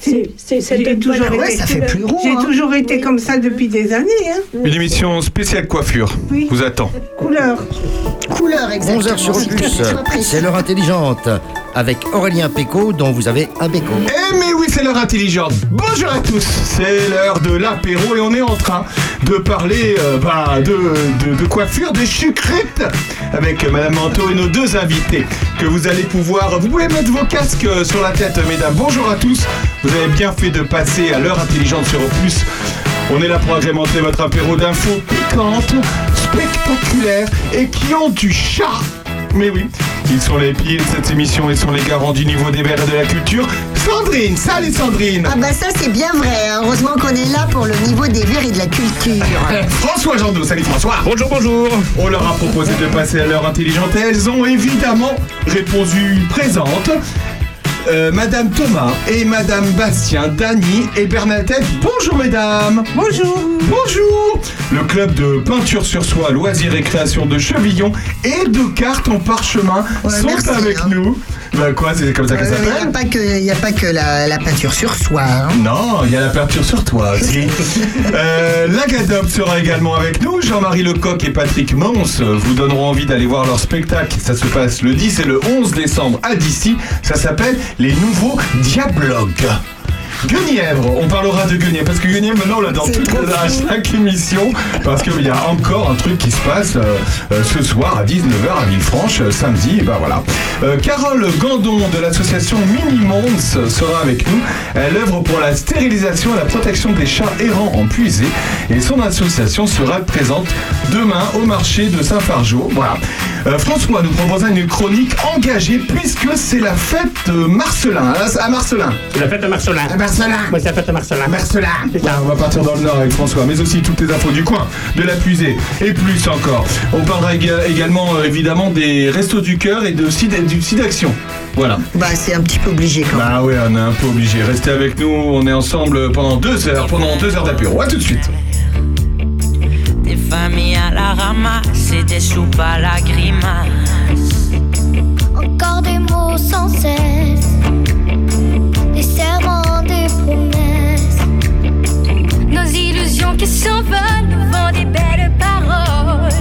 c'est c'est cette J'ai bonne toujours attitude. été- Ouais, ça fait plus gros. J'ai hein. toujours été comme ça depuis des années. Hein. Une émission spéciale coiffure Oui. vous attend. Couleur. Couleur, exactement. 11h sur S'il te plaît, Opus, sois précis. c'est l'heure intelligente avec Aurélien Péco dont vous avez un béco. Eh mais oui, c'est l'heure intelligente. Bonjour à tous, c'est l'heure de l'apéro et on est en train de parler euh, bah, de, de- de coiffure, de chucrute avec Madame Manteau et nos deux invités que vous allez pouvoir... Vous pouvez mettre vos casques euh, sur la tête, mesdames. Bonjour à tous, vous avez bien fait de passer à l'heure intelligente sur Opus. On est là pour agrémenter votre apéro d'infos piquantes, spectaculaires et qui ont du chat mais oui, ils sont les piliers de cette émission et sont les garants du niveau des verts et de la culture. Sandrine, salut Sandrine Ah bah ça c'est bien vrai, hein. heureusement qu'on est là pour le niveau des verres et de la culture. François Jandot, salut François Bonjour, bonjour. On leur a proposé de passer à l'heure intelligente et elles ont évidemment répondu présente. Euh, Madame Thomas et Madame Bastien, Dany et Bernadette, bonjour mesdames Bonjour. Bonjour Le club de peinture sur soie, loisirs et création de Chevillon et de cartes en parchemin sont merci, avec hein. nous. Bah quoi, c'est comme ça qu'elle Il n'y s'appelle a pas que, Euh, y a pas que la, la peinture sur soi. hein. Non, il y a la peinture sur toi aussi. euh, la Gadop sera également avec nous. Jean-Marie Lecoq et Patrick Mons euh, vous donneront envie d'aller voir leur spectacle. Ça se passe le 10 et le 11 décembre à d'ici. Ça s'appelle Les Nouveaux Diablogues. Guenièvre, on parlera de Guenièvre parce que Guenièvre maintenant on l'a dans toutes les à chaque émission parce qu'il y a encore un truc qui se passe euh, euh, ce soir à 19h à Villefranche euh, samedi et ben voilà. Euh, Carole Gandon de l'association Mini Mons sera avec nous. Elle œuvre pour la stérilisation et la protection des chats errants en puisée et son association sera présente demain au marché de Saint-Fargeau. Voilà. Euh, François nous proposera une chronique engagée puisque c'est la fête de Marcelin à- à Marcelin. C'est la fête à Marcelin. Marcelin. Moi, c'est la fête à Marcelin. Marcelin C'est Ouais, ça. On va partir dans le nord avec François, mais aussi toutes les infos du coin, de la puisée et plus encore. On parlera éga- également euh, évidemment des restos du cœur et de site- du site d'action. Voilà. Bah c'est un petit peu obligé quand même. Bah ouais, on est un peu obligé. Restez avec nous, on est ensemble pendant deux heures, pendant deux heures d'apéro. À tout de suite. Des familles à la ramasse et des soupes à la grimace. Encore des mots sans cesse, des serments, des promesses. Nos illusions qui s'envolent, nous font des belles paroles.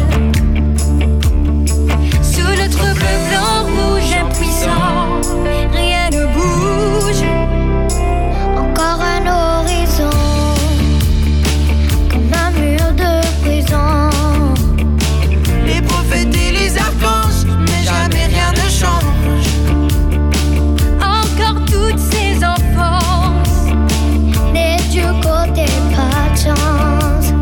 Sous notre bleu, blanc, rouge impuissant, rien ne bouge. Encore un horizon, comme un mur de prison. Les prophètes et les archanges, mais jamais rien ne change. Encore toutes ces enfances Des dieux côté pas de chance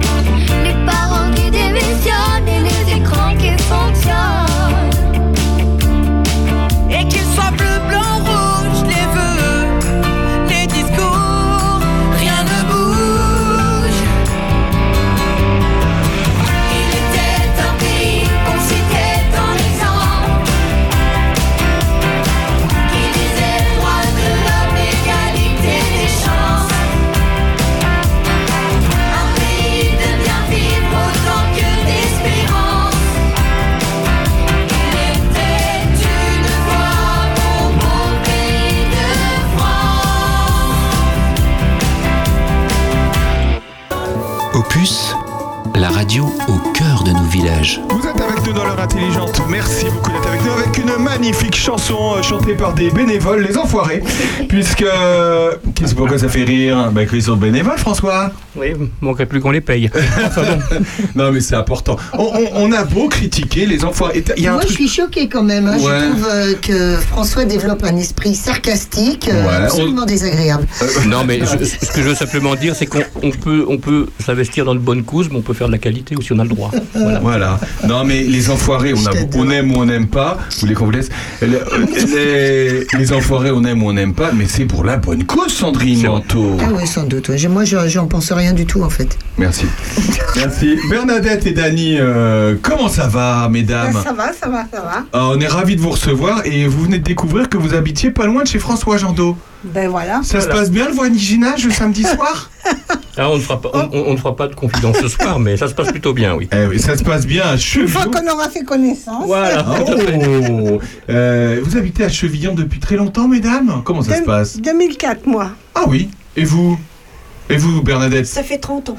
Les parents qui démissionnent Et les écrans qui fonctionnent Et qu'ils soient bleu, blanc, rouge, les vœux, les discours, rien ne bouge. Il était un pays qu'on citait en exemple. Qui disait droit de l'homme, égalité des chances. Un pays de bien vivre autant que d'espérance. Il était une fois mon beau pays de France. Opus, la radio au cœur de nos villages. Vous êtes avec nous dans l'heure intelligente. Merci beaucoup d'être avec nous avec une magnifique chanson euh, chantée par des bénévoles, les enfoirés. Puisque. euh, Qu'est-ce pourquoi ça fait rire Bah, qu'ils sont bénévoles, François. Oui, manquerait plus qu'on les paye. Non, mais c'est important. On, on- on a beau critiquer les enfoirés. Il y a un Moi je truc. suis choquée quand même. hein. Ouais. Je trouve euh, que François développe un esprit sarcastique, euh, Ouais, Euh, absolument désagréable. non, mais je- ce que je veux simplement dire, c'est qu'on on peut, on peut s'investir dans de bonnes causes, mais on peut faire de la qualité aussi, on a le droit. Voilà. Voilà. Non, mais les enfoirés, on, a- Je t'adore. on aime ou on n'aime pas. Vous voulez qu'on vous laisse Le- euh, les, les enfoirés, on aime ou on n'aime pas, mais c'est pour la bonne cause, Sandrine C'est vrai. Manteau. Ah oui, sans doute. ouais. J'ai- Moi, je- j'en pense rien du tout en fait. Merci. Merci. Bernadette et Dany, euh, comment ça va, mesdames Ben, ça va, ça va, ça va. Ah, On est ravis de vous recevoir et vous venez de découvrir que vous habitiez pas loin de chez François Jandot. Ben voilà. Ça se passe bien le voisinage le samedi soir Ah, on ne fera pas, on, on- on ne fera pas de confidence ce soir, mais ça se passe plutôt bien, oui. Eh oui, ça se passe bien à Une fois Chevillon. qu'on aura fait connaissance, Voilà. Oh Euh, vous habitez à Chevillon depuis très longtemps, mesdames Comment ça deux- se passe 2004, moi. Ah oui. Et vous Et vous, Bernadette Ça fait 30 ans.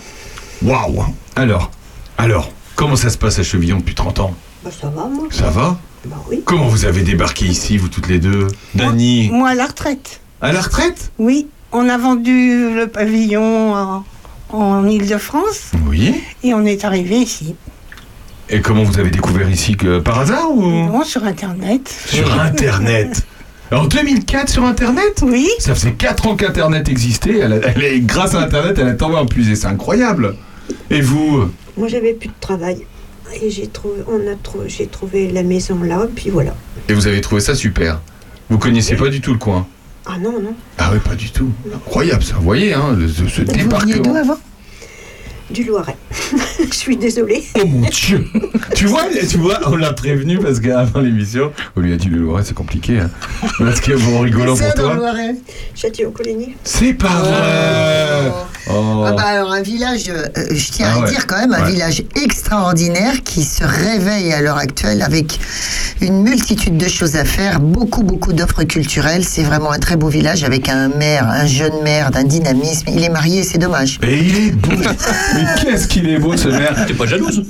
Waouh Alors, alors, comment ça se passe à Chevillon depuis 30 ans Bah, ça va, moi. Ça va Bah oui. Comment vous avez débarqué ici, vous toutes les deux Dani Moi, à la retraite. À la retraite Oui, on a vendu le pavillon en, en Ile-de-France Oui. et on est arrivé ici. Et comment vous avez découvert ici que Par hasard ou Non, sur Internet. Sur Internet. En 2004 sur Internet Oui, Ça faisait 4 ans qu'Internet existait. Elle a- elle est- grâce à Internet, elle a tombé en puiser. C'est incroyable. Et vous Moi, j'avais plus de travail. Et j'ai trouvé, on a trouvé, j'ai trouvé la maison là, puis voilà. Et vous avez trouvé ça super. Vous connaissiez pas du tout le coin Ah non, non. Ah oui, pas du tout. Incroyable ça. Vous voyez, hein, le- ce, ce Vous veniez d'où débarquement. avant Du Loiret. Je suis désolée. Oh mon dieu Tu vois, tu vois on l'a prévenu parce qu'avant l'émission, on lui a dit le Loiret, c'est compliqué. hein. Parce que bon, rigolant pour C'est dans le toi. Loiret. Châtillon-Coligny. C'est pas vrai Oh. Ah bah alors un village, euh, je tiens Ah à ouais. dire quand même, un Ouais. village extraordinaire qui se réveille à l'heure actuelle avec une multitude de choses à faire, beaucoup beaucoup d'offres culturelles. C'est vraiment un très beau village avec un maire, un jeune maire d'un dynamisme. Il est marié, c'est dommage. Et il est beau Mais qu'est-ce qu'il est beau ce maire T'es pas jalouse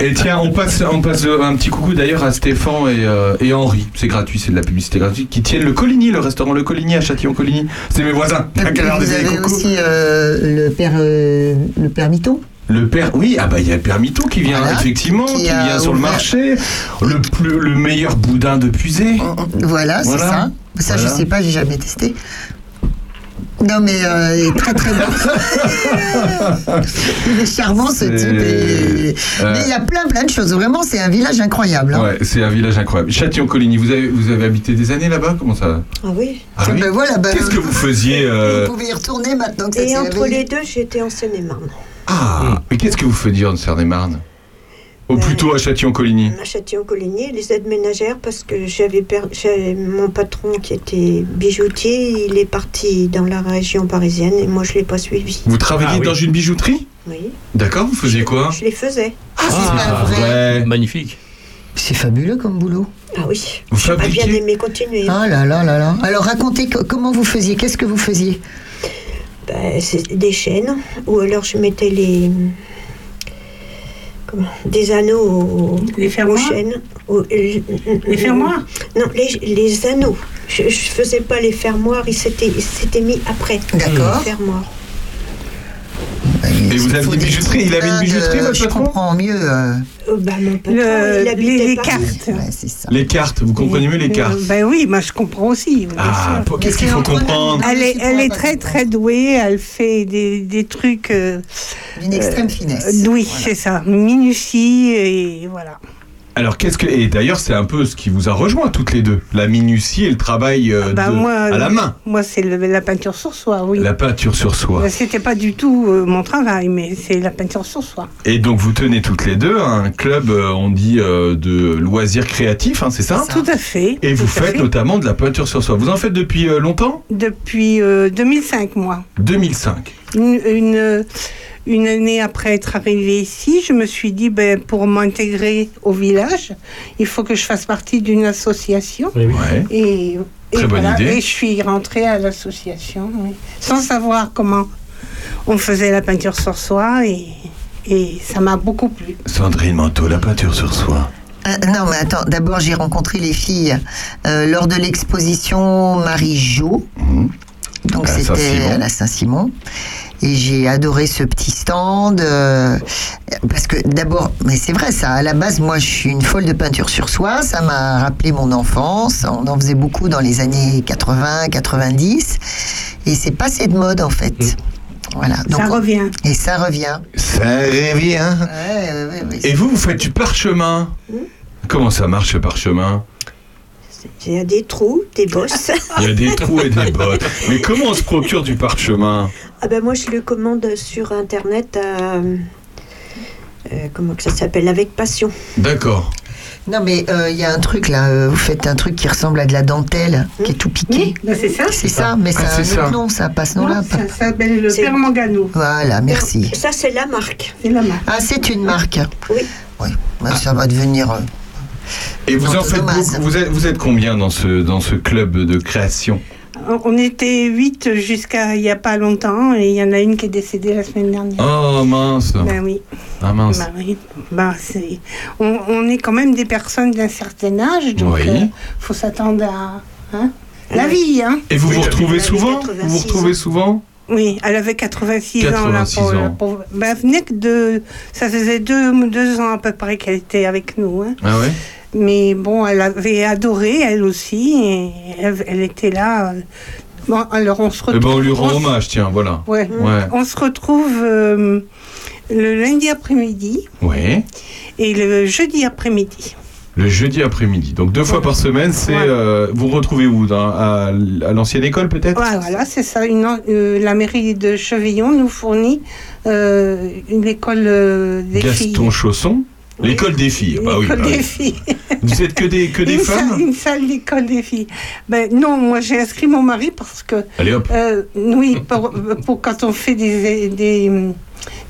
Et tiens, on passe, on passe un petit coucou d'ailleurs à Stéphane et, euh, et Henri. C'est gratuit, c'est de la publicité gratuite. Qui tiennent le Coligny, le restaurant Le Coligny à Châtillon-Coligny. C'est mes voisins. Vous À quelle heure des allez, avez coucou aussi euh, le père euh, le père Mito. Le père, oui, ah bah il y a le père Mito qui vient Voilà. effectivement, qui, Qui a vient sur le ouvert. marché. Le, plus, le meilleur boudin de Pusée. Oh, Voilà, c'est Voilà. ça. Ça Voilà. je sais pas, j'ai jamais testé. Non mais euh, il est très très bon. il est charmant ce C'est- type. et- Euh, Mais il y a plein plein de choses. Vraiment, c'est un village incroyable. hein. Ouais, c'est un village incroyable. Châtillon-Coligny, vous avez, vous avez habité des années là-bas Comment ça Ah oui. Ah oui Ben voilà, ben, Qu'est-ce que vous faisiez euh, Vous pouvez y retourner maintenant que ça Et s'est entre réveillé. les deux, j'étais en Seine-et-Marne. Ah, mais qu'est-ce que vous faisiez en Seine-et-Marne Ou Ben- plutôt à Châtillon-Coligny À Châtillon-Coligny, les aides ménagères, parce que j'avais per- j'avais mon patron qui était bijoutier, il est parti dans la région parisienne et moi je l'ai pas suivi. Vous travailliez Ah oui. dans une Hein bijouterie Oui. D'accord, vous faisiez quoi Je les faisais. Ah, c'est pas vrai. Ouais. Magnifique. C'est fabuleux comme boulot. Ah oui. Vous J'aurais bien fabriquez aimé continuer. Ah là là là là. Alors racontez co- comment vous faisiez, qu'est-ce que vous faisiez Bah, c'est des chaînes, ou alors je mettais les. Comment Des anneaux aux, les aux fermoirs. chaînes. aux- Les fermoirs. euh, Non, les, les anneaux. Je, je faisais pas les fermoirs, ils s'étaient ils s'étaient mis après. D'accord. Les fermoirs. Et vous avez Faut une des bijouterie Il avait une plein de- bijouterie, votre Je patron comprends mieux. euh, Euh, bah, mon patron, Le- il habitait les, les Paris. cartes. ouais, c'est ça. Les cartes, vous comprenez mieux les cartes Euh, Ben oui, moi je comprends aussi. bien Ah, sûr. pour- qu'est-ce qu'il c'est faut entre comprendre nous. Elle est, C'est pour elle la est bonne très réponse. très douée, elle fait des, des trucs. euh, D'une extrême finesse. oui, Voilà. c'est ça, minutie et voilà. Alors qu'est-ce que et d'ailleurs c'est un peu ce qui vous a rejoint toutes les deux, la minutie et le travail euh, Bah, de- moi, à la main, Moi, c'est le- la peinture sur soi, oui. la peinture sur soi. Bah, C'était pas du tout euh, mon travail, mais c'est la peinture sur soi. Et donc vous tenez toutes les deux un club, euh, on dit euh, de loisirs créatifs, hein, c'est ça, C'est ça. Tout à fait. Et vous tout à faites fait. notamment de la peinture sur soi. Vous en faites depuis euh, longtemps Depuis euh, 2005, moi. 2005. Une, une, une année après être arrivée ici, je me suis dit, ben, pour m'intégrer au village, il faut que je fasse partie d'une association. Ouais. Et, et Très bonne voilà. idée. Et je suis rentrée à l'association, oui. sans savoir comment on faisait la peinture sur soi, et, et ça m'a beaucoup plu. Sandrine Manteau, la peinture sur soi. Ah, non, mais attends, d'abord j'ai rencontré les filles euh, lors de l'exposition Marie-Jo. Donc À Mhm. la c'était Saint-Simon. à la Saint-Simon. Et j'ai adoré ce petit stand. euh, parce que d'abord, mais c'est vrai ça, à la base, moi je suis une folle de peinture sur soi. Ça m'a rappelé mon enfance. On en faisait beaucoup dans les années 80, 90. Et c'est passé de mode en fait. Voilà. Donc, ça revient. et ça revient. Mhm. Ça revient. Ouais, ouais, Hmm ouais, ouais. hein. Et vous, vous faites du parchemin Comment ça marche le parchemin Il y a des trous, des bosses. Il y a des trous et des bottes. Mais comment on se procure du parchemin ah ben moi je le commande sur euh, internet à, euh, comment que ça s'appelle Avec passion. D'accord. Non, mais euh, il y a un truc là, euh, vous faites un truc qui ressemble à de la dentelle, qui est tout piqué. Ben, c'est ça C'est ça, mais Ah, ça a un c'est ça. autre nom, ça passe nom Non, là. ça s'appelle le C'est- père Mangano. Voilà, merci. Ça, c'est la marque. C'est la marque. Ah, c'est une marque. Oui. Oui, bah, ça va devenir. euh, Et vous Non, en faites Thomas. beaucoup- vous êtes, vous êtes combien dans ce, dans ce club de création On- On était huit jusqu'à il n'y a pas longtemps et il y en a une qui est décédée la semaine dernière. Oh mince Ben oui. Ah mince Bah oui, bah c'est, on, on est quand même des personnes d'un certain âge, donc Oui. euh, faut s'attendre à hein, la vie. Hein. Et vous Oui, vous retrouvez elle avait souvent Vous 86 vous retrouvez souvent Oui, elle avait 86, ans. La 86 pauvre, ans. la pauvre. Bah, elle venait que de, ça faisait deux, deux ans à peu près qu'elle était avec nous. hein. Ah ouais Mais bon, elle avait adoré, elle aussi, et elle, elle était là. euh. Bon, alors on se Eh retrouve. ben on lui on rend se- hommage, tiens, voilà. ouais. Ouais. On se retrouve euh, le lundi après-midi Ouais. et le jeudi après-midi. Le jeudi après-midi. Donc deux fois par semaine, c'est Ouais. euh, vous retrouvez où dans- à, à l'ancienne école peut-être Ouais, voilà, c'est ça. Une, en- euh, la mairie de Chevillon nous fournit euh, une école euh, des Gaston filles. Chausson, l'école des filles. Bah oui. L'école bah des oui. filles. Vous êtes que des que des une, salle, femmes une salle d'école des filles. Ben, non, moi j'ai inscrit mon mari parce que, Allez hop. euh, oui, pour, euh, pour quand on fait des, des,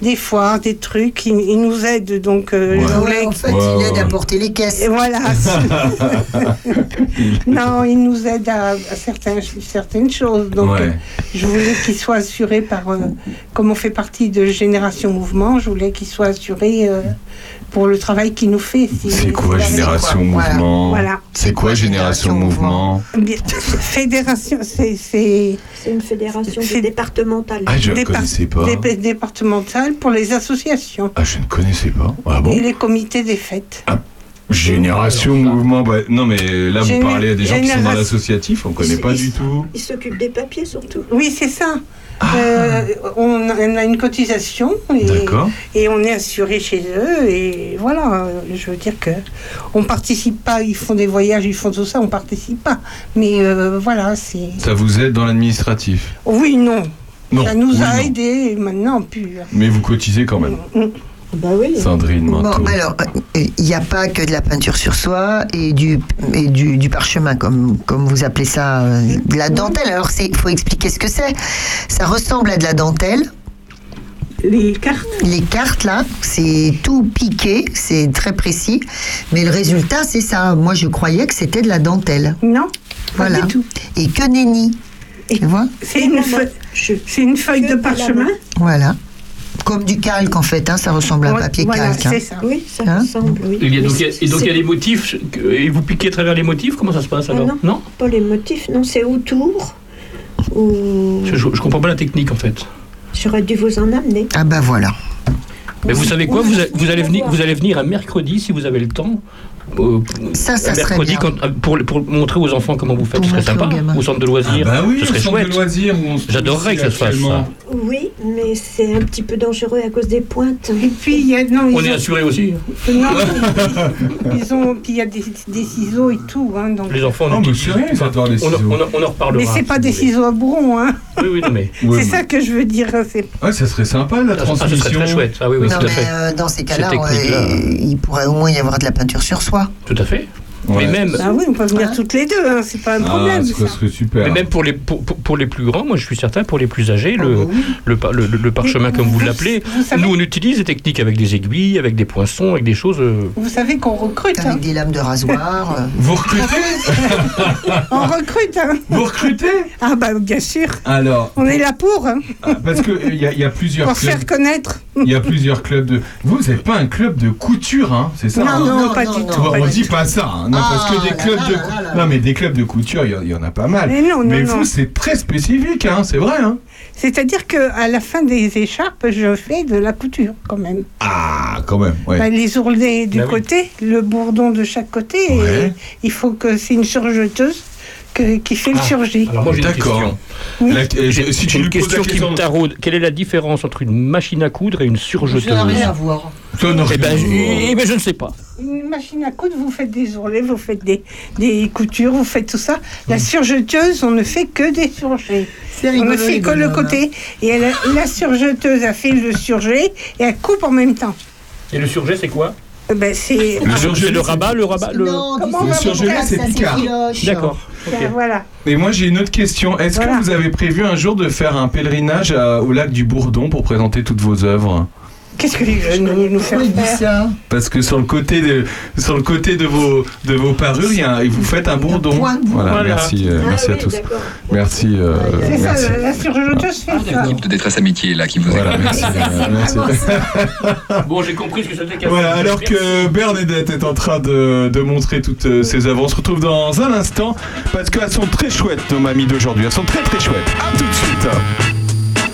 des foires, des trucs, il, il nous aide. Donc, euh, je Ouais. voulais. en fait, Ouais, il ouais, aide ouais. à porter les caisses. Et voilà. non, il nous aide à, à certains- certaines choses. Donc, Ouais. euh, je voulais qu'il soit assuré par. euh, comme on fait partie de Génération Mouvement, je voulais qu'il soit assuré euh, pour le travail qu'il nous fait. si- C'est quoi si- génération quoi Voilà. mouvement Voilà. C'est quoi génération mouvement Bien, Fédération, c'est- c'est C'est une fédération C'est- départementale. Ah je ne Dépar- connaissais pas. dé- départemental pour les associations Ah je ne connaissais pas. Ah et bon les comités des fêtes. Génération mouvement. bah, non mais là vous Géné- parlez à des gens qui sont dans génération- l'associatif, on connaît Ils- pas ils- du tout. Ils s'occupent des papiers surtout. Oui, c'est ça. Ah. Euh, on, a- on a une cotisation et, D'accord. et on est assuré chez eux. Et voilà, euh, je veux dire que on participe pas. Ils font des voyages, ils font tout ça, on participe pas. Mais euh, voilà, c'est. Ça vous aide dans l'administratif Oui, non. Non. ça nous oui, a non. aidés et maintenant, plus. Mais vous cotisez quand même. Bah oui. Sandrine Bon, Manteau. alors, euh, il n'y a pas que de la peinture sur soie et du, et du, du parchemin, comme, comme vous appelez ça, euh, de la dentelle. Alors, il faut expliquer ce que c'est. Ça ressemble à de la dentelle. Les cartes. Les cartes, là, c'est tout piqué, c'est très précis. Mais le résultat, c'est ça. Moi, je croyais que c'était de la dentelle. Non. pas Voilà. du tout. Et que nenni. Tu vois C'est une, feu- Je- c'est une feuille Que de de la parchemin. main. Voilà. Comme du calque, en fait. hein, ça ressemble à un Ouais, papier voilà, calque. hein. c'est ça. Oui, ça Ah. Hein ressemble, oui. Il y a donc, il y a- Mais et donc il y a c'est des motifs, que- et vous piquez à travers les motifs Comment ça se passe Ah alors non. pas les motifs, non, c'est autour. Ou... je, je- je comprends pas la technique en fait. J'aurais dû vous en amener. Ah bah voilà. Mais vous savez quoi Oui, vous, oui, a- vous, oui, allez oui, venir, oui. vous allez venir un mercredi si vous avez le temps. euh, Ça, ça un serait mercredi bien. quand- euh, pour, pour montrer aux enfants comment vous faites, Pour ce serait montrer aux sympa. gamins. Au centre de loisirs, bah oui, ce au serait centre de chouette. loisirs où on se trouve J'adorerais que ça se fasse actuellement. ça. Oui, mais c'est un petit peu dangereux à cause des pointes. Et puis, il y a, non, ils On est ont- assuré aussi. Non, ils ont, puis il y a des, des ciseaux et tout, hein, donc. Les enfants, Oh, on, mais est- c'est vrai, ça doit les on, en- ciseaux. on en- on en reparlera. Mais c'est pas si des vous voulez. ciseaux à bouron, hein. Oui, oui, non, mais. Ouais, c'est mais- ça que je veux dire. hein, C'est Ouais, ça serait sympa la Ah, ça serait transmission. très chouette, ah oui, oui, Non, tout à mais fait. euh, dans ces cas-là, on- technique-là. euh, il pourrait au moins y avoir de la peinture sur soie. Tout à fait. Ouais. Mais même. Ah oui, on peut venir Ouais. toutes les deux, hein, c'est pas un Ah, problème. ce ça. serait super. Mais même pour les, pour, pour- pour les plus grands, moi je suis certain, pour les plus âgés, le, le, par- le, le- le parchemin comme vous Vous- l'appelez, vous savez- nous on utilise des techniques avec des aiguilles, avec des poinçons, avec des choses. euh, Vous savez qu'on recrute, hein. Avec des lames de rasoir. euh. Vous recrutez On recrute, hein. Vous recrutez Ah bah bien sûr. Alors, On est là pour, hein, ah, parce qu'il y a, il y a plusieurs pour clubs. faire connaître. Il y a plusieurs clubs de. Vous n'êtes pas un club de couture, hein, c'est ça Non, hein non, pas du tout. Bon, pas on du dit tout. pas ça, hein, non, Ah, parce que des là, clubs là, de. là, là, là. Non, mais des clubs de couture, il y, en- il y en a pas mal. Mais non, non, non. vous, c'est très spécifique, hein, c'est vrai. Hein. C'est-à-dire que à la fin des écharpes, je fais de la couture quand même. Ah, quand même, ouais. Bah, les ourlets du Bah oui. côté, le bourdon de chaque côté. et Ouais. il faut que c'est une surjeteuse que- qui fait le Ah, surgé. Alors moi j'ai une D'accord. question. La- euh, je- Si tu J'ai une lui poses la question qui me question, taraude. Quelle est la différence entre une machine à coudre et une surjeteuse Ça n'a rien à voir. ça n'a Eh rien ben, à je, voir. eh ben, je ne sais pas. Une machine à coudre, vous faites des ourlets, vous faites des, des coutures, vous faites tout ça. La surjeteuse, on ne fait que des surjets. On ne rigolo, fait les que le bonhommes, côté. Et elle a- la surjeteuse, elle fait le surjet et elle coupe en même temps. Et le surjet c'est quoi Euh, ben, c'est. Le surgelé, Ah, C'est le c'est- rabat, le rabat, le. Non, Comment on tu sais, va surgelé, faire ça, c'est c'est Picard. D'accord. ok. Ben, Voilà. Et moi j'ai une autre question. Est-ce Voilà. que vous avez prévu un jour de faire un pèlerinage à- au lac du Bourdon pour présenter toutes vos œuvres Qu'est-ce que tu veux nous, nous faire Pourquoi il dit faire ça Parce que sur le côté de, sur le côté de, vos, de vos parures, il y a un- vous faites un bourdon. point de- Voilà, Voilà. merci, euh, Ah merci à oui, tous. d'accord. Merci. euh, C'est ça, merci. la- la surgeloteuse fait ça. de détresse amitié là qui vous Voilà, merci. euh, merci. Bon, j'ai compris ce que c'était. qu'à- Voilà, alors que Bernadette est en train de, de montrer toutes euh, ses œuvres, on se retrouve dans un instant parce qu'elles sont très chouettes, nos mamies d'aujourd'hui. Elles sont très très chouettes. À tout de suite.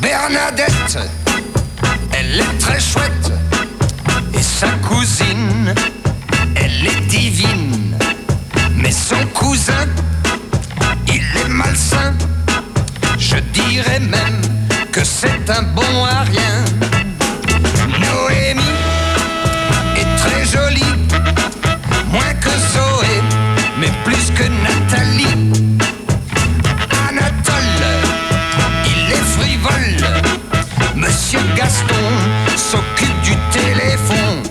Bernadette, elle est très chouette. Et sa cousine, elle est divine. Mais son cousin, il est malsain. Je dirais même que c'est un bon à rien. Noémie est très jolie. Moins que Zoé, mais plus que Nathalie. Anatole il est frivole. Monsieur Gaston s'occupe du téléphone.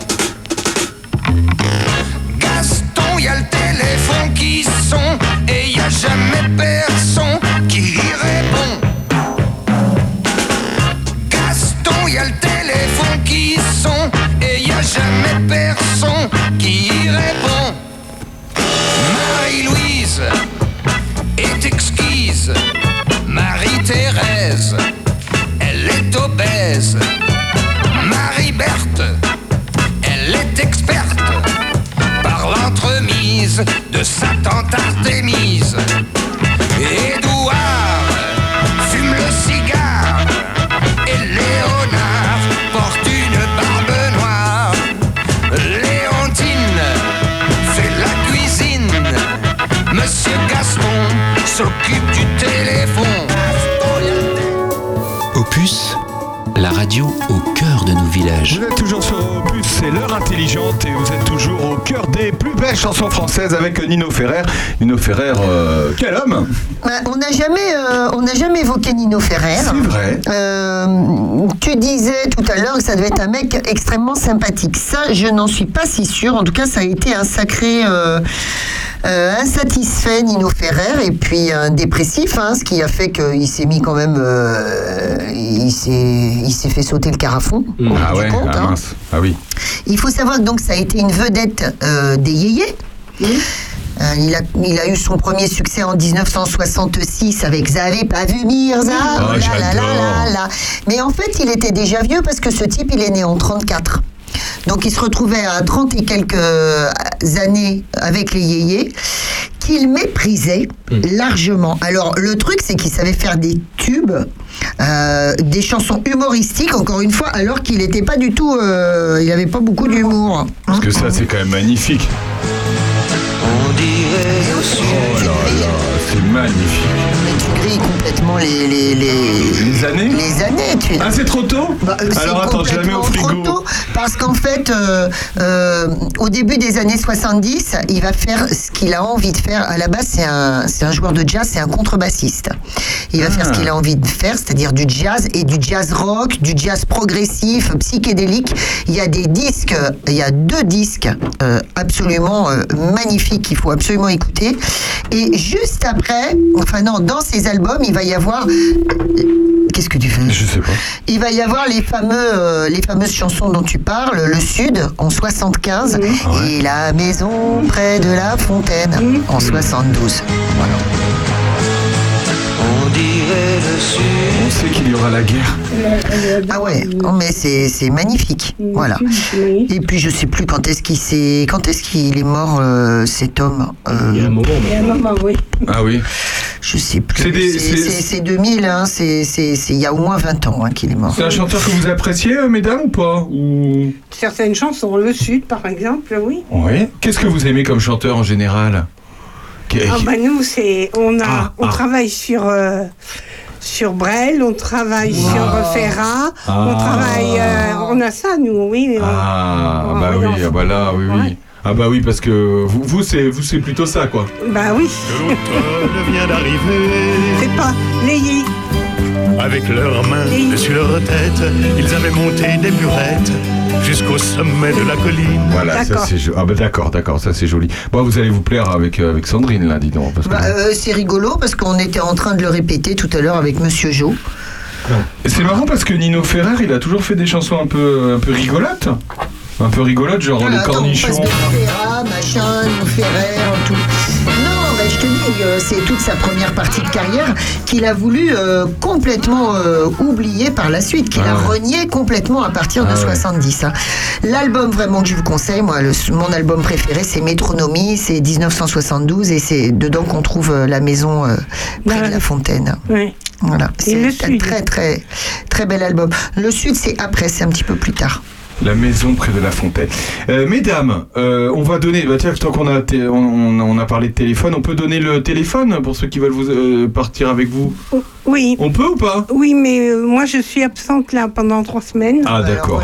Gaston, y a le téléphone qui sonne et y a jamais personne qui y répond. Gaston, y a le téléphone qui sonne et y a jamais personne qui y répond. Marie-Louise est exquise. Marie-Thérèse, elle est obèse. Marie-Berthe, elle est experte par l'entremise de sa tante Artémise. Édouard fume le cigare et Léonard porte une barbe noire. Léontine fait la cuisine. Monsieur Gaston s'occupe du téléphone. Opus, la radio au cœur de nos villages. Vous êtes toujours sur Opus, c'est l'heure intelligente et vous êtes toujours au cœur des plus belles chansons françaises avec Nino Ferrer. Nino Ferrer, euh, quel homme Ouais, Bah, On n'a jamais, euh, on n'a jamais évoqué Nino Ferrer. C'est vrai. Euh, tu disais tout à l'heure que ça devait être un mec extrêmement sympathique. Ça, je n'en suis pas si sûre. En tout cas, ça a été un sacré euh, euh, insatisfait, Nino Ferrer, et puis un dépressif, hein, ce qui a fait qu'il s'est mis quand même. euh, il s'est il s'est fait sauter le carafon. au bout Ah du ouais, compte, ah hein. mince. Ah oui. Il faut savoir que donc ça a été une vedette euh, des yéyés. Euh, il, a, il a eu son premier succès en 1966 avec J'avais pas vu Mirza. Oh, oh là là là j'adore. là là. Mais en fait, il était déjà vieux parce que ce type, il est né en 34. Donc il se retrouvait à 30 et quelques euh, années avec les yéyés qu'il méprisait Hmm. largement. Alors le truc c'est qu'il savait faire des tubes, euh, des chansons humoristiques encore une fois, alors qu'il n'était pas du tout, euh, il n'avait pas beaucoup d'humour. Parce que ça, c'est quand même magnifique. On dirait le Oh là là, c'est magnifique. Mais tu grilles complètement les, les, les, Les années les années. Tu... Ah, c'est trop tôt Bah, euh, Alors c'est attends, je la mets au complètement frigo. trop tôt, parce qu'en fait, euh, euh, au début des années 70, il va faire ce qu'il a envie de faire. À la base, c'est un, c'est un joueur de jazz, c'est un contrebassiste. Il va Ah. faire ce qu'il a envie de faire, c'est-à-dire du jazz et du jazz rock, du jazz progressif, psychédélique. Il y a des disques, il y a deux disques euh, absolument euh, magnifiques qu'il faut absolument écouter. Et juste après, enfin non, dans ces albums, il va y avoir. Qu'est-ce que tu fais Je sais pas. il va y avoir les, fameux, euh, les fameuses chansons dont tu parles, Le Sud en 75 Ah et La maison près de la fontaine en 72. On dirait le sud. On sait qu'il y aura la guerre. Ah ouais, oh, mais c'est c'est magnifique. Voilà. Oui. Et puis je sais plus quand est-ce qu'il s'est- quand est-ce qu'il est mort euh, cet homme. Euh, Il y a un moment, Il y a un moment, oui. Ah oui. je sais plus. C'est des- C'est- c'est- C'est c'est 2000, hein, c'est c'est- c'est il y a au moins 20 ans hein, qu'il est mort. C'est un chanteur que vous appréciez, euh, mesdames, ou pas Ou... Oh, Certaines chansons, le Sud, par exemple, oui. Oui. Qu'est-ce que vous aimez comme chanteur en général Qu'est- Ah bah nous, c'est on a, Ah, on ah. travaille sur euh, sur Brel, on travaille sur Ferrat, euh, Ah. on travaille, euh, on a ça nous, oui. on- Ah, on- bah on- oui, ah bah là, oui, oui. Ouais. Ah bah oui, parce que vous, vous c'est vous, c'est plutôt ça, quoi. Bah oui. L'automne vient d'arriver. C'est pas les Avec leurs mains dessus leur tête, ils avaient monté des burettes jusqu'au sommet de la colline. Voilà, ça c'est jo- ah bah d'accord, d'accord, ça c'est joli. Bon, vous allez vous plaire avec euh, avec Sandrine là, dis donc. Parce que... Bah, euh, c'est rigolo parce qu'on était en train de le répéter tout à l'heure avec Monsieur Jo. C'est marrant parce que Nino Ferrer, il a toujours fait des chansons un peu un peu rigolotes, un peu rigolotes, genre Voilà, les attends, cornichons. on passe de Ferrat, machin, Nino Ferrer, tout. Non, bah, je te dis, euh, c'est toute sa première partie de carrière qu'il a voulu euh, complètement euh, oublier par la suite, qu'il Ah a ouais. renié complètement à partir Ah de ouais. 70. hein. L'album vraiment que je vous conseille, moi, le- mon album préféré, c'est Métronomie, c'est 1972 et c'est dedans qu'on trouve euh, la maison euh, près de la fontaine. Bah Oui. Voilà, Et c'est le un Sud très très très bel album. Le Sud, c'est après, c'est un petit peu plus tard. La maison près de la fontaine. Euh, mesdames, euh, on va donner. Bah tiens, tant qu'on a té- on, on- on a parlé de téléphone, on peut donner le téléphone pour ceux qui veulent vous euh, partir avec vous. Oui. On peut ou pas Oui, mais euh, moi je suis absente là pendant trois semaines. Ah d'accord.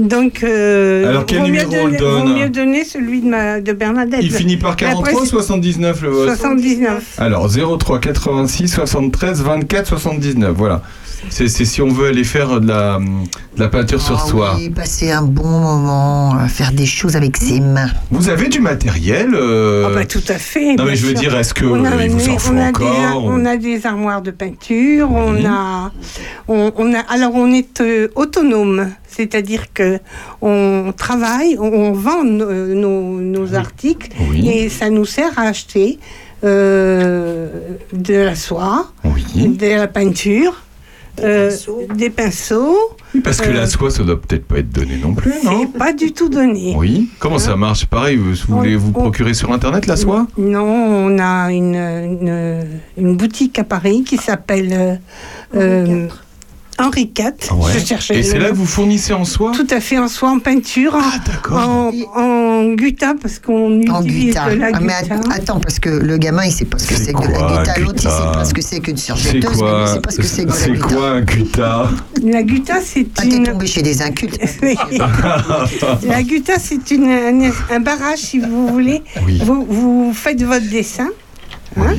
Donc, euh, Alors, quel vaut mieux numéro on le donner- donne vaut mieux donner celui de, ma, de Bernadette. Il finit par Après, 43 ou c'est 79 le vôtre 79. Alors 03 86 73 24 79. Voilà. C'est c'est si on veut aller faire de la, de la peinture sur Ah soi. Et Ah passer un bon moment, à faire des choses avec ses mains. Vous avez du matériel euh, Ah bah, tout à fait. Non, mais bien je veux sûr. dire, est-ce que On a, euh, il vous mais en faut on a encore Mhm. des, ou- on a des armoires de peinture, on a, on, on a, alors on est euh, autonome, c'est-à-dire que on travaille, on, on vend no- euh, nos, nos articles et ça nous sert à acheter euh, de la soie, de la peinture, euh, des pinceaux. Parce que euh, la soie, ça doit peut-être pas être donné non plus. c'est pas du tout donné. Oui. Comment ça marche Pareil, vous vous voulez vous procurer sur Internet la soie Non, on a une, une, une boutique à Paris qui s'appelle euh, euh, Henri IV. Ah Ouais. Je cherchais Et le c'est nom. là que vous fournissez en soie Ah, Tout à fait, en soie, en peinture, en, en gutta, parce qu'on En utilise guitare. de la Ah, mais gutta. att- attends, parce que le gamin, il sait pas ce que c'est que de la guitare. L'autre, il sait pas ce que c'est qu'une C'est surjetteuse, mais il quoi sait pas ce que c'est que de la guitare. quoi un guta La gutta, c'est une... tombé chez des incultes. La gutta, c'est une, un, un barrage, si vous voulez. Vous, vous faites votre dessin. hein,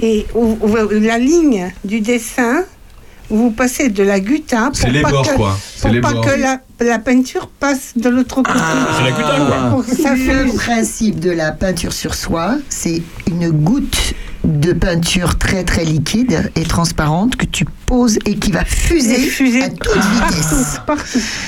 Et ou- ou- la ligne du dessin, vous passez de la gutta C'est les pas bords, que, quoi. C'est pour les pas bords. que la, la peinture passe de l'autre côté. C'est la gutta, quoi. Pour que ça Ah. le fuse. principe de la peinture sur soie, c'est une goutte de peinture très très liquide et transparente que tu poses et qui va fuser, à toute vitesse.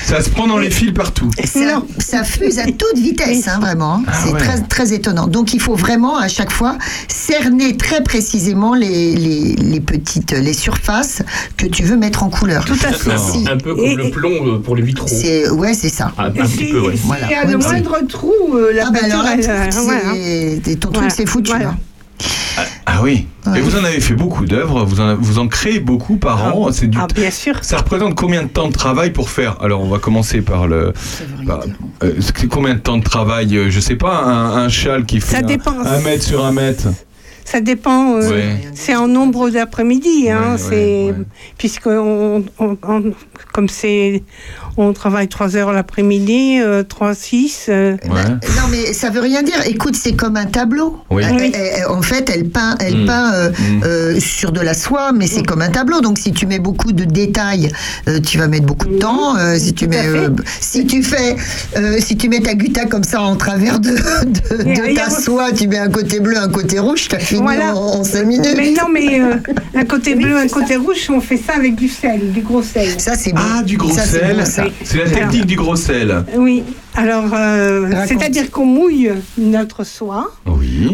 Ça se prend dans les fils partout. Ça, ça fuse à toute vitesse, hein, vraiment. C'est ouais. très, très étonnant. Donc il faut vraiment à chaque fois cerner très précisément les, les- les petites les surfaces que tu veux mettre en couleur. Si- Un peu comme le plomb euh, pour les vitraux. Ah, C'est ouais, c'est ça. Un, un petit peu, ouais. Voilà. Il y a le Ouais, c'est- moindre trou, euh, la Ah, bah peinture, alors, elle, là, euh, c'est- ouais, hein. et ton truc Voilà. c'est foutu. Voilà. hein. Ah oui. Et vous en avez fait beaucoup d'œuvres, vous en, vous en créez beaucoup par an. C'est du ah, bien sûr. Ça représente combien de temps de travail pour faire Alors on va commencer par le. par- euh, c'est combien de temps de travail euh, Je sais pas, un, un châle qui fait Ça un- dépend. un, mètre sur un mètre. Ça dépend. euh, Ouais. C'est en nombre d'après-midi. Hein, Ouais, c'est puisque on, on- on- comme c'est, on travaille 3 heures l'après-midi, 3 6. euh, Non mais ça veut rien dire. Écoute, c'est comme un tableau. Oui. Elle- Oui. elle- elle- en fait, elle peint, elle Mm. peint euh, Mm. euh, sur de la soie, mais c'est comme un tableau. Donc si tu mets beaucoup de détails, euh, tu vas mettre beaucoup de temps. Euh, si tu mets, euh, si tu fais, euh, si tu mets ta gutta comme ça en travers de, de- Mais de il y a- ta soie, tu mets un côté bleu, un côté rouge, t'as fini Voilà. en, en cinq minutes. Mais non, mais euh, un côté bleu, un côté rouge, on fait ça avec du sel, du gros sel. Ça c'est Ah, du gros sel C'est la technique du gros sel. Oui, alors euh, Raconte. c'est-à-dire qu'on mouille notre soie,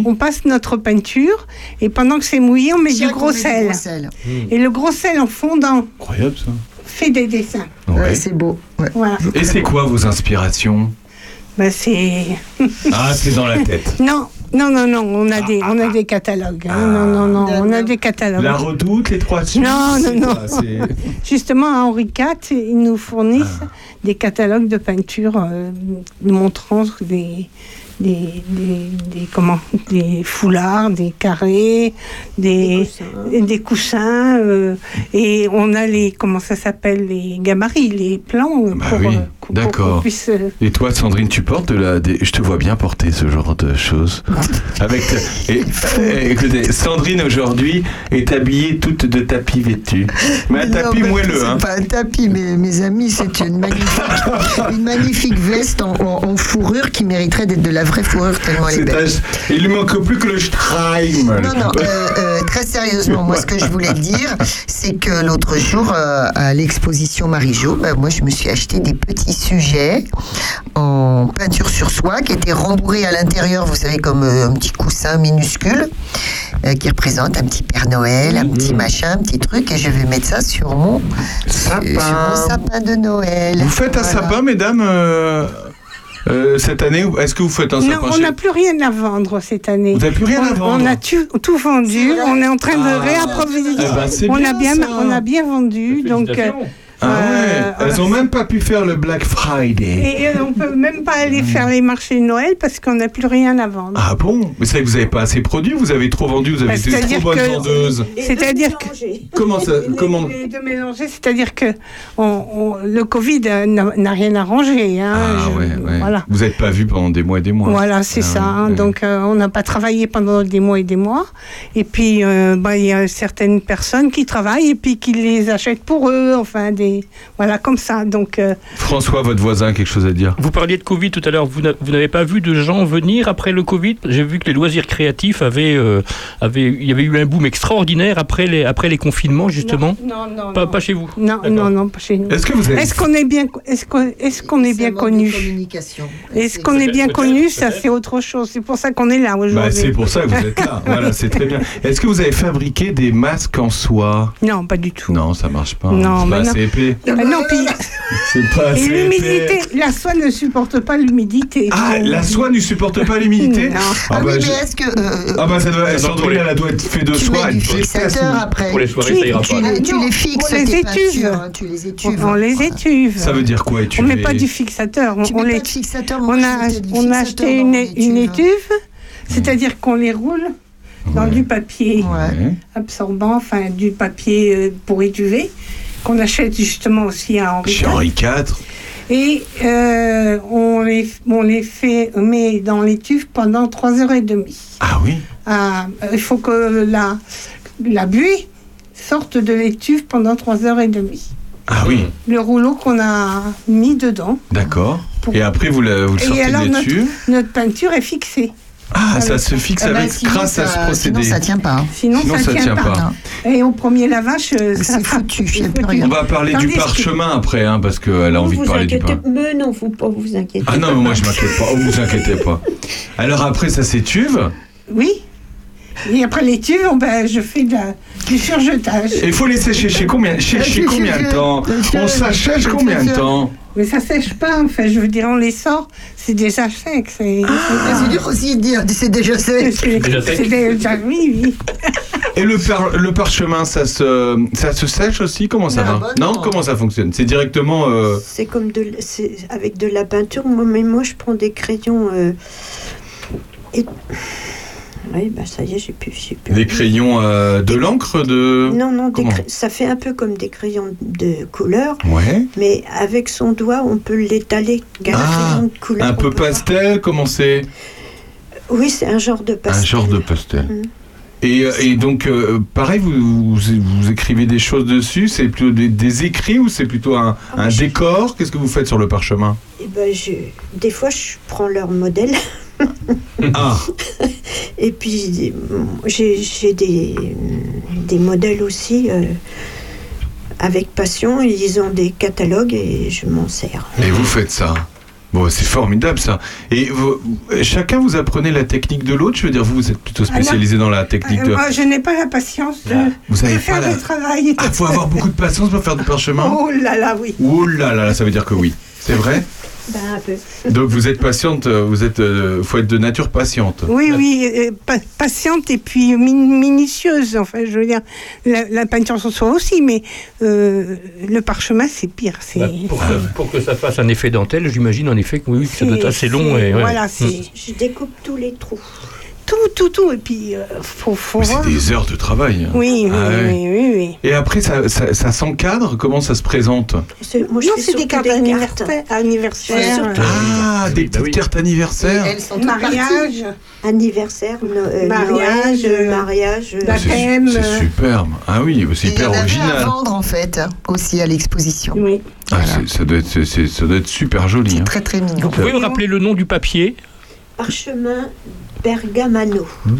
on passe notre peinture et pendant que c'est mouillé, on met du Tiens, qu'on gros met du sel. gros sel. Et le gros sel en fondant Incroyable ça. fait des dessins. Ouais. c'est beau. Voilà. Et c'est quoi vos inspirations Ben, c'est Ah, c'est dans la tête. non, Non, non, non, on Ah, a des, on a des catalogues. hein. non, non, non, on a des catalogues. La redoute, les trois Suisses, Non, non, c'est non. quoi, c'est- Justement, à Henri IV, ils nous fournissent Ah. des catalogues de peinture euh, montrant des, des, des, des- comment, des foulards, des carrés, des, et des coussins. euh, et on a les, comment ça s'appelle, les gabarits, les plans euh, Bah pour, oui, Oh. euh, qu'on- pour qu'on d'accord. puisse, euh, Et toi, Sandrine, tu portes de la. des- Je te vois bien porter ce genre de choses. Avec. te- Et, et- écoutez, Sandrine aujourd'hui est habillée toute de tapis vêtu. Mais un Non, tapis mais moelleux, C'est hein. pas un tapis, mais, mes amis, c'est une magnifique, une magnifique veste en, en- en fourrure qui mériterait d'être de la vraie fourrure tellement elle est C'est belle. un- Il lui manque plus que le Streim. Non, non, euh, euh, très sérieusement, moi, ce que je voulais dire, c'est que l'autre jour, euh, à l'exposition Marie-Jo, bah, moi, je me suis acheté des petits sujets en peinture sur soie qui étaient rembourrés à l'intérieur, vous savez, comme euh, un petit coussin minuscule euh, qui représente un petit Père Noël, un Mhm. petit machin, un petit truc, et je vais mettre ça sur mon euh, sapin, sur mon sapin de Noël. Vous faites un Voilà. sapin, mesdames, euh, euh, cette année ou- Est-ce que vous faites un Non, sapin on chez- n'a plus rien à vendre cette année. Vous n'avez plus rien on, à vendre. On a tu- tout, vendu. On est en train de réapprovisionner. Eh ben, c'est on, bien, a bien, ça. on a bien vendu. Donc, euh, Ah ouais, Eh. elles ont même pas pu faire le Black Friday. et euh, on peut même pas aller faire les marchés de Noël parce qu'on n'a plus rien à vendre. Hmm. Ah bon Mais c'est que vous n'avez pas assez produit, vous avez trop vendu, vous avez Bah, été c'est-à-dire trop bonne que- vendeuse. C'est-à-dire que Comment ça comment... les deux mélangés, c'est-à-dire que on- on- le Covid euh, n'a n'a rien arrangé. Hein, Ah Je- ouais, ouais. Voilà. Vous n'êtes pas vu pendant des mois et des mois. Voilà, c'est Ah ça. ouais, hein. ouais. Donc, euh, on n'a pas travaillé pendant des mois et des mois. Et puis, euh, bah, il y a certaines personnes qui travaillent et puis qui les achètent pour eux. Enfin, des voilà comme ça. Donc, euh, François, votre voisin, quelque chose à dire Vous parliez de Covid tout à l'heure. Vous n'a- vous n'avez pas vu de gens venir après le Covid J'ai vu que les loisirs créatifs avaient, euh, avaient, il y avait eu un boom extraordinaire après les, après les confinements justement. Non, non, pas, pas chez vous. non, non, non, pas chez nous. Est-ce que vous avez- Est-ce qu'on est bien, est-ce qu'on est-ce qu'on est bien connu Est-ce qu'on est bien Peut-être, connu Ça, c'est autre chose. C'est pour ça qu'on est là Bah, aujourd'hui. c'est pour ça que vous êtes là. voilà, c'est très bien. Est-ce que vous avez fabriqué des masques en soie Non, pas du tout. Non, ça marche pas. Non, c'est mais pas non. assez épais. Bah, non, puis C'est et pas assez l'humidité, épais. la soie ne supporte pas l'humidité. Ah, la soie ne supporte pas l'humidité Non. ah, bah, je- Est-ce que euh, ah bah ça doit être pour les- elle doit être faite de soie. elle du doit être fixateur cassée. après Pour les soirées, ça ira tu, pas. les- tu les fixes, on les tes étuve. peintures, hein, tu les étuves. On les étuve. Ça veut dire quoi étuver On met pas du fixateur. On, Tu on mets les- pas de fixateur, moi, on je a, mettais du on a fixateur acheté dans une, mon une étuve, c'est-à-dire qu'on les roule dans du papier absorbant, enfin du papier euh, pour étuver, qu'on achète justement aussi à Henri. Chez IV. Henri IV. Et euh, on, les, on les fait, on met dans l'étuve pendant 3 heures et demie. Ah oui Ah, euh, Il faut que la, la buée sorte de l'étuve pendant 3 heures et demie. Ah oui, Mmh. Le rouleau qu'on a mis dedans. d'accord. Et après, vous, la, vous le Et sortez alors, notre, dessus. notre peinture est fixée. Ah, ça Avec- se fixe Ah bah, avec sinon, grâce à ce ça- hein. procédé. sinon, ça tient pas. Sinon, Sinon, ça, tient, pas. Et au premier lavage, euh, ça foutu. On va parler du parchemin après, hein, parce qu'elle a Vous envie de vous parler du inquiétez parchemin. Mais non, faut pas vous inquiéter. Ah non, mais moi je m'inquiète pas, Oh, vous inquiétez pas. Alors après, ça s'étuve. Oui. Et après l'étuve, on- ben, je fais de la- du surjetage. Et il faut les sécher chez combien, chez, chez combien de temps On s'achèche combien de temps Mais ça sèche pas, en fait. Je veux dire, on les sort, c'est déjà sec. C'est Ah, c'est dur aussi de dire, c'est déjà sec. C'est Déjà sec. c'est déjà- oui, oui. Et le, par- le parchemin, ça se, ça se sèche aussi Comment ça Non, va bah non, non. comment ça fonctionne C'est directement. euh, C'est comme de, l- c'est avec de la peinture. Moi, mais moi, je prends des crayons. euh, et... Oui, bah ça y est, j'ai plus. j'ai plus- Des crayons euh, de l'encre Euh, de... Non, non, des Comment cra- ça fait un peu comme des crayons de couleur, Ouais. mais avec son doigt, on peut l'étaler. Car un Ah, crayon de couleur, un peu on peut- pastel, comment c'est Oui, c'est un genre de pastel. Un genre de pastel. Mm. Et, euh, et donc, euh, pareil, vous, vous, vous écrivez des choses dessus C'est plutôt des, des écrits ou c'est plutôt un, un décor Qu'est-ce que vous faites sur le parchemin Eh ben, je... Des fois, je prends leur modèle. Ah Et puis, j'ai j'ai des, des modèles aussi euh, avec passion. Ils ont des catalogues et je m'en sers. Et vous faites ça Bon, c'est formidable ça. Et vous- chacun vous apprenez la technique de l'autre. Je veux dire, vous, vous êtes plutôt spécialisé dans la technique Euh, de. moi, je n'ai pas la patience de, Vous de avez faire pas la- le travail. Ah, faut avoir beaucoup de patience pour faire du parchemin. Oh là là, oui. Oh là là, ça veut dire que oui. C'est vrai Bah, Ben, un peu. Donc vous êtes patiente, euh, vous êtes, euh, faut être de nature patiente. Oui, oui, euh, pa- patiente et puis min- minutieuse. Enfin, je veux dire, la, la peinture sur soi aussi, mais euh, le parchemin, c'est pire. C'est Bah, Bah, Pour que, pour que ça fasse un effet dentelle, j'imagine en effet que oui, oui, que ça doit être assez long. Et, ouais. Voilà, c'est- Mm. Je découpe tous les trous. tout, tout, tout. Et puis, euh, faut, faut Mais voir. c'est des heures de travail. hein. Oui, oui, Ah ouais. oui, oui, oui. Et après, ça, ça- ça s'encadre Comment ça se présente C'est- Moi, je Non, fais c'est des surtout cartes anniversaires. anniversaires. Ah, bah des petites cartes anniversaires sont mariage, Anniversaire, no- euh, Mariage, Noël, euh, mariage. euh, C'est su- c'est superbe. Ah oui, c'est Il y en hyper avait à original. vendre en fait, hein, aussi à l'exposition. Oui. Ah, c'est- ça, doit être, c'est- c'est- ça doit être super joli. hein. Très très mignon. Vous pouvez me rappeler le nom du papier Parchemin Bergamano. Hmm.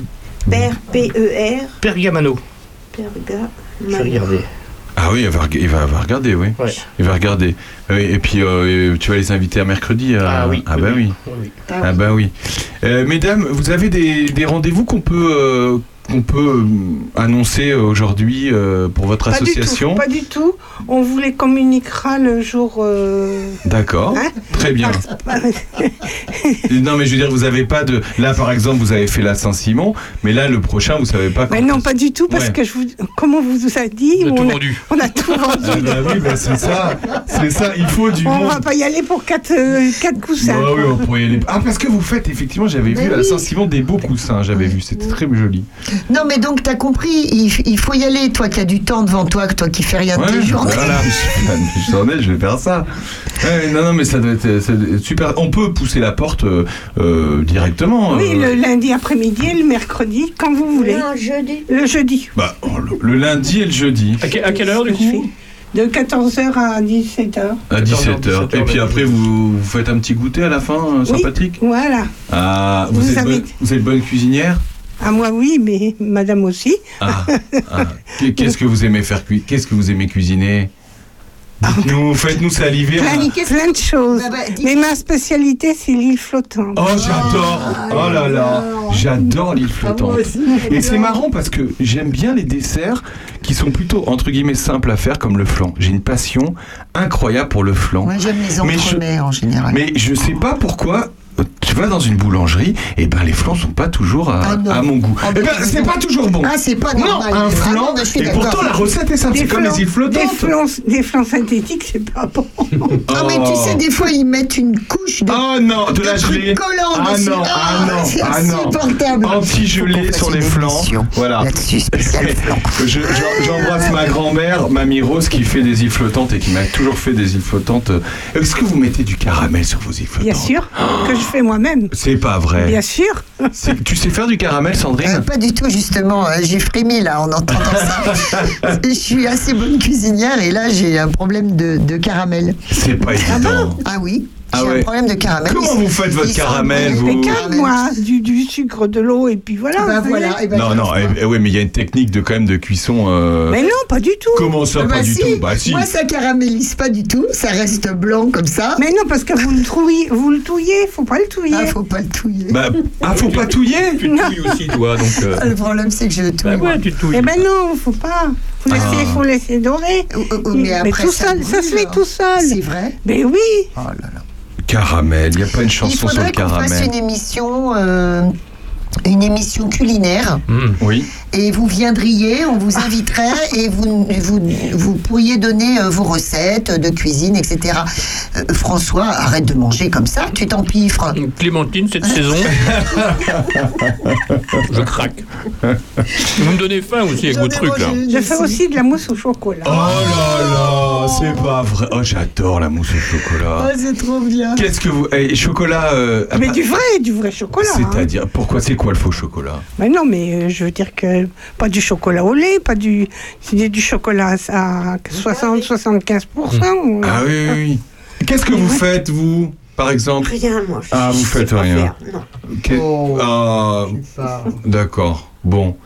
Per P-E-R. Pergamano. Berga. Je vais regarder. Ah oui, il va, reg- il va, va regarder, oui. Ouais. Il va regarder. Oui, et puis, euh, et tu vas les inviter à mercredi. à- Ah oui, Ah oui, bah oui. oui. Ah bah oui. Euh, mesdames, vous avez des, des rendez-vous qu'on peut, euh, qu'on peut euh, annoncer aujourd'hui euh, pour votre Pas du tout, association pas du tout. On vous les communiquera le jour. euh, D'accord. Hein bah, Très bien. non, mais je veux dire, vous avez pas de. Là, par exemple, vous avez fait la Saint-Simon, mais là, le prochain, vous savez pas. Ben quand- non, pas du tout, parce Ouais. que je vous, comme on vous a dit, On a tout on, vendu. on a tout vendu. Ah bah oui, bah c'est ça. C'est ça. Il faut du on monde. va pas y aller pour quatre, euh, quatre coussins. Ah oui, on pourrait y aller. Ah, parce que vous faites, effectivement, j'avais Mais vu à la oui. Saint-Simon des beaux coussins, j'avais vu, c'était très joli. Non mais donc t'as compris, il, f- il faut y aller, toi qui as du temps devant toi, que toi qui fais rien de tes journées. voilà. je t'en ai, je vais faire ça. Ouais, non, non, mais ça doit, être, euh, ça doit être super. On peut pousser la porte euh, euh, directement. Oui, euh, le lundi après-midi et le mercredi, quand vous voulez. Non, jeudi. Le jeudi, bah, oh, le, le lundi et le jeudi À, que- à quelle heure du coup de 14h à 17h. à 17h. Et puis après, vous, vous faites un petit goûter à la fin, euh, sympathique Voilà. Ah, vous, Vous êtes avez- bonne, vous êtes bonne cuisinière À moi, oui, mais madame aussi. Ah, ah. Qu'est- Qu'est-ce que vous aimez faire cuire Qu'est-ce que vous aimez cuisiner Dites-nous, faites-nous saliver. on a- Ah, Plein, plein de choses. Bah, mais ma spécialité, c'est l'île flottante. Oh, j'adore Ah, Oh là là J'adore l'île flottante Et c'est marrant parce que j'aime bien les desserts qui sont plutôt, entre guillemets, simples à faire, comme le flan. J'ai une passion incroyable pour le flan. Moi j'aime les Mais je- entremets en général. Mais je sais pas pourquoi... euh, Tu vas dans une boulangerie, et ben les flans sont pas toujours à, Ah non. à mon goût. Ah Eh ben, ben c'est pas toujours bon. Ah c'est pas non, normal. un Ah flan. non, mais je suis et d'accord. pourtant la recette est simple. C'est comme les îles des, flottantes. flancs, des flancs synthétiques, c'est pas bon. Non mais tu sais, des fois ils mettent une couche de Oh non, de la trucs gelée. collants Ah dessus. non, ah Ah, non, c'est ah non. insupportable. Faut qu'on Anti-gelée fasse sur les une flancs. émission Voilà. Là-dessus, spécial flan. Je- je- J'embrasse ma grand-mère, mamie Rose, qui fait des îles flottantes et qui m'a toujours fait des îles flottantes. Est-ce que vous mettez du caramel sur vos îles Bien flottantes sûr, que je fais moi-même. C'est pas vrai. Bien sûr. C'est- Tu sais faire du caramel, Euh, Sandrine pas du tout, justement. euh, J'ai frémi là en entendant ça. Je suis assez bonne cuisinière et là j'ai un problème de, de caramel. C'est pas évident. Ah oui, Ah j'ai ouais. un problème de caramel. Comment Ils- vous faites votre ils sont caramel, bons, vous les Impeccable, caramels. moi, hein, du, du sucre, de l'eau, et puis voilà. Bah vous voilà. voyez. eh ben, Non, je non, pense pas. eh- eh oui, mais il y a une technique de quand même de cuisson. euh, Mais non, pas du tout. Comment ça, Ah bah pas du si, tout Bah si. Moi, ça caramélise pas du tout. Ça reste blanc comme ça. Mais non, parce que vous le, trouillez, vous le touillez, faut pas le touiller. Ah, faut pas le touiller. Bah, ah, faut pas touiller Tu te touilles aussi, toi, donc. euh, Ah, le problème, c'est que je le touille. bah moi. ouais, tu te touilles. eh ben non, faut pas. Ah. Faut laisser, faut laisser dorer. Oh, oh, oh, mais après, tout ça seul, ça se brûle. fait tout seul. C'est vrai Mais oui, Oh là là. Caramel, il n'y a pas une Il chanson sur le faudrait qu'on fasse caramel. une émission, euh, une émission culinaire. Mm. Oui. Et vous viendriez, on vous inviterait et vous, vous, vous pourriez donner euh, vos recettes de cuisine, etc. Euh, François, arrête de manger comme ça, tu t'empiffres. Donc, Clémentine, cette saison. je craque. Vous me donnez faim aussi avec vos Oh, trucs là. je fais aussi de la mousse au chocolat. Oh là là, c'est pas vrai. Oh, j'adore la mousse au chocolat. Oh, c'est trop bien. Qu'est-ce que vous. eh, chocolat. euh, ah mais bah, du vrai, du vrai chocolat. hein. C'est-à-dire, pourquoi c'est quoi le faux chocolat Mais non, mais euh, je veux dire que pas du chocolat au lait, pas du, c'est du chocolat à 60-75%. Ah oui, euh. oui, oui. Qu'est-ce que vous faites, vous, par exemple Rien, moi. je- Ah, vous je sais faites pas rien. faire, non. Qu'est- Oh. Ah, D'accord, bon.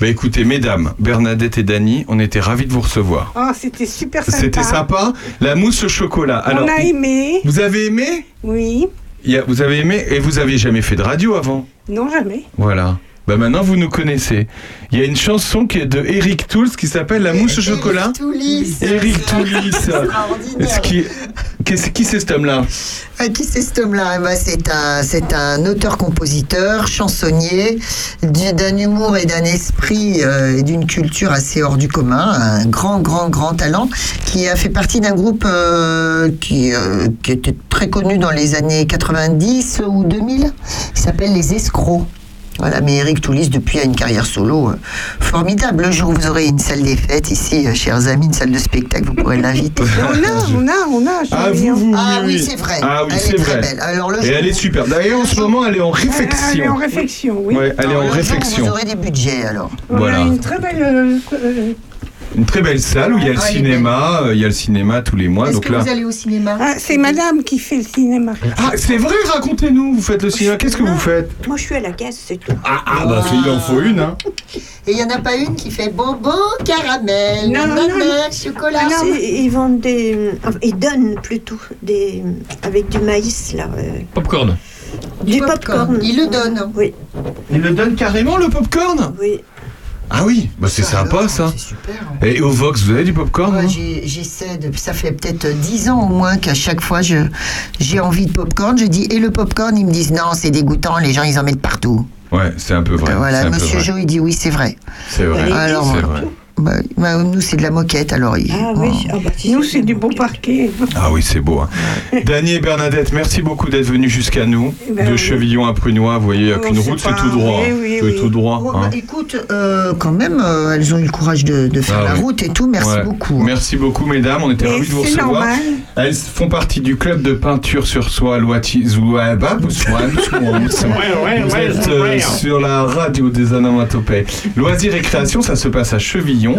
Bah écoutez, mesdames, Bernadette et Dani, on était ravis de vous recevoir. Ah, c'était super sympa. C'était sympa. La mousse au chocolat. Alors, On a aimé, vous avez aimé oui. Il y a- Vous avez aimé et vous avez jamais fait de radio avant Non, jamais. Voilà. Bah maintenant vous nous connaissez. Il y a une chanson qui est de Eric Tools qui s'appelle La mousse au chocolat. Tout lisse. Eric Toulis. Extraordinaire. Ce qui, qu'est-ce- qui c'est cet homme-là Ah, qui c'est cet homme-là Eh ben, C'est un, c'est un auteur-compositeur, chansonnier, du- d'un humour et d'un esprit euh, et d'une culture assez hors du commun. Un grand, grand, grand talent qui a fait partie d'un groupe euh, qui, euh, qui était très connu dans les années 90 ou 2000. qui s'appelle Les Escrocs. Voilà, mais Eric Toulis, depuis, a une carrière solo euh, formidable. Le jour où vous aurez une salle des fêtes ici, euh, chers amis, une salle de spectacle, vous pourrez l'inviter. On a, on a, on a. hein. Ah, vous, Julien. vous, Ah oui, oui. c'est vrai. Ah oui, Elle c'est est très vrai. belle. Alors, le Et jour- elle est super. D'ailleurs, en ce moment, elle est en Eh, réflexion. Elle est en réflexion, oui. Ouais, elle est en réflexion. Vous aurez des budgets alors. Voilà. On a une très belle. euh, euh, Une très belle salle où il y a le Ah, elle est cinéma, euh, il y a le cinéma tous les mois. Donc là. allez au cinéma ah, C'est madame qui fait le cinéma. Ah, c'est vrai, racontez-nous, vous faites le cinéma, qu'est-ce que vous faites Moi, je suis à la caisse, c'est tout. Ah, ah, bah, c'est- il en faut une, hein. Et il n'y en a pas une qui fait bobo, caramel, Non, non, ah nanana, non. chocolat. C'est- Ils vendent des. enfin, Ils donnent plutôt des. Avec du maïs, là. euh, Popcorn. du popcorn. Ils le donnent. Oui. Il le donne carrément le popcorn Oui. Ah oui, bah c'est sympa ça. Et au Vox, vous avez du popcorn Moi, vous j'ai- j'essaie de. Ça fait peut-être 10 ans au moins qu'à chaque fois je j'ai envie de popcorn. Je dis et le popcorn, ils me disent non, c'est dégoûtant. Les gens, ils en mettent partout. Ouais, c'est un peu vrai. c'est Euh, voilà, un peu Monsieur vrai. Joe, il dit oui, c'est vrai. C'est vrai. Alors, c'est vrai. Bah, bah, nous, c'est de la moquette. Alors, il- Ah bah, Nous, c'est du beau parquet. Ah oui, c'est beau. Hein. Dany et Bernadette, merci beaucoup d'être venus jusqu'à nous. Eh ben de oui. Chevillon à Prunois, vous voyez, il n'y a Oh, qu'une c'est route, c'est pas- tout droit. oui, hein. oui, c'est oui. tout droit. Oh, bah, hein. écoute, euh, quand même, euh, elles ont eu le courage de, de faire Ah la oui. route et tout. Merci Ouais. beaucoup. Merci beaucoup, mesdames. On était Mais ravis de vous c'est recevoir. normal. Elles font partie du club de peinture sur soi, Loati- Zouaba, Boussoua, Boussoua, Boussoua. ouais, Vous ouais, êtes c'est euh, vrai. sur la radio des onomatopées. Loisirs et création, ça se passe à Chevillon.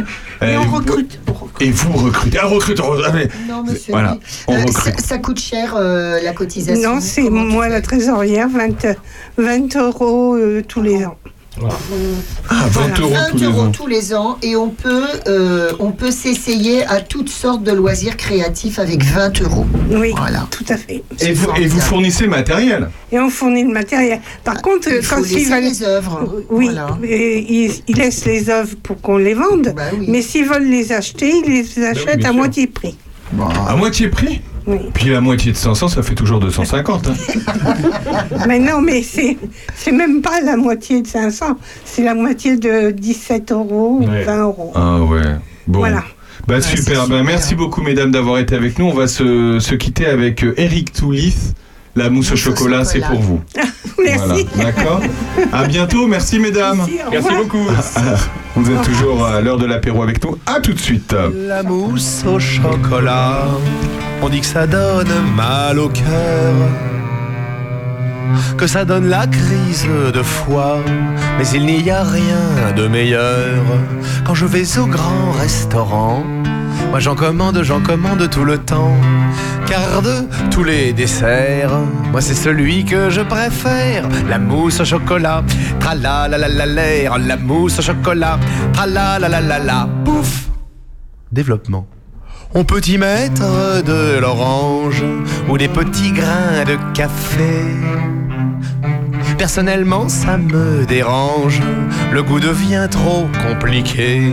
Et on recrute. Et vous recrutez. Ah, recrute. on- ah, mais- Non, monsieur, Voilà, oui. on Euh, recrute. ça, ça coûte cher euh, la cotisation. Non, c'est moi la trésorière, 20, 20 euros euh, tous les ans. Ah, 20 Voilà. euros 20 tous les euros ans. tous les ans et on peut, euh, on peut s'essayer à toutes sortes de loisirs créatifs avec 20 euros. Oui, voilà. tout à fait. Et vous, et vous fournissez le matériel. Et on fournit le matériel. Par contre, Ah, il euh, faut quand laisser ils veulent. les œuvres. euh, Oui, Voilà. Bah et ils, ils laissent les œuvres pour qu'on les vende. Mais s'ils veulent les acheter, ils Bah les achètent à moitié prix. À moitié prix Bah. Oui. Puis la moitié de 500, ça fait toujours 250. hein. mais non, mais c'est c'est même pas la moitié de 500. C'est la moitié de 17 euros ou 20 euros. Ah ouais. Bon. Voilà. Bah super. Bah, merci beaucoup mesdames d'avoir été avec nous. On va se, se quitter avec euh, Eric Toulis. La mousse au chocolat, c'est pour vous. Merci. Voilà. D'accord. À bientôt. Merci mesdames. Merci revoir. beaucoup. Vous êtes toujours à l'heure de l'apéro avec nous. À tout de suite. La mousse au chocolat, on dit que ça donne mal au cœur, que ça donne la crise de foi, mais il n'y a rien de meilleur. Quand je vais au grand restaurant, moi j'en commande, j'en commande tout le temps, car de tous les desserts, moi c'est celui que je préfère, la mousse au chocolat, tra la la la la la, la mousse au chocolat, tra la la la la la, pouf développement. On peut y mettre de l'orange ou des petits grains de café. Personnellement, ça me dérange. Le goût devient trop compliqué.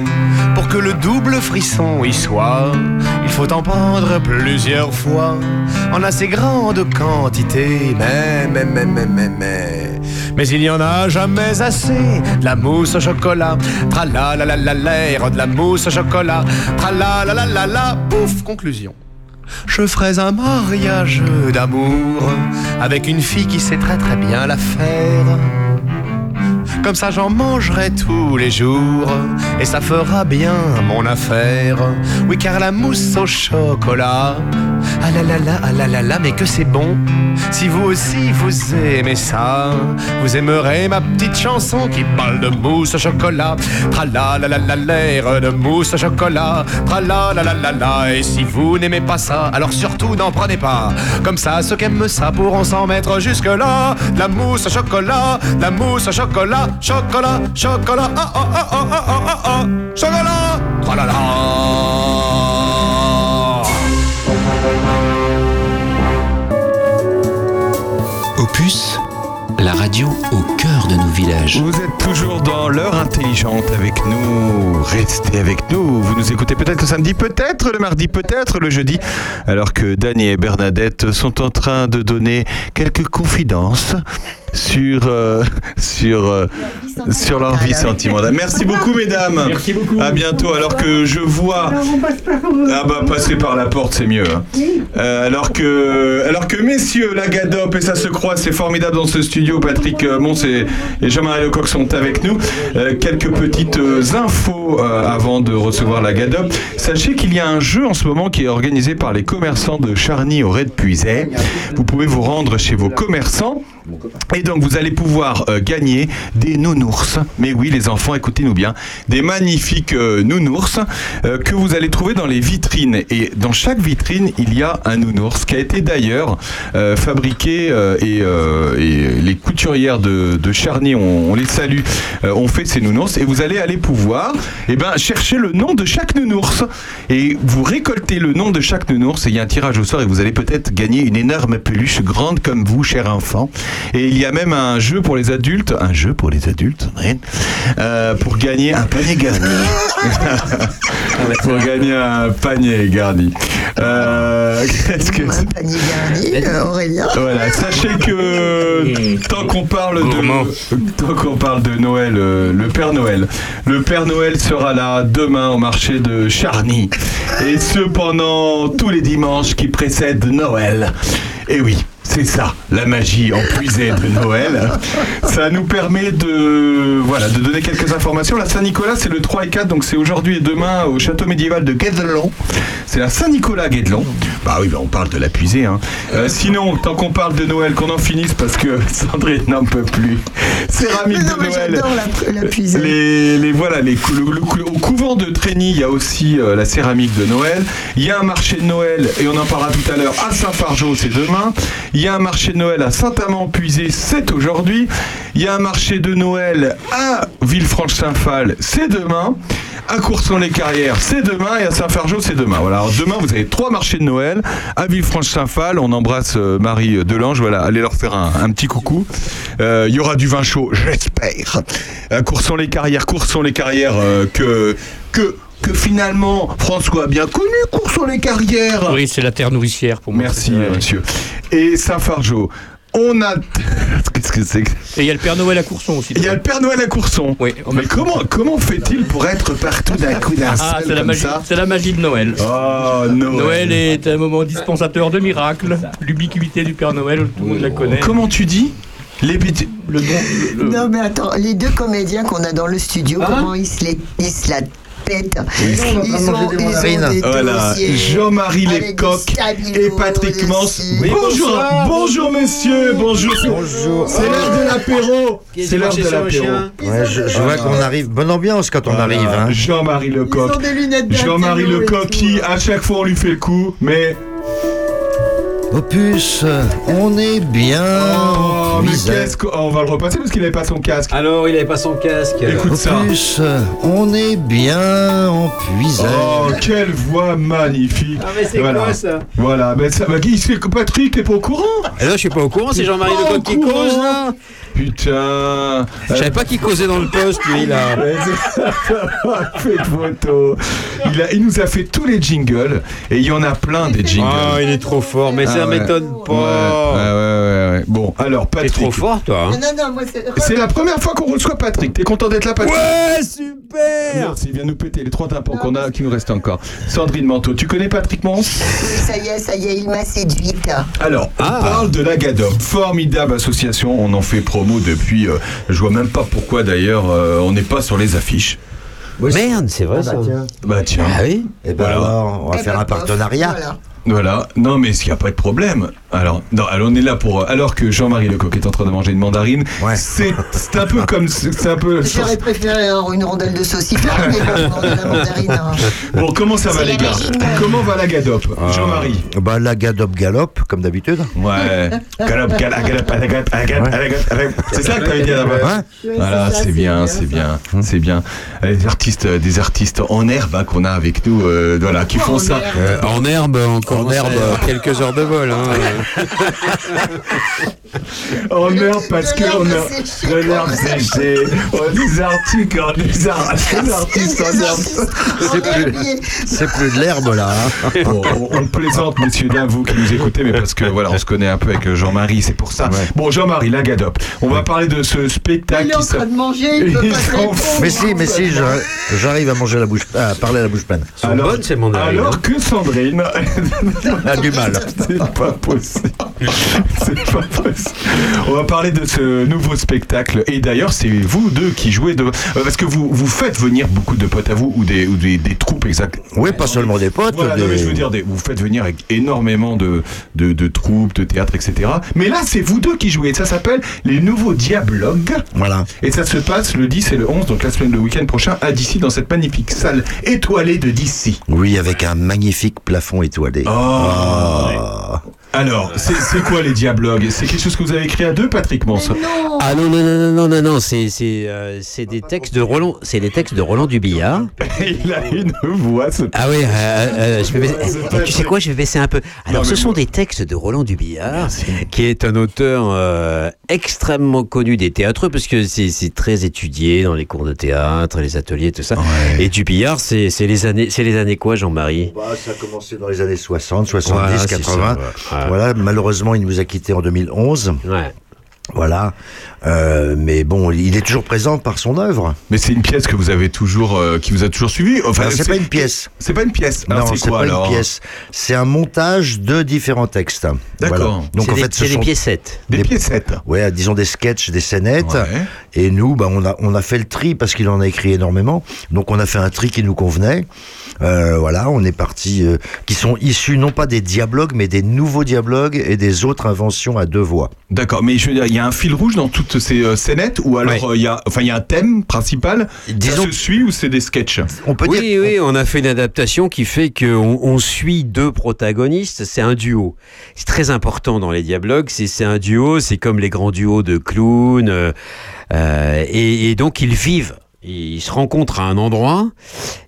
Pour que le double frisson y soit, il faut en prendre plusieurs fois. En assez grande quantité. Mais, mais, mais, mais, mais, mais. Mais il y en a jamais assez. De la mousse au chocolat. Tra la la la la l'air. De la mousse au chocolat. Tra la la la la la. Pouf, conclusion. Je ferais un mariage d'amour avec une fille qui sait très très bien la faire. Comme ça j'en mangerai tous les jours et ça fera bien mon affaire. Oui car la mousse au chocolat, ah là là là, ah là là là, mais que c'est bon. Si vous aussi vous aimez ça, vous aimerez ma petite chanson qui parle de mousse au chocolat. Tra la la la la l'air de mousse au chocolat. Tra la la la la la. Et si vous n'aimez pas ça, alors surtout n'en prenez pas. Comme ça, ceux qui aiment ça pourront s'en mettre jusque là. De la mousse au chocolat, de la mousse au chocolat, chocolat, chocolat. Ah ah ah ah ah ah ah ah. Chocolat. Tra la la. Opus, la radio au cœur de nos villages. Vous êtes toujours dans l'heure intelligente avec nous. Restez avec nous. Vous nous écoutez peut-être le samedi, peut-être le mardi, peut-être le jeudi. Alors que Dany et Bernadette sont en train de donner quelques confidences sur, euh, sur, euh, sur leur vie sentimentale. Merci beaucoup, mesdames. Merci beaucoup. À bientôt. Alors que je vois. Alors on passe par. Ah bah passer par la porte c'est mieux. hein. Euh, alors que alors que messieurs Lagadop et ça se croit c'est formidable dans ce studio Patrick euh, Mons et, et Jean-Marie Lecoq sont avec nous. Euh, quelques petites euh, infos euh, avant de recevoir Lagadop. Sachez qu'il y a un jeu en ce moment qui est organisé par les commerçants de Charny au Red-Puiset. Vous pouvez vous rendre chez vos commerçants. Et donc vous allez pouvoir euh, gagner des nounours. Mais oui les enfants, écoutez-nous bien. Des magnifiques euh, nounours euh, que vous allez trouver dans les vitrines. Et dans chaque vitrine, il y a un nounours qui a été d'ailleurs euh, fabriqué euh, et, euh, et les couturières de, de Charny, on, on les salue, euh, ont fait ces nounours. Et vous allez aller pouvoir eh ben, chercher le nom de chaque nounours. Et vous récoltez le nom de chaque nounours et il y a un tirage au sort et vous allez peut-être gagner une énorme peluche grande comme vous, cher enfant. Et il y a même un jeu pour les adultes, un jeu pour les adultes, oui, euh, pour gagner un panier garni. pour gagner un panier garni. Euh, Qu'est-ce que c'est Panier garni, euh, Aurélien. voilà, sachez que tant qu'on parle de tant qu'on parle de Noël, euh, le Père Noël, le Père Noël sera là demain au marché de Charny et ce pendant tous les dimanches qui précèdent Noël. Et oui. C'est ça, la magie en puisée de Noël. Ça nous permet de, voilà, de donner quelques informations. La Saint-Nicolas, c'est le 3 et 4, donc c'est aujourd'hui et demain au château médiéval de Guédelon. C'est la Saint-Nicolas Guédelon. Bah oui, bah on parle de la puisée. hein. Euh, sinon, tant qu'on parle de Noël, qu'on en finisse parce que Sandrine n'en peut plus. Céramique Mais non, de mais Noël. j'adore la- la puisée. Les, les- voilà, les cou- le- le cou- au couvent de Trény, il y a aussi euh, la céramique de Noël. Il y a un marché de Noël, et on en parlera tout à l'heure, à Saint-Fargeau, c'est demain. Il y a un marché de Noël à Saint-Amand-Puisé, c'est aujourd'hui. Il y a un marché de Noël à Villefranche-Saint-Phal, c'est demain. À Courson-les-Carrières, c'est demain. Et à Saint-Fargeau, c'est demain. Voilà. Alors demain, vous avez trois marchés de Noël. À Villefranche-Saint-Phal, on embrasse euh, Marie Delange. Voilà, allez leur faire un, un petit coucou. Euh, Il y aura du vin chaud, j'espère. À Courson-les-Carrières, Courson-les-Carrières, euh, que, que, que finalement, François a bien connu Courson-les-Carrières. Oui, c'est la terre nourricière pour moi. Merci, monsieur. Et Saint-Fargeau. On a. Qu'est-ce que c'est que- Et il y a le Père Noël à Courson aussi. Il y a le Père Noël à Courson. Oui. Mais comment, comment fait-il pour être partout d'un coup d'un Ah, seul c'est la, comme magie, ça c'est la magie de Noël. Oh, Noël. Noël est un moment dispensateur de miracles. L'ubiquité du Père Noël, tout le monde Oh. la connaît. Comment tu dis Les petits- Le don. le- le- Non mais attends, les deux comédiens qu'on a dans le studio, Ah. comment ils se, les, ils se la pètent Ils ont, ils ont des Ah, Voilà, dossiers. Jean-Marie avec des Lecoq stabilo, et Patrick des Mans. scies. bonjour, bonjour messieurs, bonjour. Bonjour. C'est l'heure de l'apéro. C'est l'heure de l'apéro. Ah, Ouais, je, je vois qu'on arrive. Bonne ambiance quand on arrive. hein. Jean-Marie Lecoq. Ils ont des lunettes Jean-Marie d'Athéno et hein. Lecoq qui, à chaque fois, on lui fait le coup, mais. Opus, on est bien. Oh, on mais puise. qu'est-ce qu'on. On va le repasser parce qu'il n'avait pas son casque. Alors, il avait pas son casque. Écoute ça. Opus, on est bien. On puise. Oh, quelle voix magnifique. Ah, mais c'est Voilà. quoi, ça Voilà, ben ça va. Il sait que Patrick est pas au courant. Là, Eh je suis pas au courant, c'est Jean-Marie Pas Lecoq au qui courant. cause, là. Putain. Je savais pas qu'il causait dans le poste, lui, là. Ouais, c'est ça. Faites photo. Il, a- il nous a fait tous les jingles et il y en a plein des jingles. Oh, il est trop fort, mais Ah ça ouais. m'étonne Ouais, pas. ouais, ouais, ouais, ouais. Bon, alors T'es Patrick. trop fort, toi. hein. Non, non, moi c'est... Ah. C'est la première fois qu'on reçoit Patrick. T'es content d'être là, Patrick Ouais, super Merci, il vient nous péter les trois tympans qu'on a, qui nous restent encore. Sandrine Manteau, tu connais Patrick Mons Ça y est, ça y est, il m'a séduite. Alors, on parle de la GADOP, formidable association, on en fait promo depuis, euh, je vois même pas pourquoi d'ailleurs, euh, on n'est pas sur les affiches. Merde, c'est vrai, ça. Bah tiens, Ah oui Eh ben Voilà. alors, on va faire un partenariat. bah, Voilà. voilà, non mais s'il n'y a pas de problème, alors, non, alors on est là pour, euh, alors que Jean-Marie Lecoq est en train de manger une mandarine, Ouais. c'est c'est un peu comme, c'est un peu... J'aurais préféré hein, une rondelle de sauciflard, mais bon, on a la mandarine. hein. Bon, comment ça va C'est les la gars magie de Noël. Comment va la GADOP Jean-Marie Bah la gadope galope, comme d'habitude. Ouais, galop, galop, galop, galop, galop, galop, galop. c'est ça que t'avais dit là-bas. Hein Voilà, c'est bien, c'est bien, c'est bien. Euh, Des artistes, euh, des artistes en herbe hein, qu'on a avec nous, euh, voilà, qui font ça. En herbe, encore. en herbe quelques heures de vol. hein. On meurt Oh, parce que on meurt de l'herbe séchée. On des articles, on des ar- des artistes en herbe. C'est plus, c'est plus de l'herbe là. hein. Bon, on- on plaisante, messieurs, dames, vous qui nous écoutez, mais parce que voilà, on se connaît un peu avec euh, Jean-Marie, c'est pour ça. Bon, Jean-Marie, la Gadop, on va parler de ce spectacle Il est en qui s'a- train de manger, il peut Ils pas se sont répondre. Mais si, mais si, je- j'arrive à manger la bouche, à parler à la bouche pleine. Sont bonnes, ces mandarines, hein. Alors que Sandrine Ah, a du mal. C'est pas possible. C'est pas possible. On va parler de ce nouveau spectacle. Et d'ailleurs, c'est vous deux qui jouez de. euh, Parce que vous, vous faites venir beaucoup de potes à vous ou des, ou des, des troupes exactes. Oui, pas seulement des potes. Voilà, non, mais je veux dire, des- vous faites venir avec énormément de, de, de troupes, de théâtre, etc. Mais là, c'est vous deux qui jouez. Ça s'appelle Les Nouveaux Diablogues. Voilà. Et ça se passe le 10 et le 11, donc la semaine, le week-end prochain, à DC, dans cette magnifique salle étoilée de DC. Oui, avec un magnifique plafond étoilé. Ah. Alors, c'est c'est quoi les diablogues C'est quelque chose que vous avez écrit à deux, Patrick Mons Ah non non non non non non, non, c'est c'est euh, c'est des textes de Roland, c'est des textes de Roland Dubillard. Il a une voix. Ah oui, euh, euh, je vais baisser- eh, tu sais quoi, je vais baisser un peu. Alors, ce sont des textes de Roland Dubillard, qui est un auteur euh, extrêmement connu des théâtres, parce que c'est c'est très étudié dans les cours de théâtre, les ateliers, tout ça. Et Dubillard, c'est c'est les années, c'est les années quoi, Jean-Marie Bah, ça a commencé dans les années 60, 70, Voilà, c'est 80. ça, ouais. Voilà, malheureusement, il nous a quittés en 2011. Ouais. Voilà. Euh, mais bon, il est toujours présent par son œuvre. Mais c'est une pièce que vous avez toujours, euh, qui vous a toujours suivi. Enfin, Alors, c'est pas une pièce. C'est pas une pièce. Non, Alors, c'est quoi pas alors une pièce. C'est un montage de différents textes. D'accord. Voilà. Donc C'est en des- fait, ce c'est des sont piécettes. Des piécettes. Ouais, disons des sketchs, des scénettes. Ouais. Et nous, bah, on a on a fait le tri parce qu'il en a écrit énormément. Donc on a fait un tri qui nous convenait. Euh, voilà, on est parti, euh, qui sont issus non pas des diablogues, mais des nouveaux diablogues et des autres inventions à deux voix. D'accord, mais je veux dire, il y a un fil rouge dans toutes ces euh, scénettes ou alors euh, il y a, enfin, il y a un thème principal. ça se suit ou c'est des sketchs oui, oui, on a fait une adaptation qui fait qu'on on suit deux protagonistes, c'est un duo. C'est très important dans les diablogues, c'est c'est un duo, c'est comme les grands duos de clowns, euh, euh, et, et donc ils vivent. Ils se rencontrent à un endroit,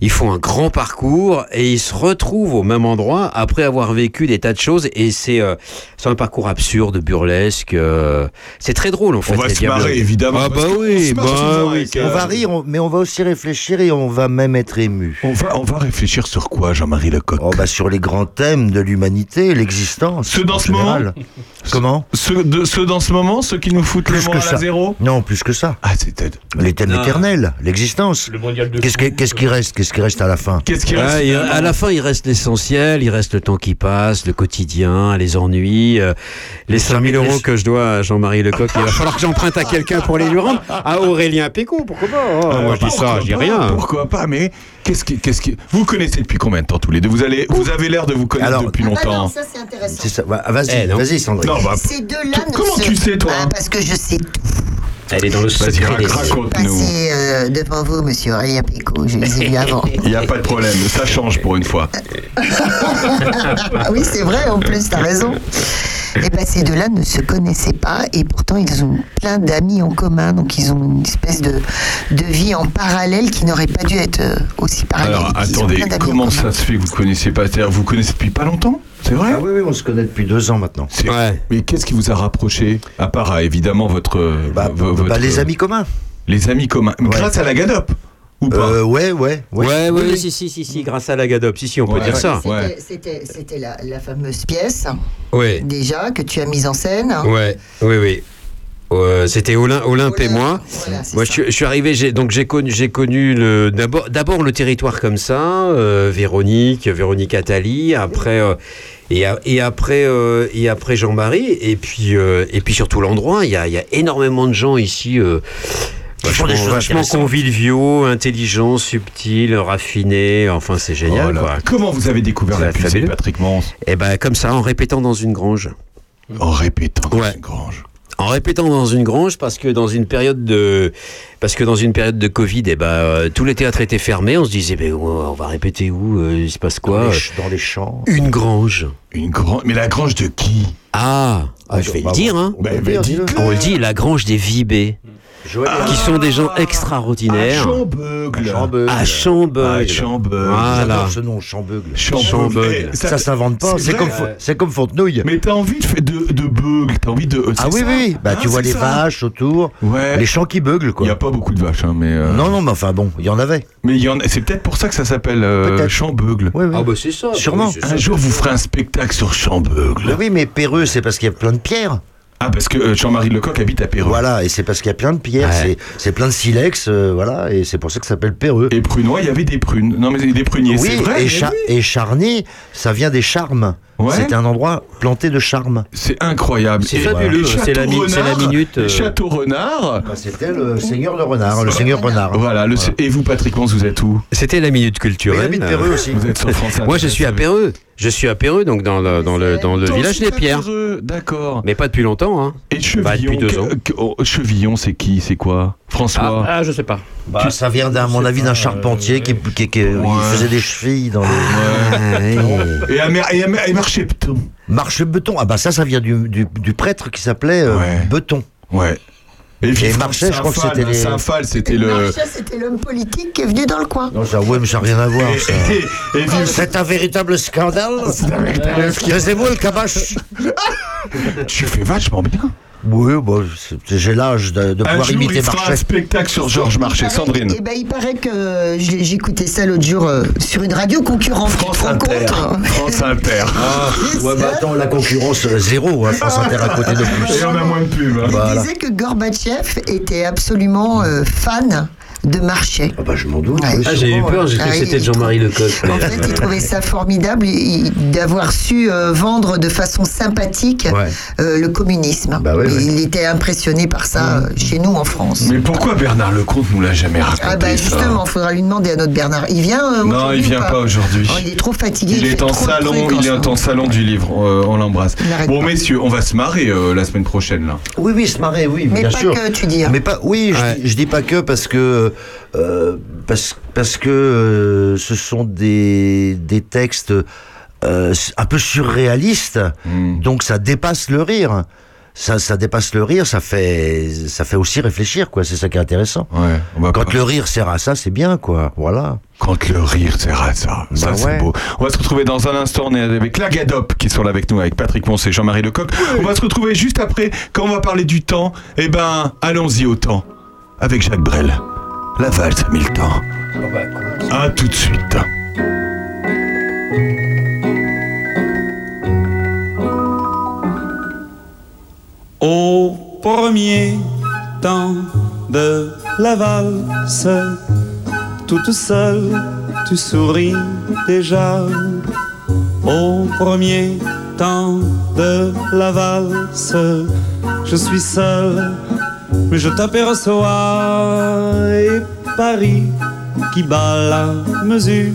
ils font un grand parcours et ils se retrouvent au même endroit après avoir vécu des tas de choses. Et c'est euh, c'est un parcours absurde, burlesque. euh, c'est très drôle en fait. va les se marrer, Diablogues. évidemment, Ah parce bah qu'on oui, se marre bah souvent oui, avec, euh, c'est- On va rire, on- mais on va aussi réfléchir et on va même être ému. On va, on va réfléchir sur quoi, Jean-Marie Lecoq oh, bah, Sur les grands thèmes de l'humanité, l'existence. Ceux dans en ce moment général. Comment ceux, de, ceux dans ce moment, ceux qui nous foutent Plus les que mots à ça. la zéro Non, plus que ça. Ah, c'était. Les thèmes Non. éternels, l'existence. Qu'est-ce que- qu'est-ce qui reste Qu'est-ce qui reste à la fin Ouais, Ah, il- À la fin, il reste l'essentiel, il reste le temps qui passe, le quotidien, les ennuis, euh, les 5000 euros que je dois à Jean-Marie Lecoq. il va falloir que j'emprunte à quelqu'un pour les lui rendre. Ah, À Aurélien Pécon, pourquoi pas Oh, Moi, je dis ça, Ah, Pourquoi je dis pas, rien. Pourquoi pas Mais qu'est-ce qui, qu'est-ce qui, vous connaissez depuis combien de temps tous les deux Vous allez, vous avez l'air de vous connaître depuis Ah bah non, longtemps. ça c'est intéressant. C'est ça, bah, vas-y, Eh, vas-y, Sandrine. Non, ah, bah, Ces deux-là ne comment se- tu sais, toi Ah, Parce que je sais tout. Elle est dans le Vas-y, secret des- raconte-nous. Passé euh, devant vous, monsieur Aurélien Picot, je les ai vus avant. Il n'y a pas de problème, ça change pour une fois. Ah oui, c'est vrai, en plus, t'as raison. Et bien, ces deux-là ne se connaissaient pas et pourtant ils ont plein d'amis en commun, donc ils ont une espèce de, de vie en parallèle qui n'aurait pas dû être euh, aussi parallèle. Alors, Ils ont attendez, plein d'amis en comment commun. ça se fait que vous connaissez pas Terre Vous connaissez depuis pas longtemps C'est vrai Ah oui, oui, on se connaît depuis deux ans maintenant. C'est- Mais qu'est-ce qui vous a rapproché À part, ah, évidemment, votre, euh, vo- bah, votre- les amis communs. Euh, Les amis communs. Grâce à la Gadop Ou pas Ouais, ouais. Ouais, ouais, Mm. Oui, oui. si, si, si, si, grâce à la Gadop, si, si, on peut Ouais, dire ouais, ça. c'est- Ouais. C'était c'était la, la fameuse pièce, Ouais. déjà, que tu as mise en scène. Ouais, oui, oui. Euh, c'était Olympe, Olympe et moi. voilà, c'est moi, je, suis- je suis arrivé, j'ai, donc j'ai connu, j'ai connu le, d'abord, d'abord le territoire comme ça, euh, Véronique, Véronique Attali, après, euh, et, a- et après, euh, et après Jean-Marie, et puis, euh, et puis surtout l'endroit. Il y a, il y a énormément de gens ici. euh, font Vachement, des choses vachement intéressantes. conviviaux, intelligents, subtils, raffinés, enfin c'est génial. Oh là. quoi. Comment vous avez découvert Ça la va être puce, fabuleux. Patrick Mons Eh ben comme ça, en répétant dans une grange. En répétant dans une grange. En répétant dans une grange parce que dans une période de parce que dans une période de Covid, eh ben euh, tous les théâtres étaient fermés. On se disait mais on va répéter où Euh, Il se passe quoi Dans les ch- Dans les champs. Une grange. Une grange Mais la grange de qui bah, Ah, je vais bah, le dire bon, hein. on peut le dire, dis-le. On le dit, la grange des Vibés. qui sont des gens extraordinaires. à Chambeugle. À Chambeugle. À Chambeugle. Voilà. Euh, J'adore ce nom, Chambeugle. Chambeugle. Eh, ça- Ça s'invente pas, c'est c'est vrai. comme, Fo- Ouais. c'est comme Fontenouille. Mais t'as envie de, fa- de, de beugle, t'as envie de. Ah c'est oui, ça oui. Bah, Hein, tu vois c'est les ça. vaches autour, Ouais. les champs qui beuglent, quoi. Euh, Il n'y a pas beaucoup de vaches, hein, mais. Non, non, mais enfin bon, il y en avait. Mais il y en a- c'est peut-être pour ça que ça s'appelle euh, Peut-être. Chambeugle. Ouais, ouais. Ah bah c'est ça. Sûrement. Un jour, vous ferez un spectacle sur Chambeugle. Mais oui, mais Péreux, c'est parce qu'il y a plein de pierres. Ah, parce que euh, Jean-Marie Lecoq habite à Péreux. Voilà, et c'est parce qu'il y a plein de pierres, c'est- c'est plein de silex, euh, voilà, et c'est pour ça que ça s'appelle Péreux. Et Prunois, il y avait des prunes. Non, mais des pruniers, oui, c'est vrai. et, mais Cha- oui. et Charny, ça vient des charmes. Ouais. C'était un endroit planté de charmes. C'est incroyable. C'est Et- fabuleux, et c'est la Château mi- c'est la Renard- minute, euh. Château Renard. Bah, C'était le seigneur de renard, le seigneur renard. Voilà, le- et vous, Patrick Mons, vous êtes où C'était la minute culturelle. Mais il habite Perreux aussi. Vous êtes sur France Moi, je Inter, suis à vous Péreux. Je suis à Péreux, donc dans le, dans le, dans le Dans village ce des cas pierres. heureux, D'accord. Mais pas depuis longtemps. Hein. Et Chevillon, Bah, depuis deux que- ans. que- oh, Chevillon, c'est qui C'est quoi François Ah, je sais pas. Bah, ça vient, d'un- à mon avis, d'un charpentier qui, qui- qui- il faisait des chevilles dans Ah, les. Et, à mer- et, à mer- et marcher Beton. Marche Beton. Ah bah ça, ça vient du, du- du prêtre qui s'appelait euh, Beton. Ouais. Et, puis, Marchais, je crois que Saint-Phal, c'était les. Saint-Phal, c'était le- Marchais, c'était l'homme politique qui est venu dans le coin. Non, ça, ouais, mais ça n'a rien à voir. ça. Ah, C'est un véritable scandale. Excusez-moi, le cabache. Tu fais vachement bien. Oui, bah, c'est- j'ai l'âge de, de Un pouvoir jour, imiter il fera Marchais. un spectacle sur Georges Marchais, Sandrine. Eh ben, il paraît que j'ai- j'écoutais ça l'autre jour euh, sur une radio concurrente. Tu te rends compte France Inter. Ah, ouais, bah, attends, la concurrence euh, zéro, hein, Ah. France Inter à côté de plus. Et on a moins de pubs. hein. Il Voilà. disait que Gorbatchev était absolument euh, fan de marché. Ah bah je m'en doute. Ah, j'ai eu peur, j'ai cru que c'était de Jean-Marie Lecoq. euh, En fait, il trouvait ça formidable il- il- d'avoir su euh, vendre de façon sympathique euh, le communisme. ouais, Et ouais. Il était impressionné par ça Mmh. euh, chez nous en France. Mais pourquoi Bernard Lecomte nous l'a jamais raconté Ah bah ça justement, il faudra lui demander à notre Bernard. Il vient euh, Non, aujourd'hui il ou vient pas aujourd'hui. Oh, il est trop fatigué. Il est fait en trop de salon, trucs en il ce est en moment. salon du livre. euh, on l'embrasse. n'arrête Bon, pas. messieurs, on va se marrer euh, la semaine prochaine là. Oui, oui, se marrer, oui, Mais bien pas sûr. que, tu dis. hein. Mais pas, oui, je dis- je, dis pas que parce que euh, parce parce que euh, ce sont des des textes euh, un peu surréalistes, Hmm. donc ça dépasse le rire. Ça, ça dépasse le rire, ça fait ça fait aussi réfléchir quoi. C'est ça qui est intéressant. Ouais, on va Quand pas- le rire sert à ça, c'est bien quoi. Voilà. Quand le rire sert à ça. ça, Bah c'est ouais. beau. On va se retrouver dans un instant. On est avec la Gadop qui sont là avec nous, avec Patrick Mons et Jean-Marie Lecoq. On va se retrouver juste après. Quand on va parler du temps, eh ben, allons-y au temps. Avec Jacques Brel. La valse a mis le temps. À tout de suite. Au premier temps de la valse, toute seule, tu souris déjà. Au premier temps de la valse, je suis seul, mais je t'aperçois. Et Paris qui bat la mesure,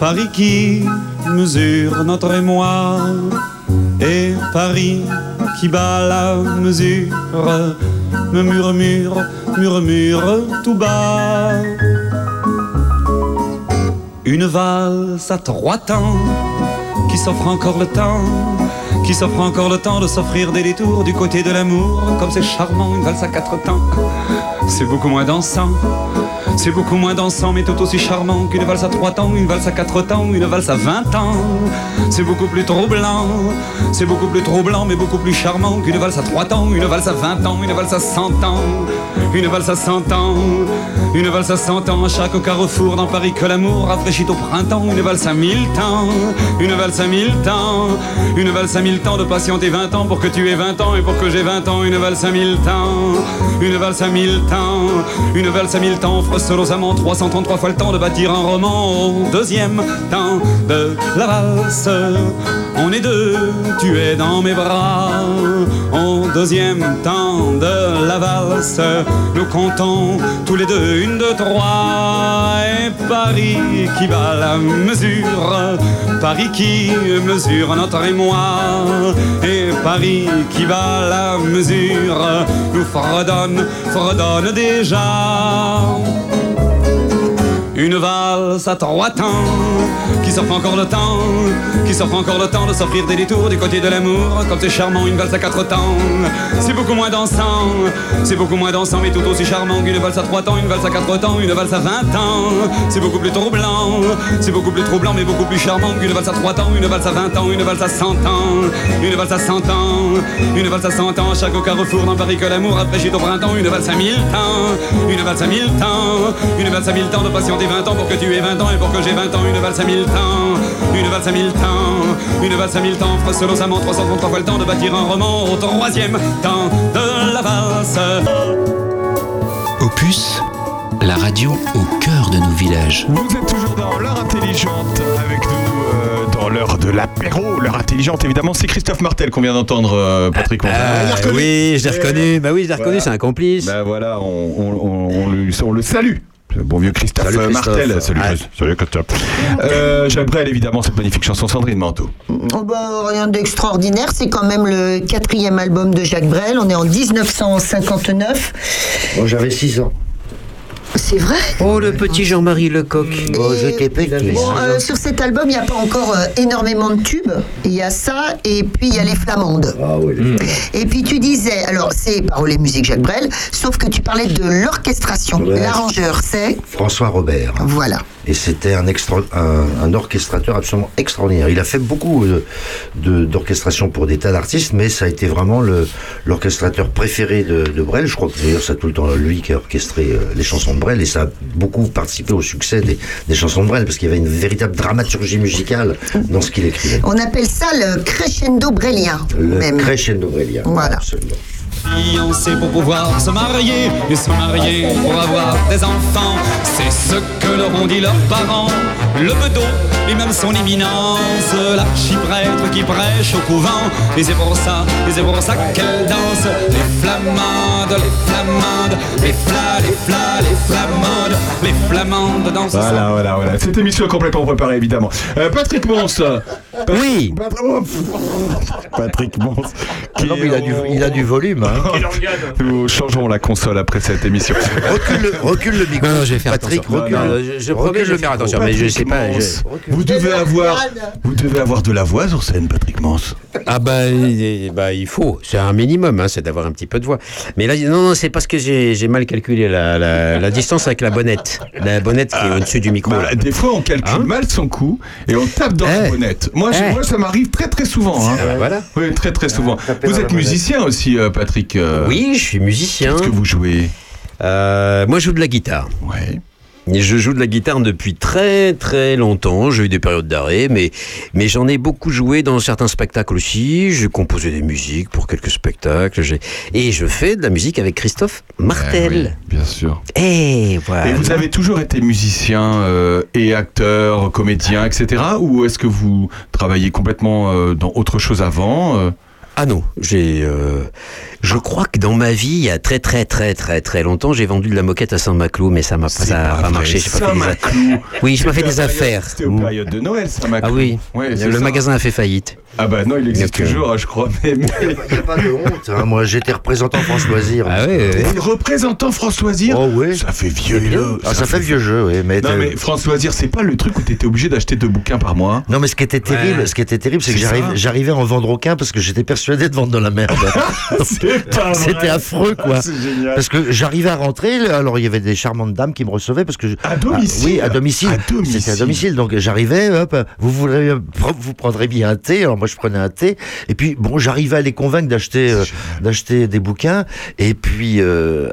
Paris qui mesure notre émoi. Et Paris qui bat la mesure me murmure, murmure tout bas. Une valse à trois temps qui s'offre encore le temps, qui s'offre encore le temps de s'offrir des détours du côté de l'amour. Comme c'est charmant une valse à quatre temps, c'est beaucoup moins dansant. C'est beaucoup moins dansant, mais tout aussi charmant qu'une valse à trois temps, une valse à quatre temps, une valse à 20 ans. C'est beaucoup plus troublant, c'est beaucoup plus troublant, mais beaucoup plus charmant qu'une valse à trois temps, une valse à 20 ans, une valse à 100 ans, une valse à 100 ans, une valse à 100 ans, à chaque carrefour dans Paris que l'amour rafraîchit au printemps, une valse à 1000 temps, une valse à 1000 temps, une valse à 1000 temps de patienter 20 ans pour que tu aies 20 ans et pour que j'ai 20 ans, une valse à 1000 temps, une valse à 1000 temps, une valse à 1000 temps offre seul aux amants 333 fois le temps de bâtir un roman au deuxième temps de la valse. On est deux, tu es dans mes bras. Au deuxième temps de la valse, nous comptons tous les deux une, deux, trois. Et Paris qui bat la mesure, Paris qui mesure notre émoi. Et Paris qui bat la mesure, nous fredonne, fredonne déjà. Une valse à trois temps qui s'offre encore le temps, qui s'offre encore le temps de s'offrir des détours du côté de l'amour. Comme c'est charmant, une valse à quatre temps, c'est beaucoup moins dansant, c'est beaucoup moins dansant, mais tout aussi charmant qu'une valse à trois temps, une valse à quatre temps, une valse à vingt ans. C'est beaucoup plus troublant, c'est beaucoup plus troublant, mais beaucoup plus charmant qu'une valse à trois temps, une valse à vingt ans, une valse à cent ans, une valse à cent ans, une valse à cent ans. Chaque au carrefour dans Paris que l'amour après j'ai au printemps, une valse à mille temps, une valse à mille temps, une valse à mille temps de patienter 20 ans pour que tu aies 20 ans et pour que j'ai 20 ans, une valse à mille temps, une valse à mille temps, une valse à mille temps, frissonnamment 333 fois le temps de bâtir un roman au troisième temps de la valse. Opus, la radio au cœur de nos villages. Vous êtes toujours dans l'heure intelligente avec nous euh, dans l'heure de l'apéro. L'heure intelligente, évidemment, c'est Christophe Martel qu'on vient d'entendre, euh, Patrick. On- Ah, Il l'a reconnu. oui, je l'ai reconnu. Bah oui, je l'ai reconnu, c'est un complice. Bah voilà, on, on- on- on le, on le salue. Le Bon vieux Christophe, Salut Christophe. Martel. Salut, Ouais. Christ- salut Christophe. Euh, J'appelle évidemment cette magnifique chanson Sandrine Manteau. Oh bah, rien d'extraordinaire, c'est quand même le quatrième album de Jacques Brel, on est en 1959. Bon, j'avais 6 ans. C'est vrai Oh, le petit Jean-Marie Lecoq. Oh, j'étais petit. Bon, euh, sur cet album, il n'y a pas encore euh, énormément de tubes. Il y a ça, et puis il y a les Flamandes. Ah, Hmm. Et puis tu disais, alors c'est paroles et musique Jacques Brel, sauf que tu parlais de l'orchestration. Ouais. L'arrangeur, c'est François Robert. Voilà. Et c'était un, extra- un, un orchestrateur absolument extraordinaire. Il a fait beaucoup euh, de- d'orchestration pour des tas d'artistes, mais ça a été vraiment le- l'orchestrateur préféré de, de Brel. Je crois que d'ailleurs, c'est tout le temps lui qui a orchestré euh, les chansons de Brel, et ça a beaucoup participé au succès des, des chansons de Brel, parce qu'il y avait une véritable dramaturgie musicale dans ce qu'il écrivait. On appelle ça le crescendo brélien. Le même. crescendo brélien. Voilà. Fiancé pour pouvoir se marier et se marier pour avoir des enfants. C'est ce que leur ont dit leurs parents, le bedeau et même son éminence, l'archiprêtre qui prêche au couvent. Et c'est pour ça, et c'est pour ça qu'elle danse. Les flamandes, les flamandes, les flas, les flas, les flamandes, les flamandes dansent. Voilà, voilà, voilà. Cette émission est complètement préparée, évidemment. Euh, Patrick Mons. Oui. Patrick Mons. qui Ah non, mais il a est du- au- il a du volume, hein. Nous changeons la console après cette émission. Recule le, recule le micro. Non, non, je vais faire Patrick, attention. recule. Non, non, je- je promets, je vais faire attention, mais je sais pas, je- Vous devez avoir, vous devez avoir de la voix sur scène, Patrick Mons. Ah bah, il- bah, il faut, c'est un minimum, hein, c'est d'avoir un petit peu de voix. Mais là, non, non, c'est parce que j'ai j'ai mal calculé la, la- la distance avec la bonnette. La bonnette qui est au-dessus du micro. là. Bah, Hein Des fois, on calcule mal son coup et on tape dans la bonnette. Moi, je- Eh. moi, ça m'arrive très très souvent. hein. Ah bah voilà. Oui, très très Ah, souvent. Vous êtes musicien aussi, euh, Patrick. euh, Oui, je suis musicien. Euh, Qu'est-ce que vous jouez Moi, je joue de la guitare. Ouais. Et Je joue de la guitare depuis très très longtemps. J'ai eu des périodes d'arrêt, mais, mais j'en ai beaucoup joué dans certains spectacles aussi. J'ai composé des musiques pour quelques spectacles. J'ai- Et je fais de la musique avec Christophe Eh Martel. Eh Bien sûr. Et voilà. Et vous avez toujours été musicien euh, et acteur, comédien, etc. Ou est-ce que vous travaillez complètement euh, dans autre chose avant euh Ah non, j'ai. euh, je crois que dans ma vie, il y a très très très très très longtemps, j'ai vendu de la moquette à Saint-Maclou, mais ça m'a ça a pas, vrai, marché. j'ai pas fait des a- Saint-Maclou. Oui, je m'ai fait C'était des aux périodes- affaires. C'était aux périodes de Noël, ça m'a Ah oui. Ouais, c'est le ça. magasin a fait faillite. Ah bah non, il existe Donc, euh, toujours, hein, je crois. Mais, mais- Pas de honte. hein. Moi, j'étais représentant France Loisirs. Ah ouais, ouais. Et représentant François Zir, Oh ouais. ça fait vieux jeu. Ah, ça, fait vieux jeu, oui. Mais Non t'as- mais François Zir, c'est pas le truc où t'étais obligé d'acheter deux bouquins par mois. Non, mais ce qui était terrible, Ouais. ce qui était terrible, c'est que C'est j'arrive- ça. j'arrivais à en vendre aucun parce que j'étais persuadé de vendre de la merde. C'est pas vrai. Ah, C'était affreux, quoi. C'est génial. Parce que j'arrivais à rentrer, là, alors il y avait des charmantes dames qui me recevaient parce que je- À domicile. Ah, oui, à domicile. À domicile. C'était à domicile, donc j'arrivais. Hop, vous voudrez, vous prendrez bien un thé. Alors moi, je prenais un thé. Et puis bon, j'arrivais à les convaincre d'acheter, euh, d'acheter des bouquins. Et puis euh,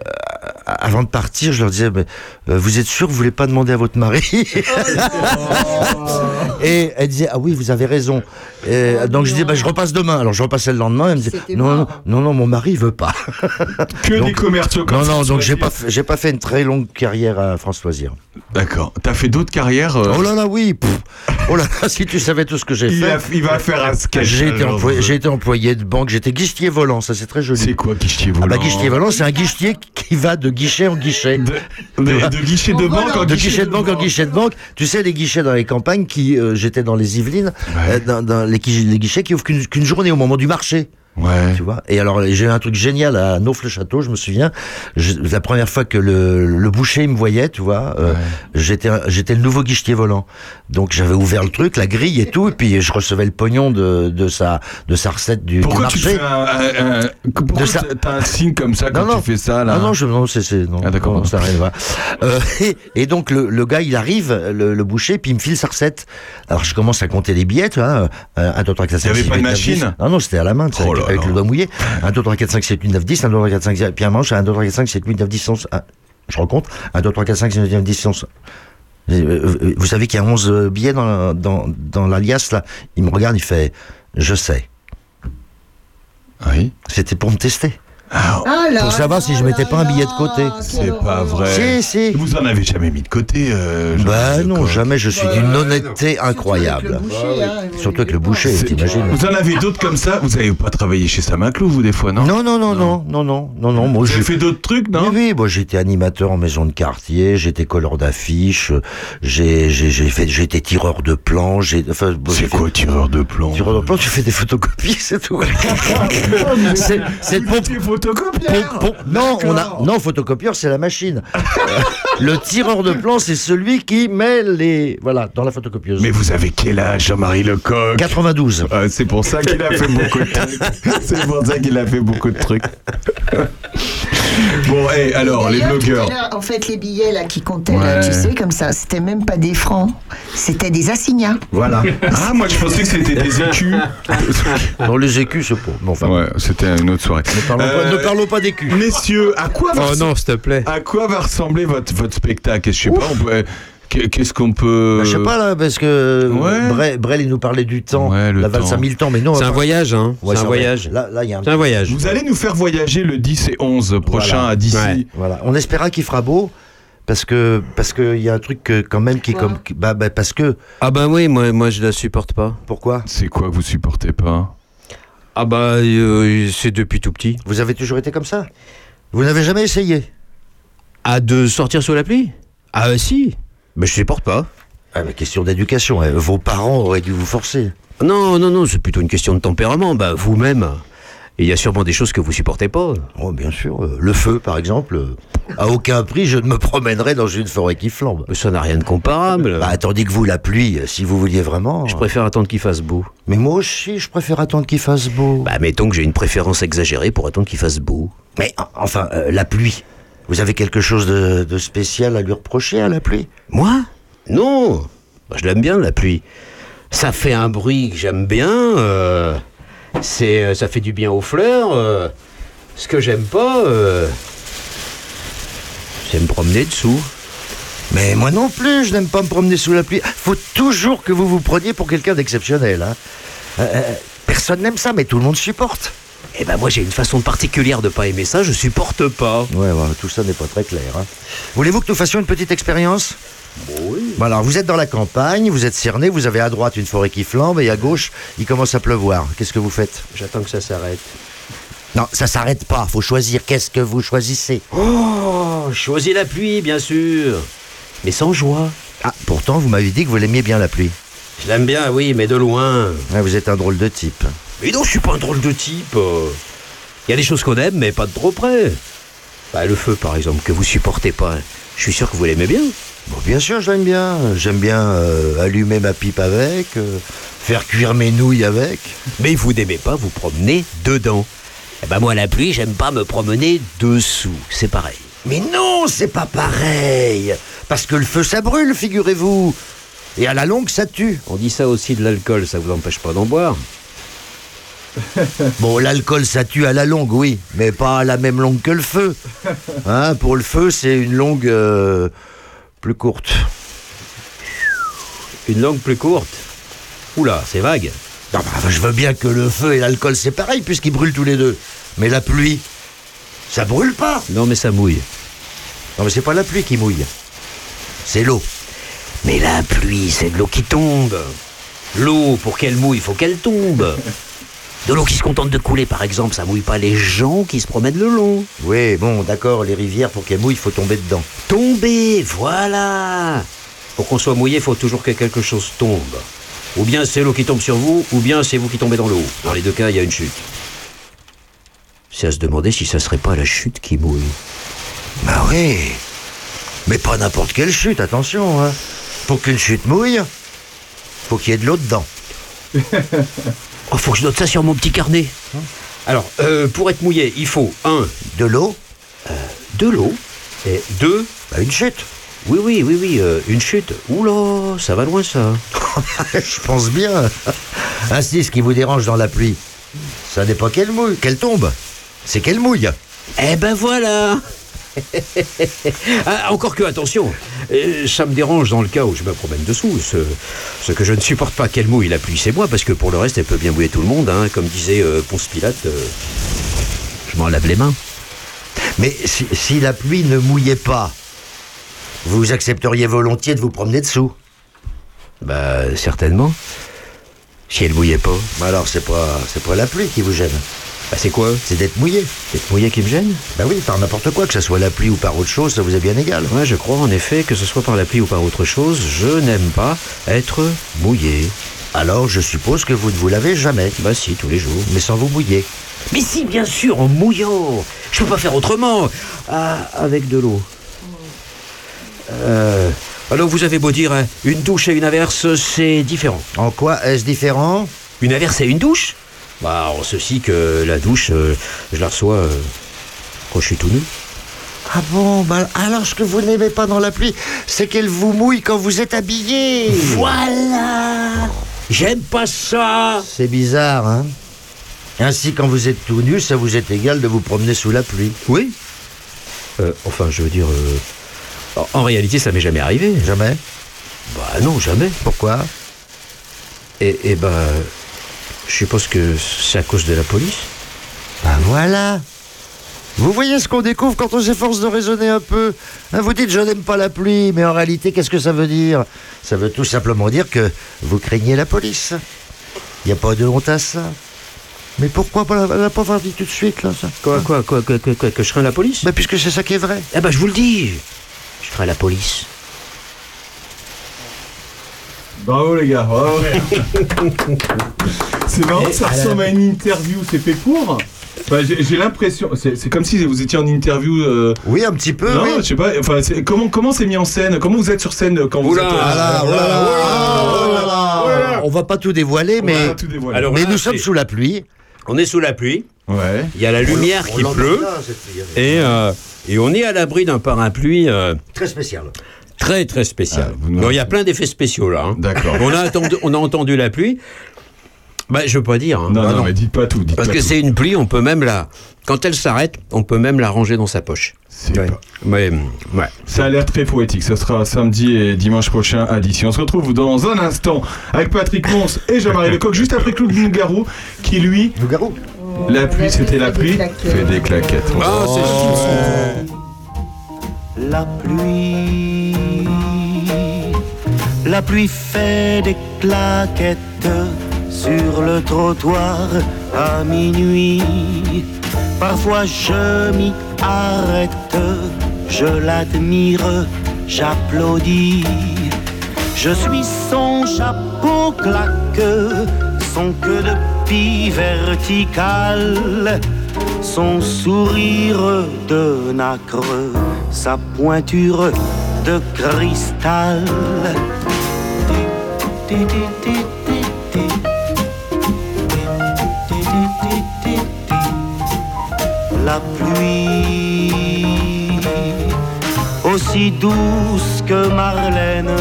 a- avant de partir, je leur disais, mais, euh, vous êtes sûr que vous voulez pas demander à votre mari Ah, Oh. Et elle disait, ah oui, vous avez raison. Et donc je disais, bah, je repasse demain. Alors je repassais le lendemain. Elle me disait, C'était non, non, marrant. non, non, mon mari il veut pas. Que Donc- des commerciaux comme Non, non, François donc j'ai Zir. pas, fait- j'ai pas fait une très longue carrière à France Loisirs. D'accord. T'as fait d'autres carrières euh, Oh là là, oui. pff. Oh là là, si tu savais tout ce que j'ai il, fait. a- il va faire un sketch. J'ai été, alors. euh, employé, j'ai été employé de banque, j'étais guichetier volant, ça c'est très C'est joli. quoi guichetier volant Ah bah guichetier volant, c'est un guichetier qui va de guichet en guichet. de, de- de guichet de banque en de guichet de banque en guichet de banque. Tu sais, les guichets dans les campagnes, qui euh, j'étais dans les Yvelines, euh, dans, dans les, guichets- les guichets qui ouvrent qu'une qu'une journée au moment du marché. Tu vois Et alors, j'ai eu un truc génial à Neauf-le-Château, je me souviens. Je- la première fois que le, le boucher me voyait, tu vois, euh, j'étais j'étais le nouveau guichetier volant. Donc, j'avais ouvert le truc, la grille et tout, et puis je recevais le pognon de, de, sa, de sa recette du, du Pourquoi tu marché. te fais un, un- un- pourquoi t'as un signe comme ça quand tu fais ça là Ah non, je, non, c'est, c'est- non, non, ça arrive, voilà. Euh, et, et donc, le, le gars, il arrive, le, le boucher, puis il me file sa recette. Alors, je commence à compter les billets, tu vois. euh, un, deux, trois, quatre, cinq, Il y avait six, pas de huit, neuf, machine Oh dix. Ah Non, non, c'était à la main, tu sais, avec, avec le doigt mouillé. 1, 2, 3, 4, 5, 7, 8, 9, 10. 1, 2, 3, 4, 5, 7, puis un manche. 1, 2, 3, 4, 5, 7, 8, 9, 10, 11. Ah, je rencontre. 1, 2, 3, 4, 5, 7, 8, 9, 10, 11. euh, Vous savez qu'il y a 11 billets dans, la- dans, dans l'alias, là. Il me regarde, il fait Je sais. Ah Oui. C'était pour me tester. Ah là pour savoir si je mettais pas un billet de côté. C'est pas Si, vrai. si. Vous en avez jamais mis de côté. euh, Bah non, jamais, je suis d'une honnêteté incroyable. Surtout avec le boucher, C'est- t'imagines. Vous en avez d'autres comme ça Vous n'avez pas travaillé chez Samaclou, vous, des fois, non Non, non, non, non, non, non, non, non. Moi, j'ai fait d'autres trucs, Oui, non oui, moi j'étais animateur en maison de quartier, j'étais colleur d'affiches, euh, j'ai, j'ai, j'ai fait, j'étais tireur de plans. J'ai, enfin, c'est quoi tireur de plans Tireur de plans, tu fais des photocopies, c'est tout. c'est, c'est le pompe- pompe- pompe- Non, on a, non, photocopieur, c'est la machine. Euh, le tireur de plans, c'est celui qui met les, voilà, dans la photocopieuse. Mais vous avez quel âge, Jean-Marie Lecoq 92. Ah, c'est pour ça qu'il a fait beaucoup de trucs. C'est pour ça qu'il a fait beaucoup de trucs. bon, et alors, les D'ailleurs, tout à blogueurs. l'heure, En fait, les billets là qui comptaient, là, Ouais. tu sais, comme ça, c'était même pas des francs, c'était des assignats. Voilà. Ah, moi je pensais que c'était des écus. Dans les écus, c'est pour. Ouais, c'était une autre soirée. Ne parlons, pas, ne parlons pas des culs. Euh, Messieurs, à quoi va Oh non, s'il te plaît. À quoi va ressembler votre, votre spectacle Je sais pas, on peut- qu'est- qu'est-ce qu'on peut. Bah, Je sais pas là, parce que Brel, Brel, il nous parlait du temps, la valse temps. à mille temps, mais non. C'est un enfin- voyage, hein. Ouais, C'est un voyage. Là, là, il y a un. C'est un voyage. Vous allez nous faire voyager le 10 et 11 prochain à d'ici. Ouais, voilà. On espéra qu'il fera beau. Parce que parce que il y a un truc que- quand même qui est comme qui- bah, bah, parce que ah bah oui moi moi je la supporte pas pourquoi c'est quoi que vous supportez pas ah bah euh, c'est depuis tout petit vous avez toujours été comme ça vous n'avez jamais essayé ah de sortir sous la pluie ah euh, si mais je supporte pas ah mais question d'éducation hein. vos parents auraient dû vous forcer non non non c'est plutôt une question de tempérament bah vous-même il y a sûrement des choses que vous supportez pas oh bien sûr euh, le feu par exemple euh, à aucun prix je ne me promènerai dans une forêt qui flambe ça n'a rien de comparable bah, tandis que vous la pluie euh, si vous vouliez vraiment je préfère attendre qu'il fasse beau mais moi aussi je préfère attendre qu'il fasse beau bah mettons que j'ai une préférence exagérée pour attendre qu'il fasse beau mais en- enfin euh, la pluie vous avez quelque chose de, de spécial à lui reprocher à la pluie Moi Non Bah, Je l'aime bien, la pluie. Ça fait un bruit que j'aime bien. euh, c'est, euh, ça fait du bien aux fleurs. euh, ce que j'aime pas, euh, c'est me promener dessous. Mais moi non plus, je n'aime pas me promener sous la pluie. Faut toujours que vous vous preniez pour quelqu'un d'exceptionnel. hein. Euh, euh, personne n'aime ça, mais tout le monde supporte. Eh ben moi j'ai une façon particulière de pas aimer ça, je supporte pas. Ouais, ouais, tout ça n'est pas très clair. hein. Voulez-vous que nous fassions une petite expérience Oui. Bon, alors, vous êtes dans la campagne, vous êtes cerné, vous avez à droite une forêt qui flambe et à gauche, il commence à pleuvoir. Qu'est-ce que vous faites J'attends que ça s'arrête. Non, ça s'arrête pas, faut choisir. Qu'est-ce que vous choisissez Oh, choisis la pluie, bien sûr. Mais sans joie. Ah, pourtant, vous m'avez dit que vous l'aimiez bien la pluie. Je l'aime bien, oui, mais de loin. Ouais, vous êtes un drôle de type. Mais non, je suis pas un drôle de type. euh. Il y a des choses qu'on aime, mais pas de trop près. Bah, le feu, par exemple, que vous supportez pas. hein. Je suis sûr que vous l'aimez Eh bien. Bon, bien sûr, je l'aime bien. J'aime bien euh, allumer ma pipe avec, euh, faire cuire mes nouilles avec. Mais vous n'aimez pas vous promener dedans. Eh ben moi, la pluie, j'aime pas me promener dessous. C'est pareil. Mais non, c'est pas pareil. Parce que le feu, ça brûle, figurez-vous. Et à la longue, ça tue. On dit ça aussi de l'alcool, ça vous empêche pas d'en boire. Bon, l'alcool, ça tue à la longue, oui, mais pas à la même longue que le feu. Hein, pour le feu, c'est une longue euh, plus courte. Une langue plus courte. Oula, c'est vague. Non, bah, je veux bien que le feu et l'alcool, c'est pareil, puisqu'ils brûlent tous les deux. Mais la pluie, ça brûle pas. Non, mais ça mouille. Non, mais c'est pas la pluie qui mouille. C'est l'eau. Mais la pluie, c'est de l'eau qui tombe. L'eau, pour qu'elle mouille, il faut qu'elle tombe. De l'eau qui se contente de couler, par exemple, ça mouille pas les gens qui se promènent le long. Oui, bon, d'accord, les rivières, pour qu'elles mouillent, il faut tomber dedans. Tomber, voilà. Pour qu'on soit mouillé, il faut toujours que quelque chose tombe. Ou bien c'est l'eau qui tombe sur vous, ou bien c'est vous qui tombez dans l'eau. Dans les deux cas, il y a une chute. C'est à se demander si ça serait pas la chute qui mouille. Bah oui. Mais pas n'importe quelle chute, attention. hein. Pour qu'une chute mouille, faut qu'il y ait de l'eau dedans. Oh, faut que je note ça sur mon petit carnet. Alors, euh, pour être mouillé, il faut un de l'eau, Euh, de l'eau et deux bah, une chute. Oui, oui, oui, oui, euh, une chute. Oula, ça va loin ça. Je pense bien. Ainsi, ce qui vous dérange dans la pluie, ça n'est pas qu'elle mouille, qu'elle tombe, c'est qu'elle mouille. Eh ben voilà Ah, encore que, attention, euh, ça me dérange dans le cas où je me promène dessous. Ce, ce que je ne supporte pas qu'elle mouille la pluie, c'est moi, parce que pour le reste, elle peut bien mouiller tout le monde. hein. Comme disait euh, Ponce Pilate, euh, je m'en lave les mains. Mais si, si la pluie ne mouillait pas, vous accepteriez volontiers de vous promener dessous Bah, certainement. Si elle mouillait pas. Bah alors, c'est pas, c'est pas la pluie qui vous gêne. Bah c'est quoi C'est d'être mouillé. Ah, D'être mouillé qui me gêne Bah oui, par n'importe quoi, que ce soit la pluie ou par autre chose, ça vous est bien égal. Ouais, je crois en effet que ce soit par la pluie ou par autre chose, je n'aime pas être mouillé. Alors, je suppose que vous ne vous lavez jamais. Bah si, tous les jours. Mais sans vous mouiller. Mais si, bien sûr, en mouillant. Je peux pas faire autrement. Ah, avec de l'eau. Euh, alors vous avez beau dire, hein, une douche et une averse, c'est différent. En quoi est-ce différent Une averse et une douche Bah, en ceci que la douche, euh, je la reçois euh, quand je suis tout nu. Ah bon, bah alors ce que vous n'aimez pas dans la pluie, c'est qu'elle vous mouille quand vous êtes habillé. Voilà J'aime pas ça C'est bizarre, hein Ainsi, quand vous êtes tout nu, ça vous est égal de vous promener sous la pluie. Oui. Euh, enfin, je veux dire... euh, en- en réalité, ça m'est jamais arrivé. Jamais Bah non, jamais. Pourquoi Et, et bah... Je suppose que c'est à cause de la police. Bah voilà Vous voyez ce qu'on découvre quand on s'efforce de raisonner un peu Hein, Vous dites je n'aime pas la pluie, mais en réalité, qu'est-ce que ça veut dire Ça veut tout simplement dire que vous craignez la police. Il n'y a pas de honte à ça. Mais pourquoi pas la, la pas avoir dit tout de suite, là, ça Quoi, quoi, quoi, quoi, quoi, quoi, que je crains la police Bah puisque c'est ça qui est vrai. Eh ben, je vous le dis Je crains la police. euh, Bravo les gars, bravo. c'est marrant, ça ressemble à une interview, c'est fait pour. Enfin, j'ai j'ai l'impression, c'est c'est comme si vous étiez en interview. euh, Oui, un petit peu, non, oui. je sais pas. Enfin, c'est- comment comment c'est mis en scène Comment vous êtes sur scène quand vous Oula, êtes euh, oula, oula, Oh oula, là là On va pas tout dévoiler, On va mais, pas tout dévoiler. Alors mais là, nous c'est- sommes sous la pluie. On est sous la pluie, Ouais. il y a la lumière On qui l'entend pleut, bien, cette pluie, elle est et, euh, et on est à l'abri d'un parapluie euh, Très spéciale. très très spécial. Ah, vous nous- Donc, il y a plein d'effets spéciaux là. hein. D'accord. On a, attendu- on a entendu la pluie. Bah, je veux pas dire. hein. Non, Ah, non, non. mais dites pas tout. Dites Parce pas que tout. c'est une pluie, on peut même la. Quand elle s'arrête, on peut même la ranger dans sa poche. C'est pas- Ouais, ouais. Ça a l'air très poétique. Ce sera samedi et dimanche prochain à d'ici. On se retrouve dans un instant avec Patrick Mons et Jean-Marie Lecoq, juste après Claude Nougaro, qui lui, Loup-garou la pluie c'était la pluie, fait des claquettes. On se Ah, c'est La pluie, la pluie fait des claquettes sur le trottoir à minuit. Parfois je m'y arrête, je l'admire, j'applaudis. Je suis son chapeau claque, son queue de pie verticale, son sourire de nacre, sa pointure de cristal. La pluie, aussi douce que Marlène,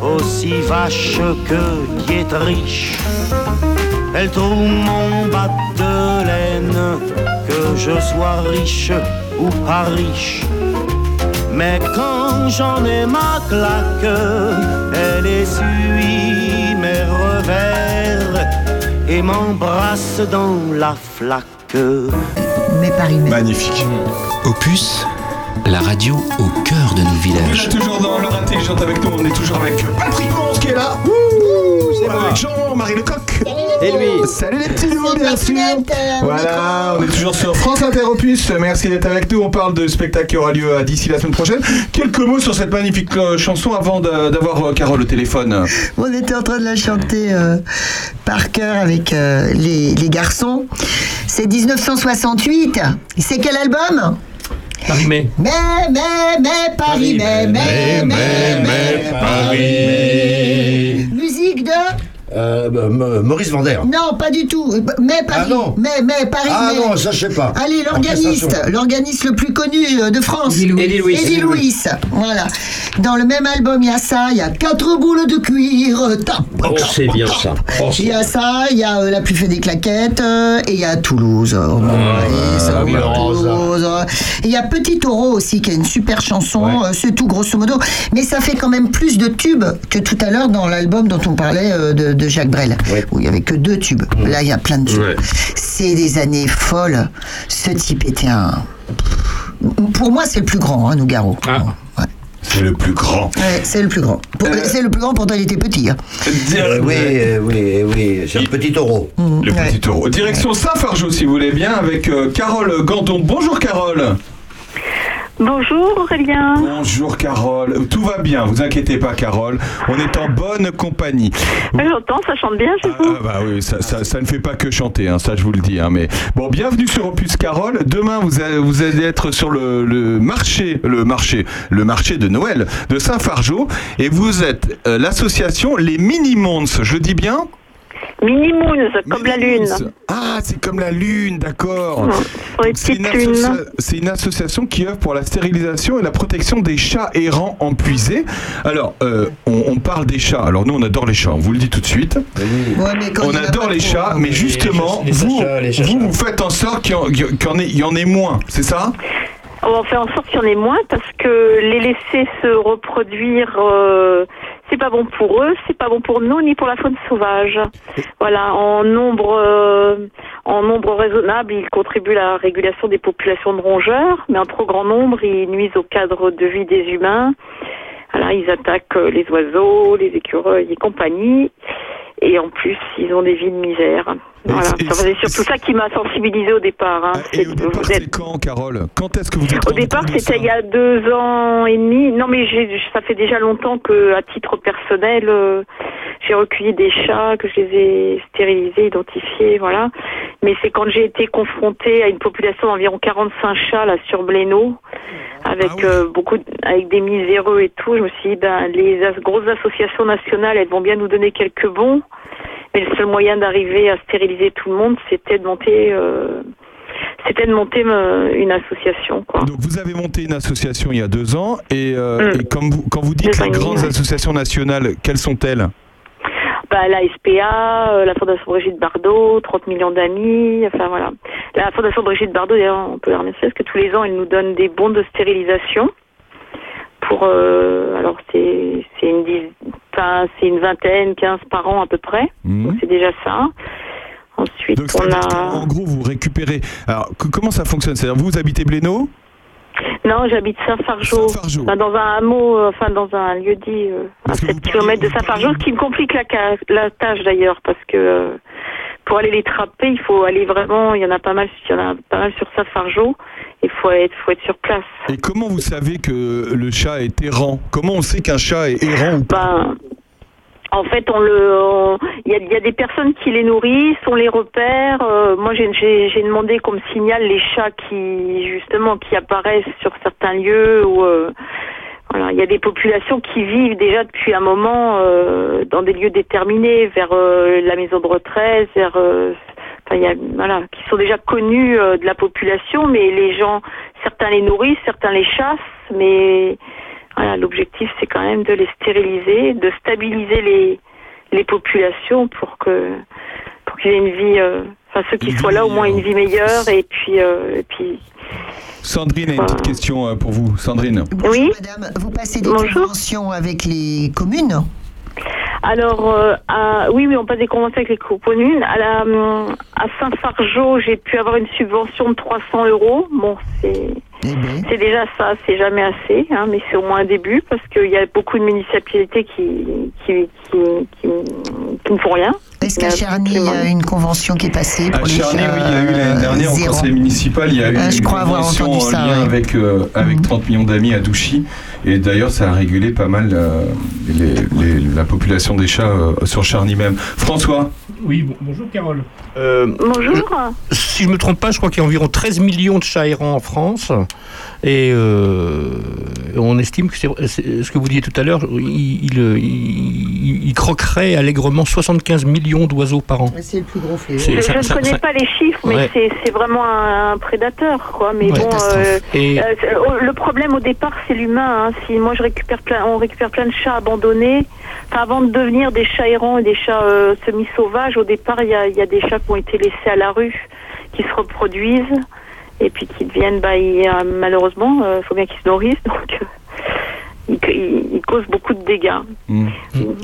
aussi vache que Dietrich. Elle trouve mon bas de laine, que je sois riche ou pas riche. Mais quand j'en ai ma claque, elle essuie mes revers et m'embrasse dans la flaque. Mais Paris, mais... Magnifique. Opus, la radio au cœur de nos Et villages. là, toujours dans l'heure intelligente avec nous, on est toujours avec Patrick Mons qui est là. avec Jean-Marie Oh, Lecoq. Et lui Salut les petits loups, bien sûr. Voilà, on est toujours sur France Inter Opus. Merci d'être avec nous. On parle de spectacle qui aura lieu à d'ici la semaine prochaine. Quelques mots sur cette magnifique euh, chanson avant d'a- d'avoir euh, Carole au téléphone. On était en train de la chanter euh, par cœur avec euh, les, les garçons. C'est 1968. C'est quel album Paris Mai. Mais, mais, mais, Paris, mais, mais, mais, mais, Paris. Musique de Euh, bah, Ma- Maurice Vander. Non, pas du tout. Mais Ah Ah Paris. non. Mais, mais, Paris. Ah mais- non, ça, je sais pas. Allez, l'organiste, Orchestration. l'organiste le plus connu euh, de France. Eddie Louis. Eddie Louis. Eddie Louis. Voilà. Dans le même album, il y a ça, il y a quatre boules de cuir. Top. Oh, c'est bien ça. Oh, Il y a ça, il y a euh, la plus fée des claquettes, euh, et il y a Toulouse. euh, Maurice, ah oui, euh, la rose. Toulouse, euh. Et Il y a Petit Taureau aussi, qui est une super chanson, euh, c'est tout grosso modo. Mais ça fait quand même plus de tubes que tout à l'heure dans l'album dont on parlait euh, de, de Jacques Brel, où il n'y avait que deux tubes. Là, il y a plein de tubes. C'est des années folles. Ce type était un... Pour moi, c'est le plus grand, hein, Nougaro. Ah. C'est le plus grand. Ouais, c'est le plus grand. Pour- C'est le plus grand, pourtant il était petit. hein. Euh, oui, euh, oui, euh, oui, c'est un petit taureau. Mm, Le petit taureau. Direction Saint-Fargeau, si vous voulez bien, avec euh, Carole Ganton. Bonjour, Carole. Bonjour Aurélien. Bonjour, Carole. Tout va bien, vous inquiétez pas, Carole. On est en bonne compagnie. J'entends, ça chante bien chez vous. Ah bah oui, ça, ça- ça ne fait pas que chanter, hein, ça je vous le dis. hein, mais bon, bienvenue sur Opus Carole. Demain, vous allez, vous allez être sur le, le marché, le marché, le marché de Noël de Saint-Fargeau, et vous êtes euh, l'association Les Mini Mons. Je dis bien Mini Moons, comme la lune. Ah, c'est comme la lune, d'accord. les C'est une, petites lunes. associa- c'est une association qui œuvre pour la stérilisation et la protection des chats errants empuisés. Alors, euh, on, on parle des chats. Alors, nous, on adore les chats, on vous le dit tout de suite. mais quand on il y en a adore pas les trop, chats, hein. mais Les- justement, les vous, chachas, les chachas. vous, vous faites en sorte qu'il y en- qu'il y en ait- il y en ait moins, c'est ça On va faire en sorte qu'il y en ait moins parce que les laisser se reproduire, euh, c'est pas bon pour eux, c'est pas bon pour nous ni pour la faune sauvage. Voilà, en nombre, euh, en nombre raisonnable, ils contribuent à la régulation des populations de rongeurs, mais en trop grand nombre, ils nuisent au cadre de vie des humains. Voilà, ils attaquent euh, les oiseaux, les écureuils et compagnie. Et en plus, ils ont des vies de misère. Voilà, et Enfin, c'est surtout ça qui m'a sensibilisée au départ. hein. C'est- vous êtes- Quand, Carole Quand est-ce que vous êtes au départ, c'était il y a deux ans et demi. Non, mais j'ai- ça fait déjà longtemps que, à titre personnel, euh, j'ai recueilli des chats, que je les ai stérilisés, identifiés, voilà. Mais c'est quand j'ai été confrontée à une population d'environ 45 chats là sur Blénaud, Ah avec euh, beaucoup, de- avec des miséreux et tout, je me suis dit, ben, les as- grosses associations nationales, elles vont bien nous donner quelques bons. Mais le seul moyen d'arriver à stériliser tout le monde, c'était de monter, euh, c'était de monter euh, une association, quoi. Donc vous avez monté une association il y a deux ans et, euh, Mm. et comme vous, quand vous dites les grandes associations nationales, quelles sont-elles Bah, la SPA, euh, la Fondation Brigitte Bardot, 30 millions d'amis, enfin voilà. La Fondation Brigitte Bardot, d'ailleurs, on peut la remercier parce que tous les ans, elle nous donne des bons de stérilisation. Pour, euh, alors, c'est c'est une, dix- enfin, c'est une vingtaine, 15 par an à peu près. Donc, C'est déjà ça. Ensuite, on a. En gros, vous récupérez. Alors, que- comment ça fonctionne C'est-à-dire, vous habitez Blénaud Non, j'habite Saint-Fargeau. Enfin, dans un hameau, euh, enfin, dans un lieu dit euh, à 7 km de Saint-Fargeau, ce qui me complique la, ca- la tâche d'ailleurs, parce que euh, pour aller les trapper, il faut aller vraiment, il y en a pas mal, il y en a pas mal sur Saint-Fargeau, il faut être, faut être sur place. Et comment vous savez que le chat est errant Comment on sait qu'un chat est errant ou pas En fait, on le, on- il y, a- il y a des personnes qui les nourrissent, on les repère. Euh, moi, j'ai- j'ai j'ai demandé qu'on me signale les chats qui, justement, qui apparaissent sur certains lieux où. euh, voilà, il y a des populations qui vivent déjà depuis un moment euh, dans des lieux déterminés, vers euh, la maison de retraite, vers, euh, enfin, il y a- voilà, qui sont déjà connus euh, de la population, mais les gens, certains les nourrissent, certains les chassent, mais voilà, l'objectif c'est quand même de les stériliser, de stabiliser les, les populations pour que pour qu'ils aient une vie, euh, enfin ceux qui soient là au moins une vie hein. meilleure et puis euh, et puis Sandrine a une petite question euh, pour vous. Sandrine. oui. Madame, vous passez des conventions avec les communes Alors, euh, à- oui, oui, on passe des conventions avec les communes. À, la, hum, à Saint-Fargeau, j'ai pu avoir une subvention de 300 euros. Bon, c'est Mhm. C'est déjà ça, c'est jamais assez, hein, mais c'est au moins un début parce qu'il y a beaucoup de municipalités qui, qui, qui, qui, qui ne font rien. Est-ce qu'à Mais Charny, il y a une convention qui est passée pour À les Charny, oui, il y a eu l'année dernière, Ah, euh, au zéro. conseil municipal, il y a eu Euh, je une crois avoir convention entendu en ça, Mhm. lien ouais. avec, euh, avec 30 millions d'amis à Douchy. Et d'ailleurs, ça a régulé pas mal euh, les- les- la population des chats euh, sur Charny même. François Oui, bon- bonjour Carole. Bonjour. Euh, Si je me trompe pas, je crois qu'il y a environ 13 millions de chats errants en France. Et euh, on estime que c'est- c'est- ce que vous disiez tout à l'heure, il, il, euh, il- il croquerait allègrement 75 millions d'oiseaux par an. C'est le plus gros fléau. C'est- Je, ça- je ça- ne connais ça- pas les chiffres, mais Ouais. c'est- c'est vraiment un, un prédateur, quoi. Mais Ouais. bon, Catastrophe. euh, Et- euh, c'est- oh, le problème au départ, c'est l'humain. hein. Si moi je récupère plein, on récupère plein de chats abandonnés. Enfin, avant de devenir des chats errants et des chats euh, semi-sauvages, au départ, il y a, il y a des chats qui ont été laissés à la rue, qui se reproduisent et puis qui deviennent, bah, ils, euh, malheureusement, il faut bien qu'ils se nourrissent, donc euh, ils, ils- ils causent beaucoup de dégâts. Mm.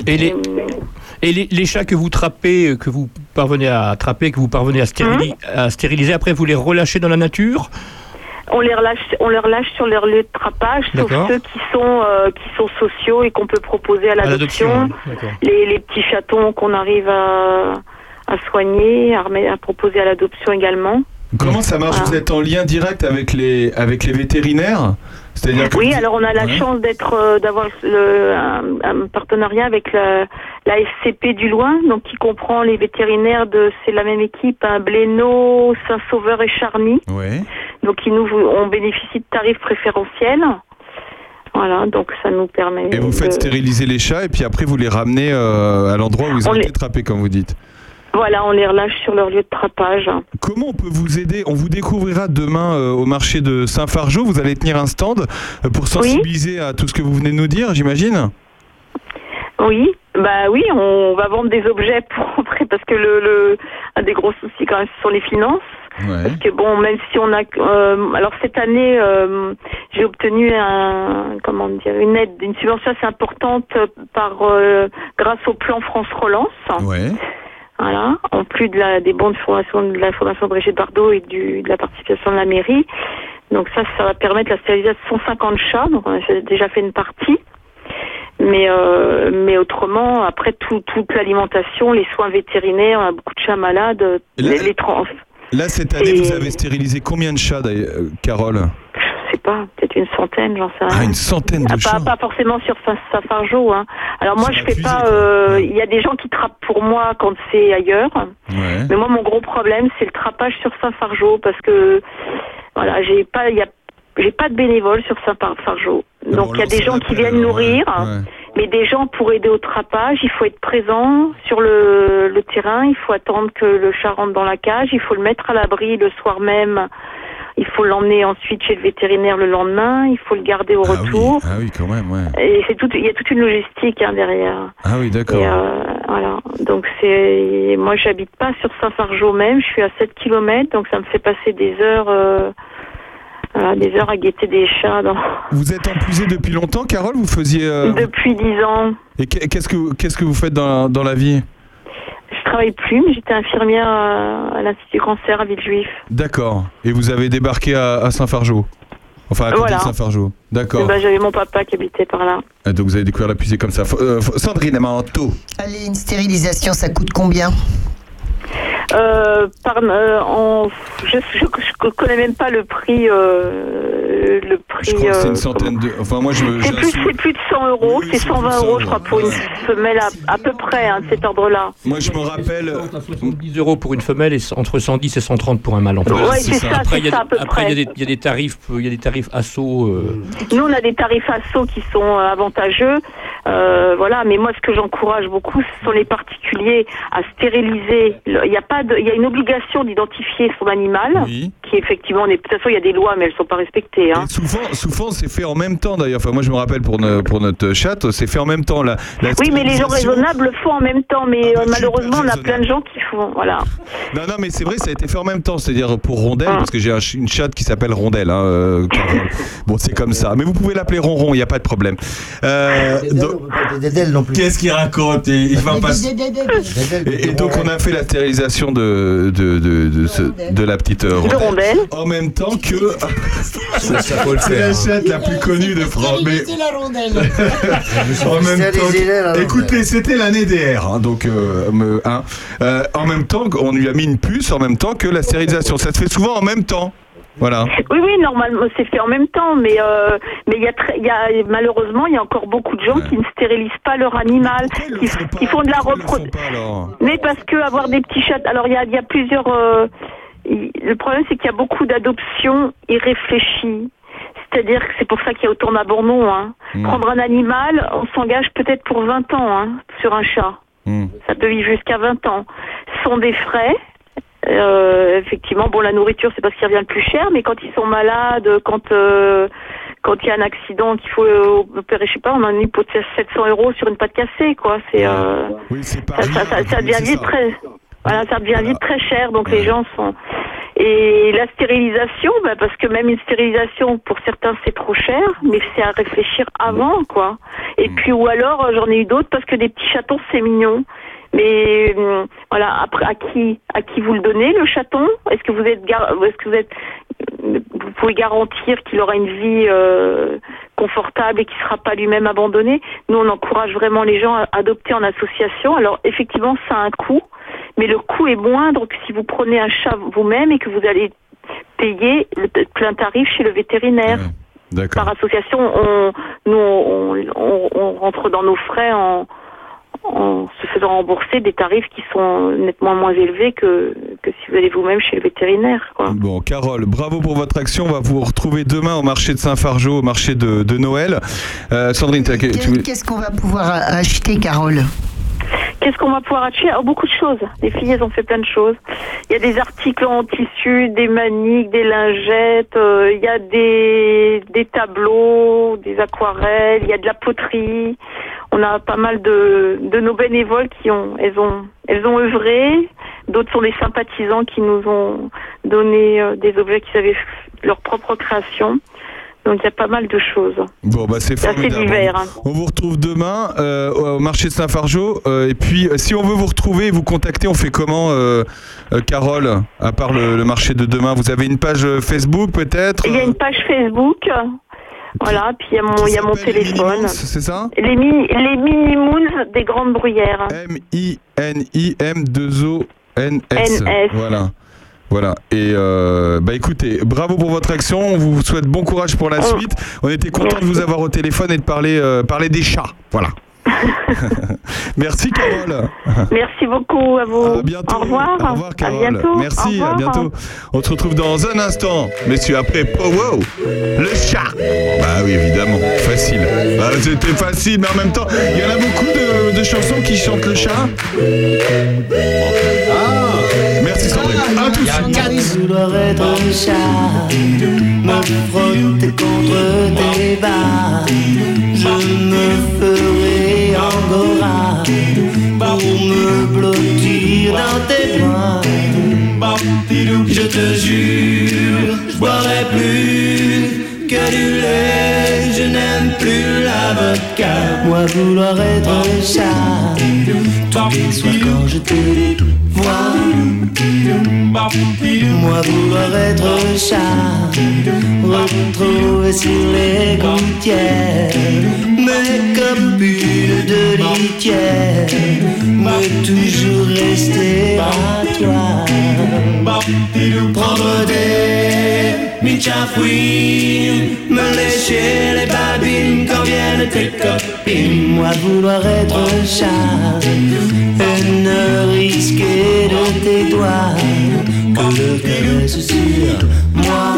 Et les, et les, les chats que vous trappez, euh, que vous parvenez à attraper, que vous parvenez à, stérili- Hein à stériliser, après vous les relâchez dans la nature On les relâche, on les relâche sur leur lieu de trappage, sauf D'accord. ceux qui sont euh, qui sont sociaux et qu'on peut proposer à à l'adoption. l'adoption. hein. D'accord. Les, les petits chatons qu'on arrive à, à soigner, à, remettre- à proposer à l'adoption également. Comment ça marche Vous êtes en lien direct avec les, avec les vétérinaires C'est-à-dire que Oui, vous- alors on a la Ouais. chance d'être euh, d'avoir le- un, un partenariat avec la, la SCP du Loin, donc qui comprend les vétérinaires de c'est la même équipe, hein, Blénaud, Saint-Sauveur et Charny. Ouais. Donc ils nous on bénéficie de tarifs préférentiels. Voilà, donc euh, ça nous permet. Et vous faites de- stériliser les chats et puis après vous les ramenez euh, à l'endroit où ils ont On été les- trappés, comme vous dites. Voilà, on les relâche sur leur lieu de trappage. Comment on peut vous aider On vous découvrira demain euh, au marché de Saint-Fargeau. Vous allez tenir un stand euh, pour sensibiliser à tout ce que vous venez de nous dire, j'imagine Oui, bah oui, on va vendre des objets pour après parce que le, le un des gros soucis quand même ce sont les finances. Parce que bon, même si on a, euh, alors cette année, euh, j'ai obtenu un, comment dire, une aide, une subvention assez importante par euh, grâce au plan France Relance. Voilà. En plus de la, des bons de formation de la Fondation Brigitte Bardot et du, de la participation de la mairie. Donc ça, ça va permettre la stérilisation de 150 chats. Donc on a déjà fait une partie. Mais, euh, mais autrement, après tout, toute l'alimentation, les soins vétérinaires, on a beaucoup de chats malades, les, les trans, Là, cette année, vous avez stérilisé combien de chats, d'ailleurs, euh, Carole je sais pas, peut-être une centaine, j'en sais rien. Ah, une centaine de Ah, chats pas, pas forcément sur Sa- Safarjo. Hein. Alors moi, je fais pas. euh, Il y a des gens qui trappent pour moi quand c'est ailleurs. Mais moi, mon gros problème, c'est le trappage sur Saint-Fargeau parce que voilà, j'ai pas, il y a, j'ai pas de bénévoles sur Saint-Fargeau. Ah Donc il y a des gens qui viennent nourrir, mais des gens pour aider au trappage, il faut être présent sur le, le terrain, il faut attendre que le chat rentre dans la cage, il faut le mettre à l'abri le soir même. Il faut l'emmener ensuite chez le vétérinaire le lendemain, il faut le garder au retour. Ah oui, quand même, ouais. Et c'est tout, il y a toute une logistique hein, derrière. Ah oui, d'accord. Et, euh, voilà. Donc c'est moi j'habite pas sur Saint-Fargeau même, je suis à 7 km donc ça me fait passer des heures euh, voilà, des heures à guetter des chats dans- Vous êtes emplusé depuis longtemps, Carole Vous faisiez... euh, depuis 10 ans. Et qu'est- qu'est-ce que, vous- qu'est-ce que vous faites dans la, dans la vie Je travaille plus, mais j'étais infirmière euh, à, à l'Institut Cancer à Villejuif. D'accord. Et vous avez débarqué à, à Saint-Fargeau Enfin, à côté Voilà. de Saint-Fargeau. Et D'accord. ben, j'avais mon papa qui habitait par là. Ah, Donc vous avez découvert la puisée comme ça. F- euh, F- Sandrine, elle m'a un taux. Allez, une stérilisation, ça coûte combien Euh, par- euh, en- je, je, je connais même pas le prix euh, le prix Je crois que c'est euh, une centaine de... Enfin, moi, je... C'est plus, c'est plus de 100 euros, c'est 120 euros, je crois, pour une femelle à, à peu près, hein, de cet ordre-là. Moi, je me rappelle. 10 euros pour une femelle et c- entre 110 et 130 pour un mâle. en fait. Ouais, c'est ça, Après, c'est il y a ça à des- peu après, il y a près. des- il y a des tarifs, euh, il y a des tarifs assaut. euh, Nous, on a des tarifs assos qui sont euh, avantageux. Euh, voilà, mais moi, ce que j'encourage beaucoup, ce sont les particuliers à stériliser. Le- Il y a pas de, il y a une obligation d'identifier son animal, qui effectivement, on est- de toute façon, il y a des lois, mais elles sont pas respectées. hein. Souvent, souvent c'est fait en même temps d'ailleurs. Enfin, moi, je me rappelle pour, no- pour notre chatte, c'est fait en même temps. La, la Oui, mais les gens stérilisation- raisonnables le font en même temps, mais euh, malheureusement, on a plein de gens qui font, voilà. Non, non, mais c'est vrai, ça a été fait en même temps. C'est-à-dire pour Rondelle, Ah. parce que j'ai un ch- une chatte qui s'appelle Rondelle. hein, euh, Carole. bon, c'est comme ça. Mais vous pouvez l'appeler Ronron, il n'y a pas de problème. Euh, donc, on peut pas aider d'elle non plus. Qu'est-ce qu'il raconte Et Il va pas. Et, et donc on a fait la stérilisation de, de, de, de ce- de la petite euh, De rondelle. En même temps que. Ça, ça faut le C'est la faire, hein. chatte la plus connue de France. Ah, Mais la rondelle. en même temps que- Stérilisez-la, la rondelle. Écoutez, c'était l'année DR, hein, donc euh, me- hein. Euh, en même temps, on lui a mis une puce en même temps que la stérilisation. Ça se fait souvent en même temps. Voilà. Oui, oui, normalement, c'est fait en même temps, mais euh, mais il y a, très- il y a malheureusement, il y a encore beaucoup de gens qui ne stérilisent pas leur animal, qui, qui font de la reproduction. Alors. Mais parce que avoir des petits chats, alors il y a, il y a plusieurs. euh, il- le problème, c'est qu'il y a beaucoup d'adoptions irréfléchies. C'est-à-dire que c'est pour ça qu'il y a autant d'abandons. Hein. Prendre un animal, on s'engage peut-être pour 20 ans hein, sur un chat. Ça peut vivre jusqu'à 20 ans. Ce sont des frais. Euh, effectivement, bon, la nourriture, c'est parce qu'il revient le plus cher, mais quand ils sont malades, quand euh, quand il y a un accident qu'il faut euh, opérer, je sais pas, on en a eu pour 700 euros sur une patte cassée, quoi. C'est euh, ça, ça- ça- ça devient vite très, voilà, ça devient vite très cher. Donc les gens sont et la stérilisation, bah, parce que même une stérilisation pour certains c'est trop cher, mais c'est à réfléchir avant, quoi. Et puis ou alors euh, j'en ai eu d'autres parce que des petits chatons c'est mignon. Mais hum, voilà, après à qui à qui vous le donnez le chaton Est-ce que vous êtes gar- est-ce que vous êtes vous pouvez garantir qu'il aura une vie euh, confortable et qu'il ne sera pas lui-même abandonné. Nous, on encourage vraiment les gens à adopter en association. Alors, effectivement, ça a un coût, mais le coût est moindre que si vous prenez un chat vous-même et que vous allez payer le p- plein tarif chez le vétérinaire. Par association, on, nous, on, on- on rentre dans nos frais en, en se faisant rembourser des tarifs qui sont nettement moins élevés que, que si vous allez vous-même chez le vétérinaire. Bon, Carole, bravo pour votre action. On va vous retrouver demain au marché de Saint-Fargeau, au marché de, de Noël. Euh, Sandrine, t'as- tu voulais- Qu'est-ce qu'on va pouvoir a- acheter, Carole Qu'est-ce qu'on va pouvoir acheter Alors, Beaucoup de choses. Les filles, elles ont fait plein de choses. Il y a des articles en tissu, des maniques, des lingettes, euh, il y a des, des tableaux, des aquarelles, il y a de la poterie. On a pas mal de, de nos bénévoles qui ont, elles ont, elles ont œuvré. D'autres sont des sympathisants qui nous ont donné euh, des objets qu'ils avaient f- leur propre création. Donc il y a pas mal de choses. Bon, bah c'est C'est assez formidable. divers, hein. On vous retrouve demain euh, au marché de Saint-Fargeau. Euh, et puis, euh, si on veut vous retrouver et vous contacter, on fait comment, euh, euh, Carole À part le, le marché de demain, vous avez une page euh, Facebook peut-être Il y a une page Facebook. Voilà, puis il y a mon, il y a mon téléphone. Euh, C'est ça Les, mi- les mini-moons des grandes bruyères. Eh, M-I-N-I-M-2-O-N-S. NS. Voilà. Voilà. Et euh, bah écoutez, bravo pour votre action. On vous souhaite bon courage pour la Oh. suite. On était content de vous avoir au téléphone et de parler, euh, parler des chats. Voilà. Merci Carole. Merci beaucoup à vous. Au revoir. Au revoir Carole. À bientôt. Au Merci, revoir. à bientôt. On se retrouve dans un instant, messieurs, après Powo, le chat. Bah oui, évidemment, facile. Bah, c'était facile, mais en même temps, il y en a beaucoup de, de chansons qui chantent le chat. Merci Sandrine. À tous. Sous le rétro du chat, me frotter contre tes bas, je me ferai angora pour me blottir dans tes bras. Je te jure, je boirai plus que du lait, je n'aime plus la vodka. Moi vouloir être un chat, tous les soirs quand je te vois. Moi vouloir être un chat, retrouver sur les gouttières mes copines de litière, me toujours rester à toi. Prendre des minchafouines, me lécher les babines quand viennent tes copines. Moi vouloir être un chat et ne risquer de tes doigts que le caresse sur moi.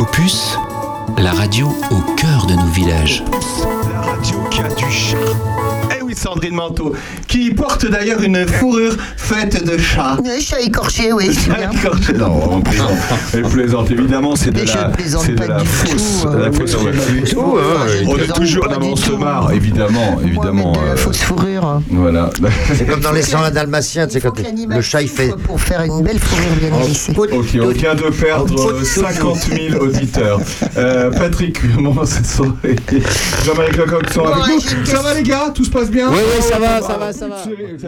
Opus, la radio au cœur de nos villages. La radio qui a du chat. Eh oui, Sandrine. Sandrine Manteau, qui porte d'ailleurs une fourrure faite de chat. Le chat écorché, oui. c'est bien. Écorché- Non, Ah, on plaisante. Elle plaisante, évidemment, c'est de la, c'est de la fausse. de la euh, fausse fourrure. On est toujours dans mon somar, évidemment, évidemment. euh, Fausse fourrure. Voilà. C'est comme dans les 101 dalmatiens, tu sais, quand le chat il fait. Pour faire une belle fourrure bien hérissée. Ok, on vient de perdre euh, 50 000 auditeurs. Euh, Patrick Mons et Jean-Marie Lecoq sont avec nous. Ça va les gars Tout se passe bien Oui, oui, ça va, ça va, ça va.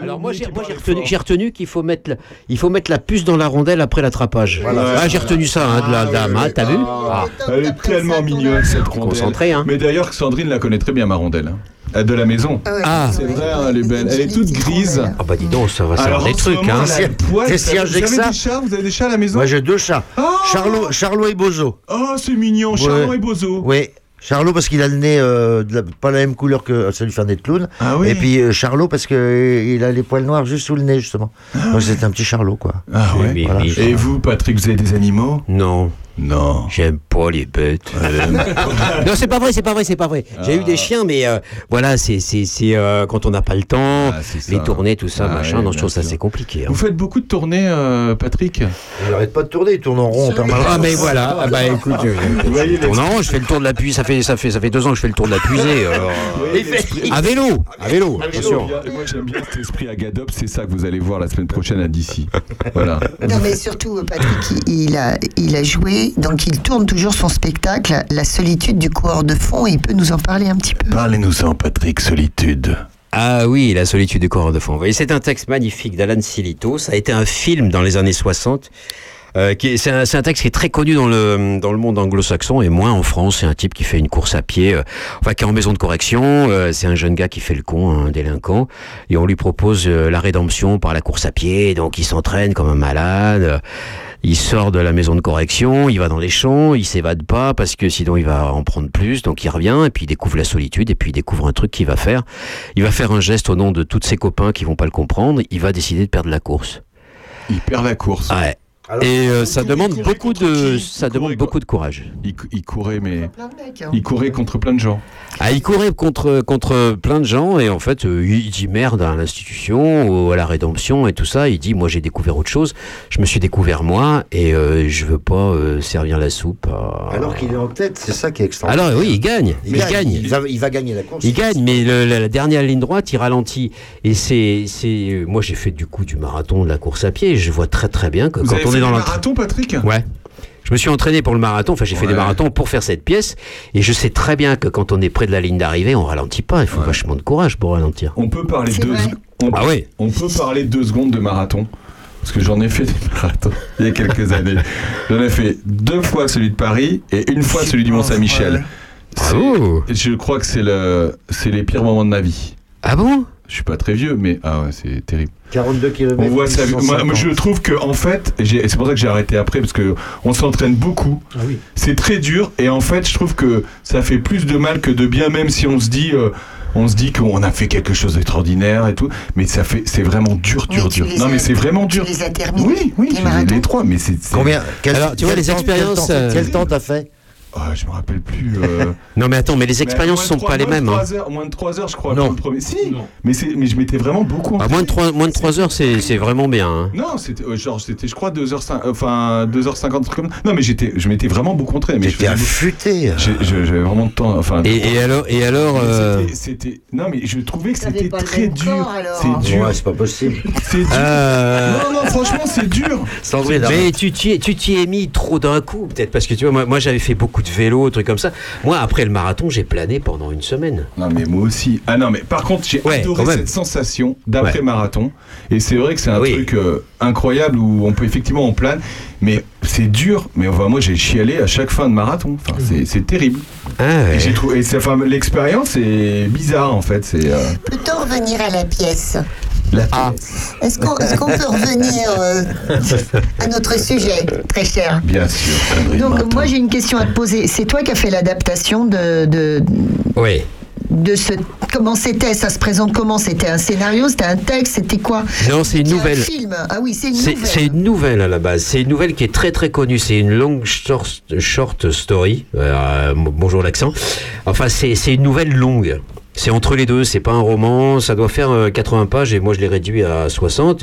Alors moi, j'ai moi, j'ai retenu, j'ai retenu qu'il faut mettre, la, il faut mettre la puce dans la rondelle après l'attrapage. Voilà. ah, j'ai retenu ça hein, de la dame, hein, t'as vu Ah. Elle est tellement mignonne cette rondelle. Concentré, hein. Mais d'ailleurs, Sandrine la connaît très bien, ma rondelle. hein. Elle De la maison. Ah. c'est vrai, hein, elle est belle. Elle est toute grise. Ah bah dis donc, ça va Alors, savoir en des ce trucs, moment, hein. elle a le poil, T'es ça- si âgé vous que avez ça des chats Vous avez des chats à la maison Moi j'ai deux chats. Oh Charlot, Charlot et Bozo. Oh, c'est mignon, Charlot et Bozo. Oui. Charlot parce qu'il a le nez euh, de la- pas la même couleur que celui fait un nez de clown. Ah oui. Et puis euh, Charlot parce que euh, il a les poils noirs juste sous le nez justement. Donc c'est un petit Charlot quoi. Ah ouais. Voilà. Et vous, Patrick, vous avez des animaux Non. Non. J'aime Oh, pas les bêtes. non, c'est pas vrai, c'est pas vrai, c'est pas vrai. J'ai eu des chiens, mais euh, voilà, c'est c'est- c'est, euh, quand on n'a pas le temps, Ah, les tournées, tout ça, machin. non, je trouve ça c'est compliqué. hein. Vous faites beaucoup de tournées, euh, Patrick Il arrête pas de tourner, il tourne en rond en permanence. Ah mais voilà, ah bah écoute, je, je- je tourne en rond, je fais le tour de la puisée, ça fait, ça, fait, ça fait deux ans que je fais le tour de la puisée. alors, euh, à vélo, à vélo, bien sûr. Et Moi j'aime bien cet esprit à Gadop, c'est ça que vous allez voir la semaine prochaine à d'ici. Voilà. Non, mais surtout, euh, Patrick, il il a, il a joué, donc il tourne toujours son spectacle, La solitude du coureur de fond, et il peut nous en parler un petit peu. Parlez-nous-en, Patrick, solitude. Ah oui, La solitude du coureur de fond. Vous voyez, c'est un texte magnifique d'Alan Silito. Ça a été un film dans les années 60. euh, qui est- c'est un, c'est un texte qui est très connu dans le, dans le monde anglo-saxon et moins en France. C'est un type qui fait une course à pied, euh, enfin qui est en maison de correction. euh, c'est un jeune gars qui fait le con, hein, un délinquant, et on lui propose euh, la rédemption par la course à pied. Donc il s'entraîne comme un malade. Il sort de la maison de correction, il va dans les champs, il s'évade pas parce que sinon il va en prendre plus, donc il revient et puis il découvre la solitude et puis il découvre un truc qu'il va faire. Il va faire un geste au nom de tous ses copains qui vont pas le comprendre, il va décider de perdre la course. Il perd la course. Ouais. et euh, ça demande beaucoup de ça demande beaucoup de courage. Il, cou- il courait, mais. hein. Il courait contre plein de gens. Ah, il courait contre, contre plein de gens et en fait, euh, il dit merde à l'institution, au- à la rédemption et tout ça. Il dit, moi j'ai découvert autre chose, je me suis découvert moi et euh, je veux pas euh, servir la soupe. à- Alors qu'il est en tête, c'est ça qui est extraordinaire. Alors oui, il gagne, il, Mais gagne. Il va, il va gagner la course. Il gagne, mais le- la, la dernière ligne droite, il ralentit. Et c'est, c'est, moi j'ai fait du coup du marathon, de la course à pied. et Je vois très très bien que Vous quand avez on fait est dans du l'entraînement. marathon, Patrick Ouais. Je me suis entraîné pour le marathon, enfin j'ai fait des marathons pour faire cette pièce, et je sais très bien que quand on est près de la ligne d'arrivée, on ralentit pas, il faut vachement de courage pour ralentir. On peut parler deux. On, Ah ouais. on peut parler deux secondes de marathon. Parce que j'en ai fait des marathons il y a quelques années. J'en ai fait deux fois celui de Paris et une fois celui du Mont-Saint-Michel. Ah C'est- Je crois que c'est le, c'est les pires moments de ma vie. Ah bon Je suis pas très vieux, mais ah ouais, c'est terrible. 42 km. On voit ça. Moi, moi, je trouve que en fait, et j'ai- et c'est pour ça que j'ai arrêté après parce que on s'entraîne beaucoup. Ah C'est très dur et en fait, je trouve que ça fait plus de mal que de bien, même si on se dit, euh, on se dit qu'on a fait quelque chose d'extraordinaire et tout, mais ça fait, c'est vraiment dur, dur, dur. Non, mais c'est vraiment dur. Oui, oui, j'ai les trois, mais c'est c'est- Combien quel- Alors, tu vois, quel les temps- expériences, quel temps- euh, Quel temps t'as fait Ah, je me rappelle plus. euh, Non mais attends, mais les mais expériences moins de sont trois- pas les moins de mêmes. hein. trois heures- moins de 3 heures, je crois. Non. pour le premier. Si, mais c'est, mais je m'étais vraiment beaucoup. Ah, moins de trois, moins de trois heures, c'est, c'est vraiment bien. hein. Non, c'était euh, genre c'était je crois 2h enfin 2h50 truc comme non mais j'étais je m'étais vraiment beaucoup entraîné mais j'étais affûté. J'avais vraiment de temps enfin Et, et alors, et alors, euh, C'était- c'était non mais je trouvais que c'était très dur. hein. C'est dur. Ouais, c'est pas possible. C'est dur. Ah, Euh. Non non franchement c'est dur. Sandrine, Mais arrête. tu t'y es- tu t'y es mis trop d'un coup, peut-être, parce que tu vois, moi, moi, j'avais fait beaucoup de vélo, trucs comme ça. Moi, après le marathon, j'ai plané pendant une semaine. Non mais moi aussi. Ah non mais par contre j'ai Ouais, adoré quand même. cette sensation d'après marathon et c'est vrai que c'est un truc euh, incroyable où on peut effectivement on plane mais c'est dur mais enfin moi j'ai chialé à chaque fin de marathon enfin Mmh. c'est- c'est terrible. Ah, Et j'ai trouvé et c'est- enfin, l'expérience est bizarre en fait c'est euh, Peut-on revenir à la pièce la Ah. Est-ce qu'on est-ce qu'on peut revenir euh, à notre sujet, très cher Bien sûr, Sandrine. Donc, moi, j'ai une question à te poser. C'est toi qui as fait l'adaptation de, de, Oui. de ce. Comment c'était Ça se présente comment C'était un scénario C'était un texte C'était quoi Non, c'est une un nouvelle. film. Ah oui, c'est une C'est- nouvelle. C'est une nouvelle à la base. C'est une nouvelle qui est très très connue. C'est une longue short, short story. Euh, bonjour l'accent. Enfin, c'est c'est une nouvelle longue. C'est entre les deux, c'est pas un roman, ça doit faire euh, 80 pages et moi je l'ai réduit à 60.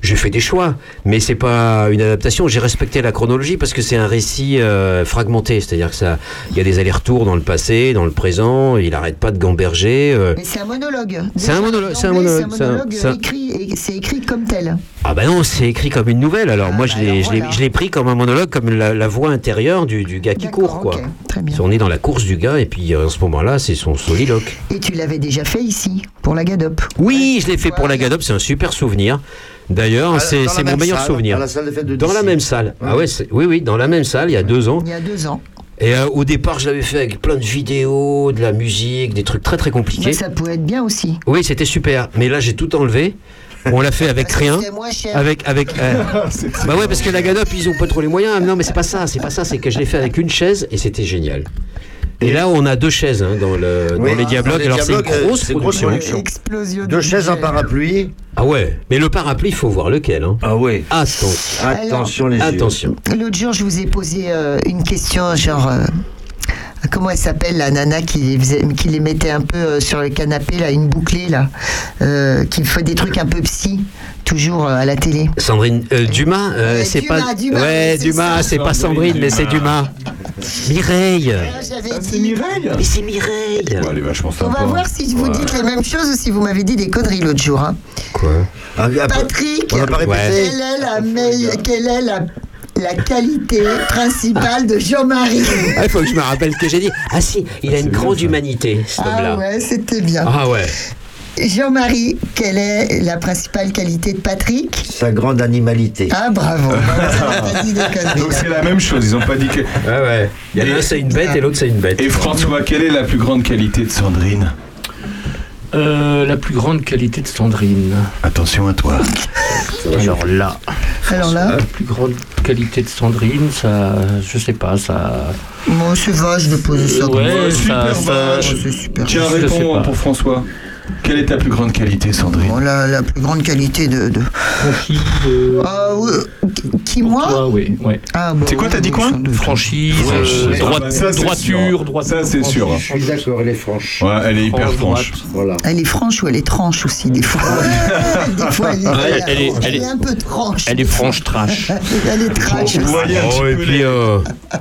J'ai fait des choix, mais c'est pas une adaptation. J'ai respecté la chronologie parce que c'est un récit euh, fragmenté, c'est-à-dire que ça, il y a des allers-retours dans le passé, dans le présent, il arrête pas de gamberger. euh. Mais c'est un monologue. C'est un Déjà, monologue, en c'est un anglais, monologue, c'est un- c'est un- écrit, et c'est écrit comme tel. Ah bah non, c'est écrit comme une nouvelle. Alors Ah moi bah je l'ai, je l'ai- je l'ai pris comme un monologue, comme la, la voix intérieure du, du gars qui court, quoi. On est dans la course du gars et puis euh, en ce moment-là, c'est son soliloque. Et tu l'avais déjà fait ici, pour la Gadop. Oui, je l'ai fait pour la Gadop, c'est un super souvenir. D'ailleurs, c'est Ah, dans la c'est mon même meilleur salle, souvenir. dans la salle des fêtes de Dans la Dissy. même salle. Ah ouais, c'est- oui, oui, dans la même salle, il y a deux ans. Il y a deux ans. Et euh, au départ, je l'avais fait avec plein de vidéos, de la musique, des trucs très très compliqués. Bah, Mais Bah, ça pouvait être bien aussi. Oui, c'était super. Mais là, j'ai tout enlevé. On l'a fait avec Parce que rien. c'était moins cher. Avec, avec, euh, Ah, bah ouais, parce que la Gadop, ils ont pas trop les moyens. Non, mais c'est pas ça, c'est pas ça. C'est que je l'ai fait avec une chaise et c'était génial. Et là, on a deux chaises hein, dans, le, Oui, dans les dans Diablogues. les Alors, c'est une Diablogues, euh, grosse c'est une grosse production. production. Deux chaises, un parapluie. Ah ouais, mais le parapluie, il faut voir lequel. Hein. Ah ouais. Attention. Attention, les yeux. Attention. L'autre jour, je vous ai posé euh, une question, genre. euh, Comment elle s'appelle la nana qui les, faisait- qui les mettait un peu euh, sur le canapé, là, une bouclée, là, euh, qui fait des trucs un peu psy, toujours euh, à la télé Sandrine euh, Dumas, euh, Ouais, c'est Dumas, pas. Dumas, ouais, oui, c'est Dumas, ça. c'est pas Sandrine Sandrine, mais c'est Dumas. Mireille. C'est Mireille Mais c'est Mireille elle est vachement On sympa. va voir si vous Ouais. dites les mêmes choses ou si vous m'avez dit des conneries l'autre jour. hein. Ah, Patrick, On n'a pas répété. quelle est la, meille- quelle est la, la qualité principale de Jean-Marie Ah, Il faut que je me rappelle ce que j'ai dit. Ah si, il a une grande humanité, cet Ah homme-là. ouais, c'était bien. Ah ouais. Jean-Marie, quelle est la principale qualité de Patrick Sa grande animalité. Ah bravo. Donc c'est la même chose, ils ont pas dit que. Ouais, ouais. Il y en a un, c'est une bête et l'autre, c'est une bête. Et François, quelle est la plus grande qualité de Sandrine Euh, la plus grande qualité de Sandrine. Attention à toi. Alors là. Alors là La plus grande qualité de Sandrine, ça. Je sais pas, ça. Moi, je va, je vais poser ça. comme Ouais, ça. ça- ça- Tiens, Je sais réponds pas. pour François. Quelle est ta plus grande qualité, Sandrine Bon, la, la plus grande qualité de. de... Ah, oui, qui- qui moi oui, ouais. Ah, bon, C'est quoi, t'as oui, dit quoi Franchise, Franchise. euh, Ah droite- bah, ça, c'est droiture, sûr. droiture. Ça, c'est sûr. Je suis d'accord, elle est franche. Ouais, elle est hyper franche. Voilà. Elle est franche ou elle est tranche aussi, des fois. des fois, elle est, Ouais, elle est- elle elle est est- un peu tranche. Elle est franche trash. elle est Ah, trash. Vous voyez un Oh, petit et peu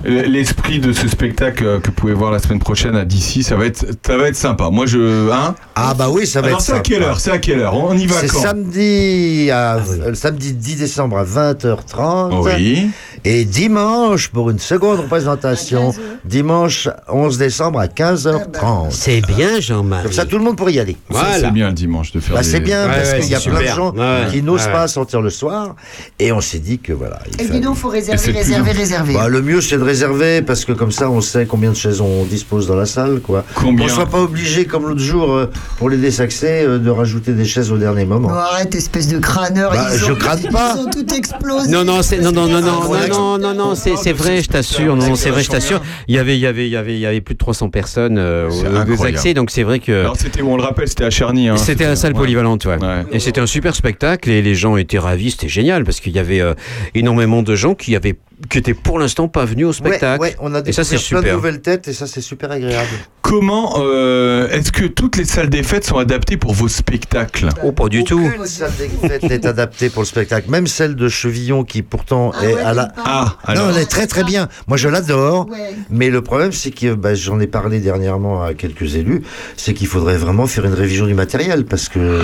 puis, les- l'esprit de ce spectacle euh, que vous pouvez voir la semaine prochaine à d'ici, ça va être ça va être sympa. Moi je hein Ah bah oui, ça va Alors, être c'est à sympa. quelle heure C'est à quelle heure On y va C'est quand Ah samedi, à, le samedi 10 décembre à 20h30. Oui. Et dimanche, pour une seconde représentation, dimanche 11 décembre à Ah, bah, 15h30. C'est bien, Jean-Marie. Comme ça, tout le monde pourrait y aller. Ça, C'est bien le dimanche de faire. Bah, des- c'est bien Ouais, parce ouais, qu'il y a c'est plein super. de gens Ouais, qui n'osent ouais. pas sortir le soir. Et on s'est dit que voilà. il Et fallait- puis donc, faut Et c'est réserver, plus réserver, long. réserver. Bah, le mieux, c'est de réserver parce que comme ça, on sait combien de chaises on dispose dans la salle. Quoi. Combien on ne soit pas obligé, comme l'autre jour, euh, pour les désaxés, euh, de rajouter des chaises au dernier Oh, moment. arrête, espèce de crâneur. Bah, ils je ont- crâne pas. Ils ont tout explosé. Non non c'est non non non Ah, non Parce non que- non non non c'est c'est vrai je t'assure non non, c'est vrai je t'assure il y avait il y avait il y avait il y avait plus de 300 personnes euh, C'est aux deux incroyable. accès donc c'est vrai que Alors c'était où on le rappelle, c'était à Charny hein. C'était la salle ouais. polyvalente, ouais. Et c'était un super spectacle et les gens étaient ravis, c'était génial parce qu'il y avait euh, énormément de gens qui avaient qui étaient pour l'instant pas venus au spectacle. Ouais, ouais, on a et ça c'est découvert plein de super. nouvelles têtes et ça, c'est super agréable. Comment euh, est-ce que toutes les salles des fêtes sont adaptées pour vos spectacles Oh, pas du tout. Aucune salle des fêtes n'est adaptée pour le spectacle. Même celle de Chevillon qui pourtant est à la. Ah, non, alors. elle est très très bien. Moi, je l'adore. Mais le problème, c'est que bah, j'en ai parlé dernièrement à quelques élus, c'est qu'il faudrait vraiment faire une révision du matériel parce que.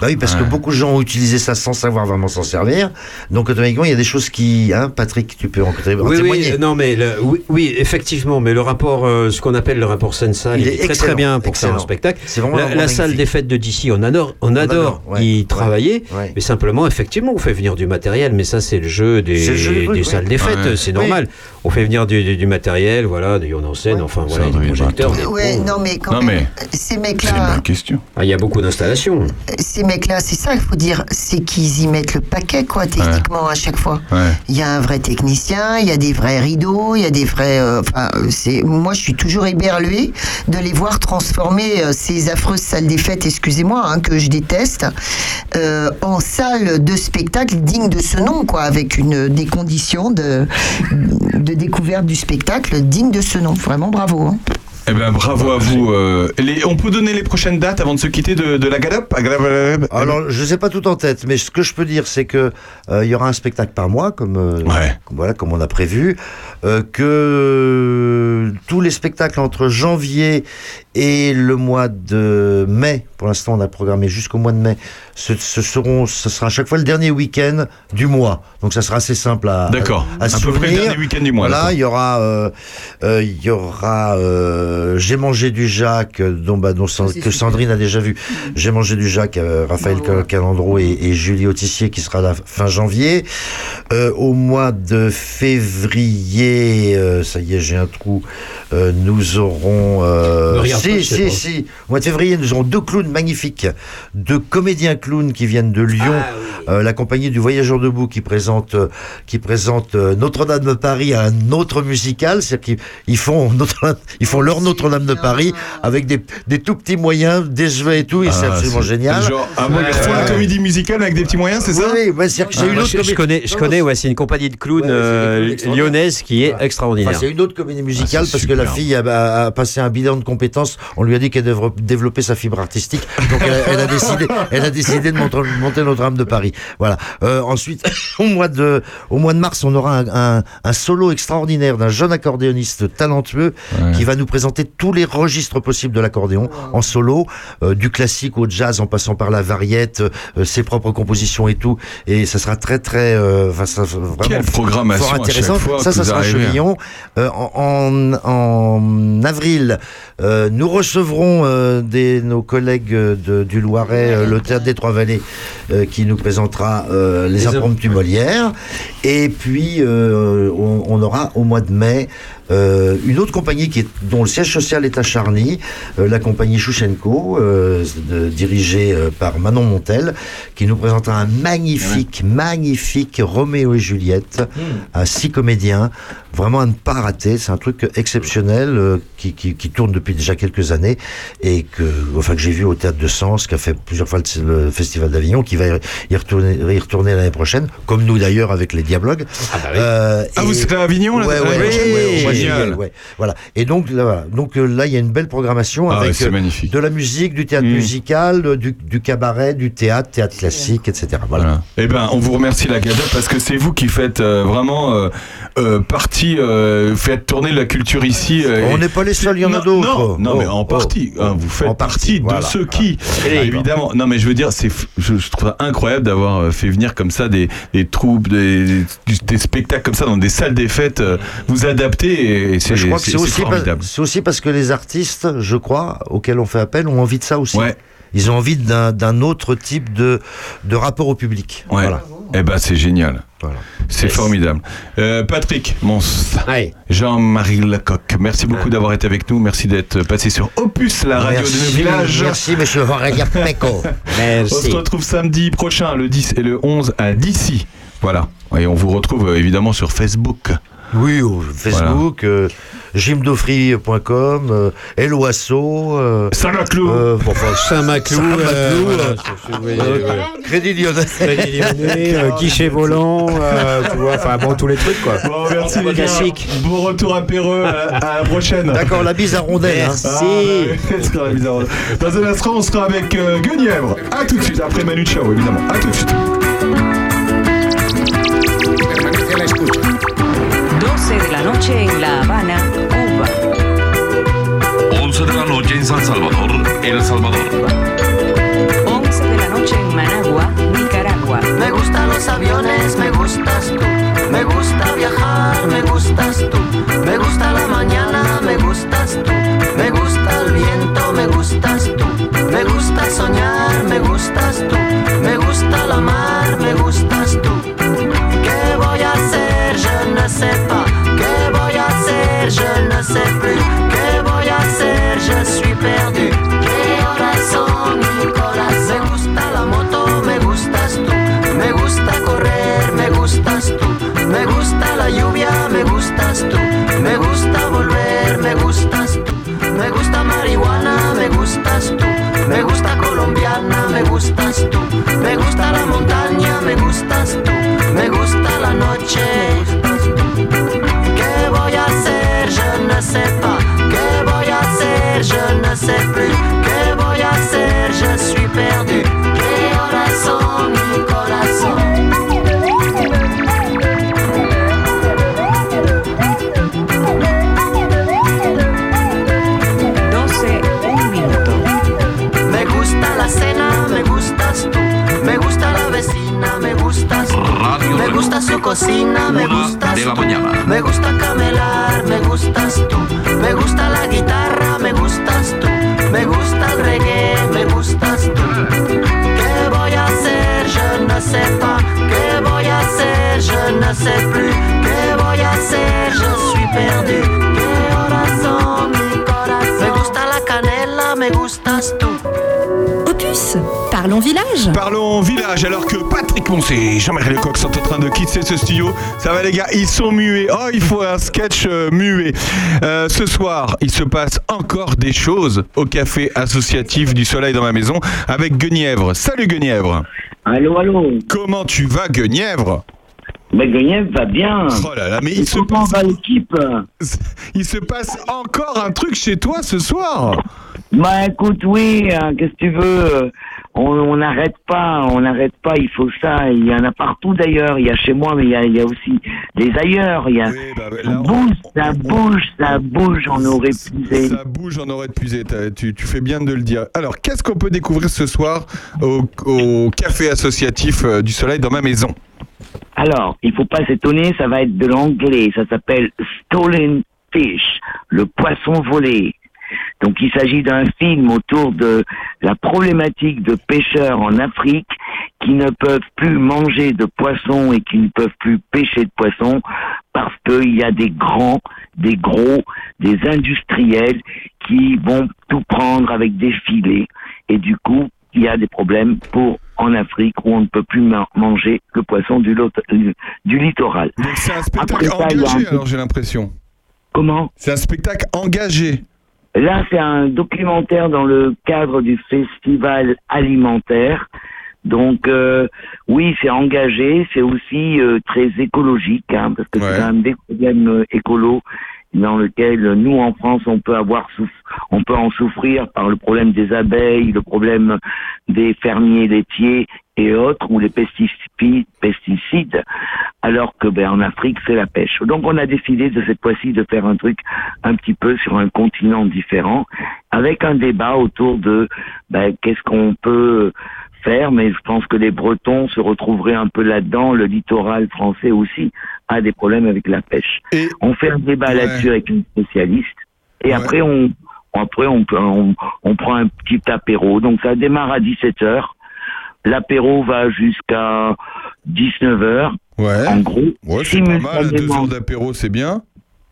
bah oui, parce que beaucoup de gens ont utilisé ça sans savoir vraiment s'en servir. Donc automatiquement, il y a des choses qui. Hein, Patrick, tu peux en, en Oui, oui, témoigner. euh, non, mais le- oui, oui, effectivement, mais le rapport, euh, ce qu'on appelle le rapport scène salle, Il il, est est très, excellent, très bien pour faire excellent. un spectacle. C'est vraiment un la, endroit la salle magnifique. des fêtes de d'ici, on adore, on adore, adore, ouais, y ouais, travailler, ouais. mais simplement, effectivement, on fait venir du matériel, mais ça, c'est le jeu des, C'est le jeu des des trucs, salles oui. des fêtes, Ouais. c'est Oui. normal. On fait venir du, du- du matériel, voilà, des en scène, enfin voilà, des projecteurs. des- Euh, Ouais, non, mais quand Oh. Non, même, euh, mais- ces mecs-là, euh, question. Ah, il y a beaucoup d'installations. ces mecs-là, c'est ça qu'il faut dire, c'est qu'ils y mettent le paquet, quoi, techniquement, à chaque fois. Ouais. Il y a un vrai technicien, il y a des vrais rideaux, il y a des vrais. euh, enfin, euh, c'est moi, je suis toujours éberluée de les voir transformer euh, ces affreuses salles des fêtes, excusez-moi, hein, que je déteste, euh, en salles de spectacle dignes de ce nom, quoi, avec une des conditions de, de découverte du spectacle dignes de ce nom. Vraiment, bravo. hein. Eh ben, bravo à vous. euh, les- on peut donner les prochaines dates avant de se quitter de, de la galope à Grave- Alors, Ah je ne sais pas tout en tête, mais ce que je peux dire, c'est que euh, il y aura un spectacle par mois, comme, euh, comme- voilà, comme on a prévu, euh, que tous les spectacles entre janvier et le mois de mai, pour l'instant, on a programmé jusqu'au mois de mai, ce, ce seront, ce sera à chaque fois le dernier week-end du mois. Donc, ça sera assez simple à, D'accord. à, à se À peu près le souvenir. dernier week-end du mois, Voilà, d'accord. il y aura, euh, euh, il y aura euh, J'ai mangé du Jacques, euh, dont, bah, dont San- c'est super. que Mm. Sandrine a déjà vu. J'ai mangé du Jacques, euh, Raphaël Cal- Calandro et, et Julie Autissier, qui sera la fin janvier. Euh, au mois de février, euh, ça y est, j'ai un trou, euh, nous aurons... euh, Ne regarde pas, je si, sais si, pas. si. Au mois de février, nous aurons deux clowns magnifiques, deux comédiens clowns qui viennent de Lyon. Euh, la compagnie du Voyageur debout qui présente euh, qui présente euh, Notre-Dame de Paris à un autre musical, c'est-à-dire qu'ils ils font Notre ils font leur Notre-Dame de Paris avec des, des tout petits moyens, des jeux et tout, et c'est Ah, absolument c'est- génial. Genre, ah, moi, ils font la comédie musicale avec des petits moyens, c'est ça Oui, bah, c'est-à-dire que j'ai Ah, une moi, autre je, je comédie- connais, je Non, connais, ouais, c'est une compagnie de clowns euh, lyonnaise qui est extraordinaire. Enfin, c'est une autre comédie musicale Ah, c'est parce que super. la fille a, a passé un bilan de compétences. On lui a dit qu'elle devrait développer sa fibre artistique. Donc elle a, elle a décidé, elle a décidé de monter, monter Notre-Dame de Paris. Voilà. Euh, ensuite, au mois de, au mois de mars, on aura un, un- un solo extraordinaire d'un jeune accordéoniste talentueux qui va nous présenter tous les registres possibles de l'accordéon en solo, euh, du classique au jazz en passant par la variette, euh, ses propres compositions et tout. Et ça sera très très, euh, enfin, ça, vraiment Quelle fort programmation à chaque intéressant. fois ça, que ça vous sera arrivez. hein. Chevillon. Euh, en, en- en avril, euh, nous recevrons euh, des, nos collègues euh, de- du Loiret, euh, le Théâtre des Trois-Vallées, euh, qui nous présentera euh, les Les impromptus Molière. Et puis, euh, on, on aura au mois de mai euh, une autre compagnie qui est, dont le siège social est à Charny, euh, la compagnie Chouchenko, euh, de- dirigée euh, par Manon Montel, qui nous présentera un magnifique, magnifique Roméo et Juliette à six comédiens, vraiment à ne pas rater. C'est un truc exceptionnel euh, qui, qui- qui tourne depuis déjà quelques années et que, enfin, que j'ai vu au théâtre de Sens, qui a fait plusieurs fois le, le festival d'Avignon, qui va y retourner, y retourner l'année prochaine, comme nous d'ailleurs avec les Diablogues. Ah, Ah, vous serez à Avignon, là, Ouais, l'année ouais, prochaine ouais, ouais, au mois de Génial. juillet, ouais. Voilà. Et donc là, voilà. donc euh, là, il y a une belle programmation Ah, avec c'est euh, magnifique. Mm. de la musique, du théâtre musical, euh, du, du cabaret, du théâtre, théâtre classique, etc. Voilà. Eh ben, on vous remercie la Gazette parce que c'est vous qui faites euh, vraiment euh, euh, partie, euh, faites tourner la culture ici. euh, On et- n'est pas les seuls, il y en a Non, d'autres. Non, non, Oh, mais en oh. partie. hein, vous faites partie, de voilà, ceux qui, voilà. Ah, Et- évidemment. Non, mais je veux dire, c'est, f- je, je trouve ça incroyable d'avoir euh, fait venir comme ça des, des troupes, des, des- des spectacles comme ça dans des salles des fêtes. euh, Vous adaptez et, et c'est, je crois que c'est- c'est c'est aussi, pas- formidable. c'est aussi parce que les artistes, je crois, auxquels on fait appel, ont envie de ça aussi. Ils ont envie d'un d'un autre type de, de rapport au public. Ouais. Voilà. Eh ben, c'est génial. C'est formidable. Euh, Patrick Mons, Jean-Marie Lecoq, merci beaucoup d'avoir été avec nous. Merci d'être passé sur Opus, la radio merci, de nos villages. Merci, monsieur Aurélia Pecco. On se retrouve samedi prochain, le 10 et le 11 à d'ici. Voilà. Et on vous retrouve euh, évidemment sur Facebook. Oui, au Facebook, euh, gymdofree.com, euh, El Oiseau. euh, Saint-Maclou. euh, bon, enfin, Saint-Maclou, Saint-Maclou, euh, voilà, euh, je- euh, Crédit Lyonnais. Crédit Lyonnais, euh, guichet volant, euh, tu vois, enfin bon, tous les trucs quoi. Bon, Oh, merci Ah, les gars. Classique. Bon retour à Péreux. À, à la prochaine. D'accord, la bise à rondelle. hein. Ah, ouais, c'est la bise à rondelle. Dans un instant, on sera avec euh, Guenièvre. A tout de suite, après Manu Chao, évidemment. A tout de suite. Permanece a la escucha. 12 de la noche en La Habana, Cuba. 11 de la noche en San Salvador, El Salvador. 11 de la noche en Managua, Nicaragua. Me gustan los aviones, me gustas tú. Me gusta viajar, me gustas tú. Me gusta la mañana, me gustas tú. Me gusta el viento, me gustas tú. Me gusta soñar, me gustas tú. Me gusta la mar, me gustas tú. ¿Qué voy a hacer? Je ne sais pas. ¿Qué voy a hacer? Je ne sais plus. ¿Qué voy a hacer? Je suis perdu. ¿Qué horas son, Nicolás? Me gusta la moto, me gustas tú. Me gusta correr, me gustas tú. Me gusta la lluvia, me gustas tú. Me gusta volver, me gustas tú. Me gusta marihuana, me gustas tú. Me gusta colombiana, me gustas tú. Me gusta la montaña, me gustas tú. Me gusta la noche. ¿Qué voy a hacer? Je ne sais pas. ¿Qué voy a hacer? matina me Una gustas de la tú. mañana. Me gusta camelar, me gustas tú. Me gusta la guitarra, me gustas tú. Me gusta el reggae, me gustas tú. ¿Qué voy a hacer? Je ne sais pas. ¿Qué voy a hacer? Je ne sais plus. ¿Qué voy a hacer? Je suis perdu. ¿Qué corazón, mi corazón? Me gusta la canela, me gustas tú. Opus, parlons village. Parlons village, alors que Patrick Moncé et Jean-Marie Lecoq sont en train de quitter ce studio. Ça va les gars, ils sont muets. Oh, il faut un sketch euh, muet. Euh, ce soir, il se passe encore des choses au café associatif du Soleil dans ma maison avec Guenièvre. Salut Guenièvre. Allô, allô. Comment tu vas Guenièvre Mais Guenièvre va bien. Oh là là, mais il se passe... va l'équipe Il se passe encore un truc chez toi ce soir Bah écoute, oui, hein, qu'est-ce que tu veux On on n'arrête pas, on n'arrête pas, il faut ça. Il y en a partout d'ailleurs, il y a chez moi, mais il y a, il y a aussi des ailleurs. Il y a... bah, ça bouge, ça bouge, ça bouge, on aurait pu... Ça bouge, on aurait épuisé. T'as- Tu, tu fais bien de le dire. Alors, qu'est-ce qu'on peut découvrir ce soir au, au café associatif euh, du Soleil dans ma maison Alors, il faut pas s'étonner, ça va être de l'anglais. Ça s'appelle Stolen Fish, le poisson volé. Donc, il s'agit d'un film autour de la problématique de pêcheurs en Afrique qui ne peuvent plus manger de poisson et qui ne peuvent plus pêcher de poisson parce qu'il y a des grands, des gros, des industriels qui vont tout prendre avec des filets. Et du coup, il y a des problèmes pour en Afrique où on ne peut plus ma- manger le poisson du, lot- du- du littoral. C'est un Après spectacle Ah, ça, il y a engagé, hein. un- alors j'ai l'impression. Comment C'est un spectacle engagé. Là, c'est un documentaire dans le cadre du festival alimentaire. Donc, euh, oui, c'est engagé, c'est aussi euh, très écologique, hein, parce que c'est quand même des problèmes euh, écolos dans lequel euh, nous, en France, on peut avoir souff- on peut en souffrir par le problème des abeilles, le problème des fermiers laitiers et autres, ou les pesticides, pesticides alors que ben, en Afrique, c'est la pêche. Donc on a décidé de cette fois-ci de faire un truc un petit peu sur un continent différent, avec un débat autour de ben, qu'est-ce qu'on peut faire, mais je pense que les Bretons se retrouveraient un peu là-dedans, le littoral français aussi a des problèmes avec la pêche. on fait un débat là-dessus avec une spécialiste, et après on après on, peut- on, on prend un petit apéro, donc ça démarre à 17h, l'apéro va jusqu'à 19h, Ouais. en gros, Ouais, c'est pas mal, deux simultanément. heures d'apéro, c'est bien.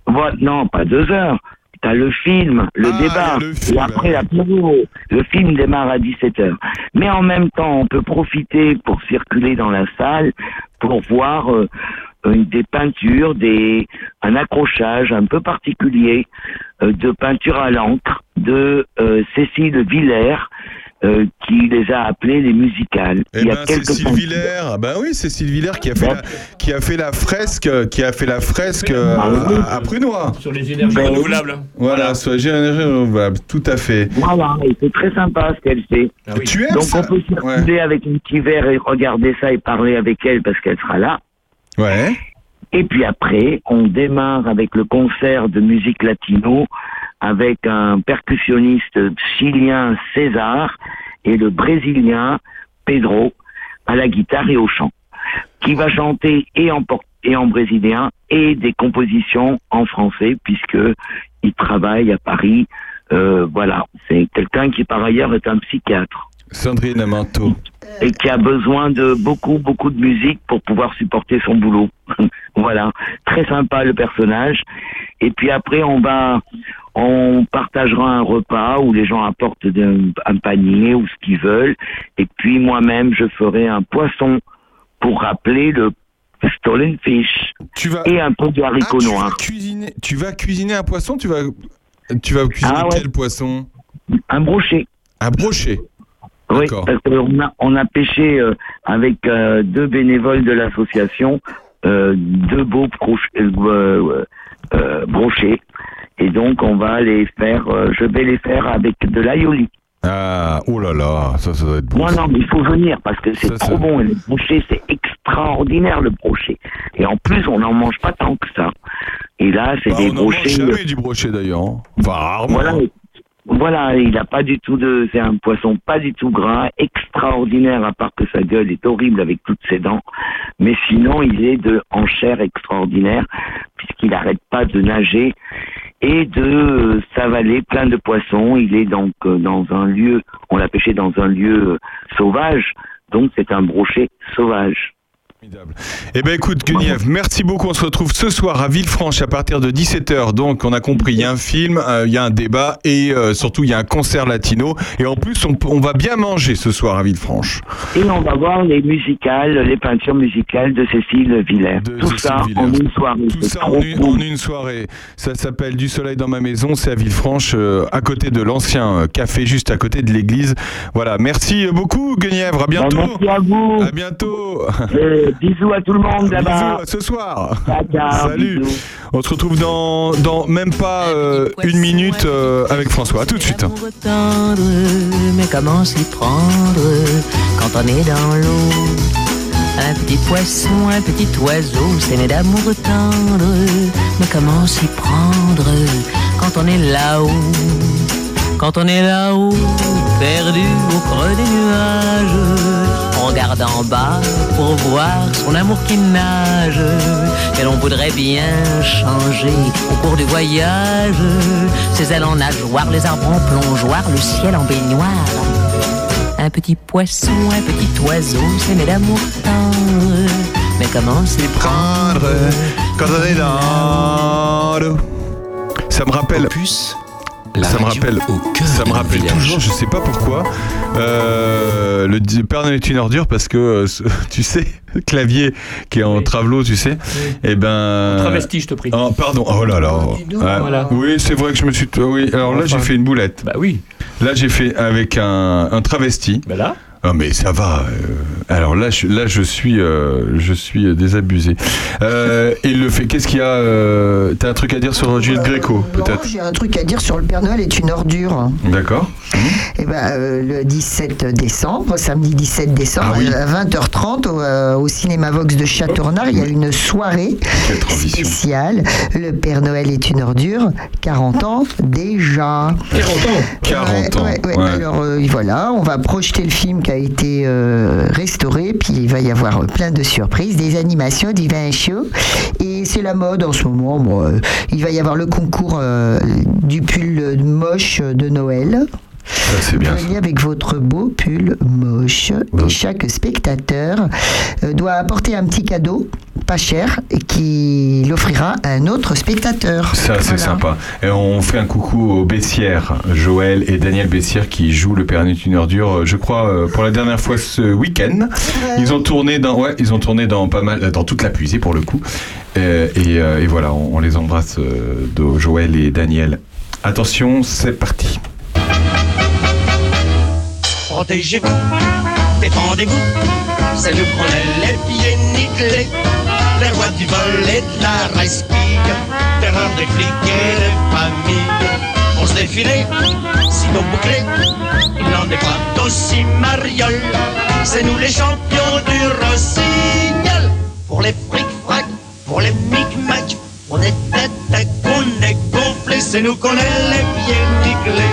Voilà, non, pas deux heures. T'as le film, le Ah, débat, et après l'apéro. Le film démarre à 17h. Mais en même temps, on peut profiter pour circuler dans la salle, pour voir euh, une- des peintures, des, un accrochage un peu particulier euh, de peinture à l'encre de euh, Cécile Villers, euh, qui les a appelées les musicales. Eh ben, Cécile Villers, ah ben oui, Cécile Villers qui a Bah. fait, la, qui a fait la fresque, euh, qui a fait la Ah, fresque euh, à, à Prunois. Sur les énergies Bah, Ben oui. renouvelables. Voilà, soit j'ai un renouvelable, tout à fait. Voilà, et c'est très sympa ce qu'elle fait. Ah Tu aimes Donc ça on peut circuler avec un petit verre et regarder ça et parler avec elle parce qu'elle sera là. Ouais. Et puis après, on démarre avec le concert de musique latino avec un percussionniste chilien César et le brésilien Pedro à la guitare et au chant, qui va chanter et en, por- et en brésilien et des compositions en français puisque il travaille à Paris. Euh, voilà, c'est quelqu'un qui par ailleurs est un psychiatre Sandrine Amanto. et qui a besoin de beaucoup, beaucoup de musique pour pouvoir supporter son boulot. voilà, très sympa le personnage. Et puis après, on va, on partagera un repas où les gens apportent de- un panier ou ce qu'ils veulent. Et puis moi-même, je ferai un poisson pour rappeler le stolen fish et un pot de haricots Ah, tu noirs. vas cuisiner- tu vas cuisiner un poisson, tu vas tu vas cuisiner Ah ouais. quel poisson Un brochet. Un brochet. Oui, D'accord. parce qu'on a, on a pêché euh, avec euh, deux bénévoles de l'association, euh, deux beaux broch- euh, euh, euh, brochets. Et donc, on va les faire, euh, je vais les faire avec de l'aioli. Ah, oh là là, ça ça doit être bon. Non, non, mais il faut venir parce que c'est trop bon. Et le brochet, c'est extraordinaire, le brochet. Et en plus, on n'en mange pas tant que ça. Et là, c'est Bah, des on n'en mange brochets. euh, jamais du brochet d'ailleurs. hein. Enfin, rarement. Voilà. Voilà, il n'a pas du tout de. C'est un poisson pas du tout gras, extraordinaire, à part que sa gueule est horrible avec toutes ses dents. Mais sinon, il est de en chair extraordinaire, puisqu'il n'arrête pas de nager et de euh, s'avaler plein de poissons. Il est donc euh, dans un lieu, on l'a pêché dans un lieu euh, sauvage, donc c'est un brochet sauvage. Eh ben écoute, Guniev, merci beaucoup. On se retrouve ce soir à Villefranche à partir de 17h. Donc, on a compris, il y a un film, euh, il y a un débat et euh, surtout, il y a un concert latino. Et en plus, on, on va bien manger ce soir à Villefranche. Et on va voir les musicales, les peintures musicales de Cécile Villers. Tout Cécile ça Villers. en une soirée. Tout c'est ça trop en une, cool. en une soirée. Ça s'appelle Du soleil dans ma maison. C'est à Villefranche, euh, à côté de l'ancien euh, café, juste à côté de l'église. Voilà, merci euh, beaucoup, Guenièvre. À bientôt. Ben, merci à vous. À bientôt. bisous à tout le monde là-bas. Bisous à ce soir. ciao, Salut. On se retrouve dans, dans même pas euh, une minute euh, avec François. À tout de suite. tendre, mais comment s'y prendre quand on est dans l'eau Un petit poisson, un petit oiseau, c'est né d'amour tendre, mais comment s'y prendre quand on est là-haut Quand on est là-haut, perdu au creux des nuages, on regarde en bas pour voir son amour qui nage, et l'on voudrait bien changer au cours du voyage, ses ailes en nageoire, les arbres en plongeoire, le ciel en baignoire. Un petit poisson, un petit oiseau, c'est mes d'amour tendre. Mais comment s'y prendre quand on est dans l'eau Ça me rappelle. la ça me radio rappelle, ça me rappelle toujours, je sais pas pourquoi, euh, le di- Père Noël est une ordure parce que, euh, ce- tu sais, clavier qui est en travelot, tu sais, et ben. Travesti, je te prie. Oh, pardon, oh là là. Ah, Voilà. Oui, c'est vrai que je me suis. Oui, alors là, Enfin. j'ai fait une boulette. Bah oui. Là, j'ai fait avec un, un travesti. Bah là. Ah mais ça va. euh, alors là, je, là, je suis, euh, je suis euh, désabusé. Euh, et le fait, qu'est-ce qu'il y a euh, T'as un truc à dire sur Juliette Gréco, peut-être J'ai un truc à dire sur le Père Noël est une ordure. D'accord. Eh ben, euh, le 17 décembre, samedi 17 décembre, euh, Ah oui. à 20h30 au, euh, au cinéma Vox de Châteaurnard, il y a une soirée spéciale. Le Père Noël est une ordure, 40 ans déjà. 40 ans 40 ans. Alors euh, voilà, on va projeter le film qui a été euh, restauré, puis il va y avoir euh, plein de surprises, des animations, des vins chauds. Et c'est la mode en ce moment. bon, euh, il va y avoir le concours euh, du pull euh, moche de Noël. c'est bien. Venez avec votre beau pull moche. Et chaque spectateur euh, doit apporter un petit cadeau, pas cher, et qui l'offrira à un autre spectateur. Ça, c'est sympa. Et on fait un coucou aux Bessières, Joël et Daniel Bessières qui jouent le Père Noël est une ordure, euh, je crois, euh, pour la dernière fois ce week-end. Ils ont tourné dans, ouais, ils ont tourné dans pas mal, dans toute la puisée pour le coup. Euh, et, euh, et voilà, on, on les embrasse, euh, de Joël et Daniel. Attention, c'est parti. Protégez-vous, défendez-vous. C'est le colonel les pieds nickelés. Les rois du vol et de la resquille. Terreur des flics et des familles. Pour se défiler, sinon bouclé, il n'en est pas aussi mariole. C'est nous les champions du rossignol. Pour les fric-frac, pour les micmacs, on est tête on est gonflé. C'est nous qu'on est les pieds nickelés.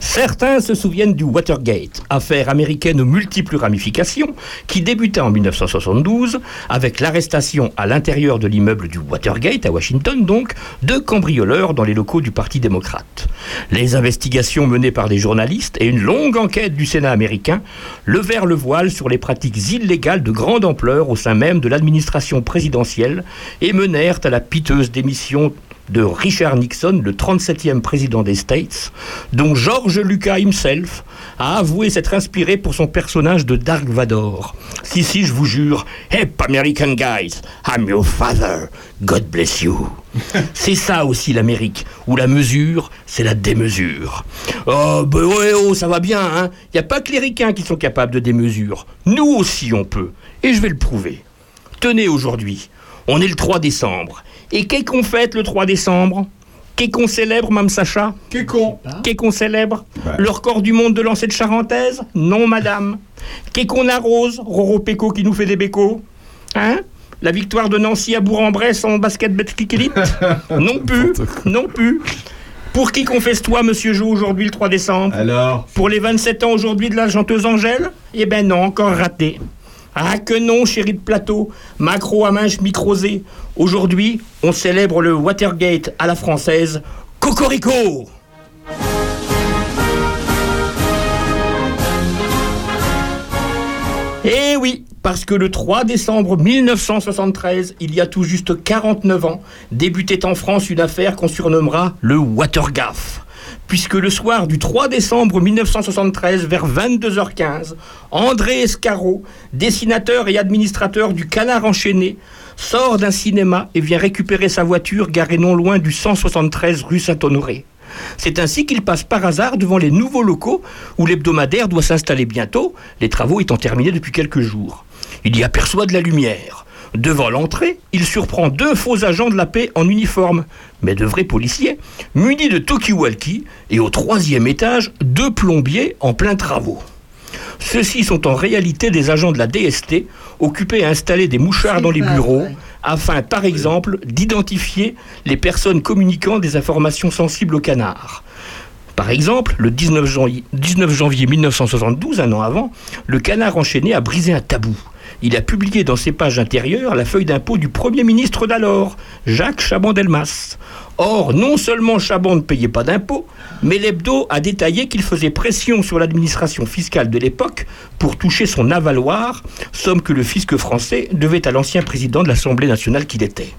Certains se souviennent du Watergate, affaire américaine aux multiples ramifications, qui débuta en 1972 avec l'arrestation à l'intérieur de l'immeuble du Watergate, à Washington donc, de cambrioleurs dans les locaux du Parti démocrate. Les investigations menées par des journalistes et une longue enquête du Sénat américain levèrent le voile sur les pratiques illégales de grande ampleur au sein même de l'administration présidentielle et menèrent à la piteuse démission de Richard Nixon, le 37e président des States, dont George Lucas himself a avoué s'être inspiré pour son personnage de Dark Vador. Si, si, je vous jure, Hep American guys, I'm your father, God bless you. c'est ça aussi l'Amérique, où la mesure, c'est la démesure. Oh, ben ouais, oh, ça va bien, hein. Y a pas que les ricains qui sont capables de démesure. Nous aussi, on peut. Et je vais le prouver. Tenez aujourd'hui, on est le 3 décembre. Et qu'est-ce qu'on fête le 3 décembre Qu'est-ce qu'on célèbre, Mme Sacha Qu'est-ce qu'on célèbre Le record du monde de lancer de charentaise Non, madame. Qu'est-ce qu'on arrose Roro Péco qui nous fait des bécos Hein La victoire de Nancy à Bourg-en-Bresse en basket Betclic Elite Non plus. non plus. Pour qui confesse-toi, monsieur Jo, aujourd'hui le 3 décembre Alors Pour les 27 ans aujourd'hui de la chanteuse Angèle Eh ben non, encore raté. Ah que non, chérie de plateau, macro à minche microsée. Aujourd'hui, on célèbre le Watergate à la française. Cocorico Eh oui, parce que le 3 décembre 1973, il y a tout juste 49 ans, débutait en France une affaire qu'on surnommera le Watergaffe. Puisque le soir du 3 décembre 1973, vers 22h15, André Escarot, dessinateur et administrateur du Canard Enchaîné, sort d'un cinéma et vient récupérer sa voiture garée non loin du 173 rue Saint-Honoré. C'est ainsi qu'il passe par hasard devant les nouveaux locaux où l'hebdomadaire doit s'installer bientôt, les travaux étant terminés depuis quelques jours. Il y aperçoit de la lumière. Devant l'entrée, il surprend deux faux agents de la paix en uniforme, mais de vrais policiers, munis de talkie-walkie, et au troisième étage, deux plombiers en plein travaux. Ceux-ci sont en réalité des agents de la DST, occupés à installer des mouchards dans les bureaux, afin, par exemple, d'identifier les personnes communiquant des informations sensibles au canard. Par exemple, le 19 janvier, 19 janvier 1972, un an avant, le canard enchaîné a brisé un tabou. Il a publié dans ses pages intérieures la feuille d'impôt du Premier ministre d'alors, Jacques Chaban-Delmas. Or, non seulement Chaban ne payait pas d'impôts, mais l'hebdo a détaillé qu'il faisait pression sur l'administration fiscale de l'époque pour toucher son avaloir, somme que le fisc français devait à l'ancien président de l'Assemblée nationale qu'il était.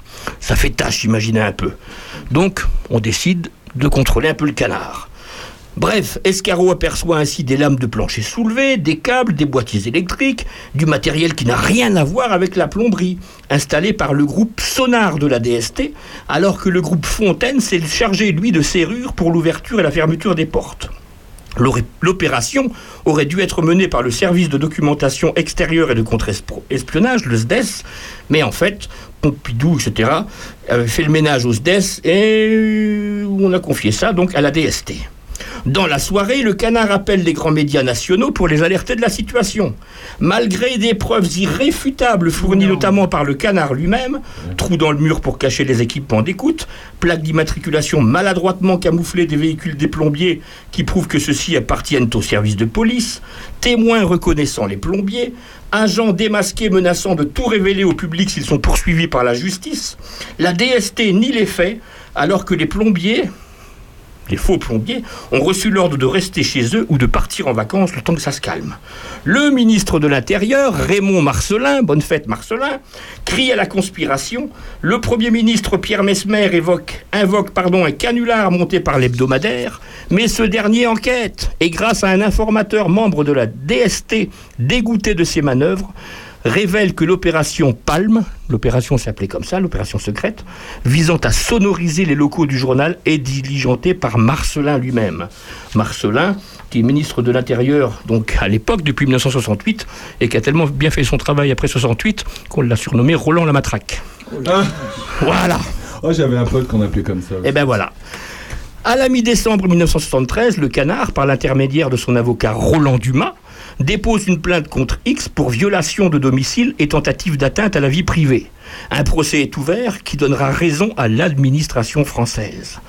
Ça fait tâche, imaginez un peu. Donc, on décide de contrôler un peu le canard. Bref, Escarot aperçoit ainsi des lames de plancher soulevées, des câbles, des boîtiers électriques, du matériel qui n'a rien à voir avec la plomberie, installée par le groupe Sonar de la DST, alors que le groupe Fontaine s'est chargé, lui, de serrures pour l'ouverture et la fermeture des portes. L'oré- L'opération aurait dû être menée par le service de documentation extérieure et de contre-espionnage, le SDES, mais en fait, Pompidou, etc., avait fait le ménage au SDES et euh, on a confié ça donc à la DST. Dans la soirée, le canard appelle les grands médias nationaux pour les alerter de la situation. Malgré des preuves irréfutables fournies notamment par le canard lui-même, trous dans le mur pour cacher les équipements d'écoute, plaques d'immatriculation maladroitement camouflées des véhicules des plombiers qui prouvent que ceux-ci appartiennent au service de police, témoins reconnaissant les plombiers, agents démasqués menaçant de tout révéler au public s'ils sont poursuivis par la justice, la DST nie les faits alors que les plombiers, les faux plombiers, ont reçu l'ordre de rester chez eux ou de partir en vacances le temps que ça se calme. Le ministre de l'Intérieur, Raymond Marcelin, bonne fête Marcelin, crie à la conspiration. Le Premier ministre Pierre Mesmer évoque, invoque pardon, un canular monté par l'hebdomadaire, mais ce dernier enquête et grâce à un informateur membre de la DST dégoûté de ses manœuvres, révèle que l'opération Palme, l'opération s'appelait comme ça, l'opération secrète, visant à sonoriser les locaux du journal, est diligentée par Marcelin lui-même. Marcelin, qui est ministre de l'Intérieur, donc à l'époque, depuis 1968, et qui a tellement bien fait son travail après 68 qu'on l'a surnommé Roland la matraque. Voilà. Oh, j'avais un pote qu'on appelait comme ça. Et ben voilà. À la mi-décembre 1973, le canard, par l'intermédiaire de son avocat Roland Dumas, dépose une plainte contre X pour violation de domicile et tentative d'atteinte à la vie privée. Un procès est ouvert qui donnera raison à l'administration française.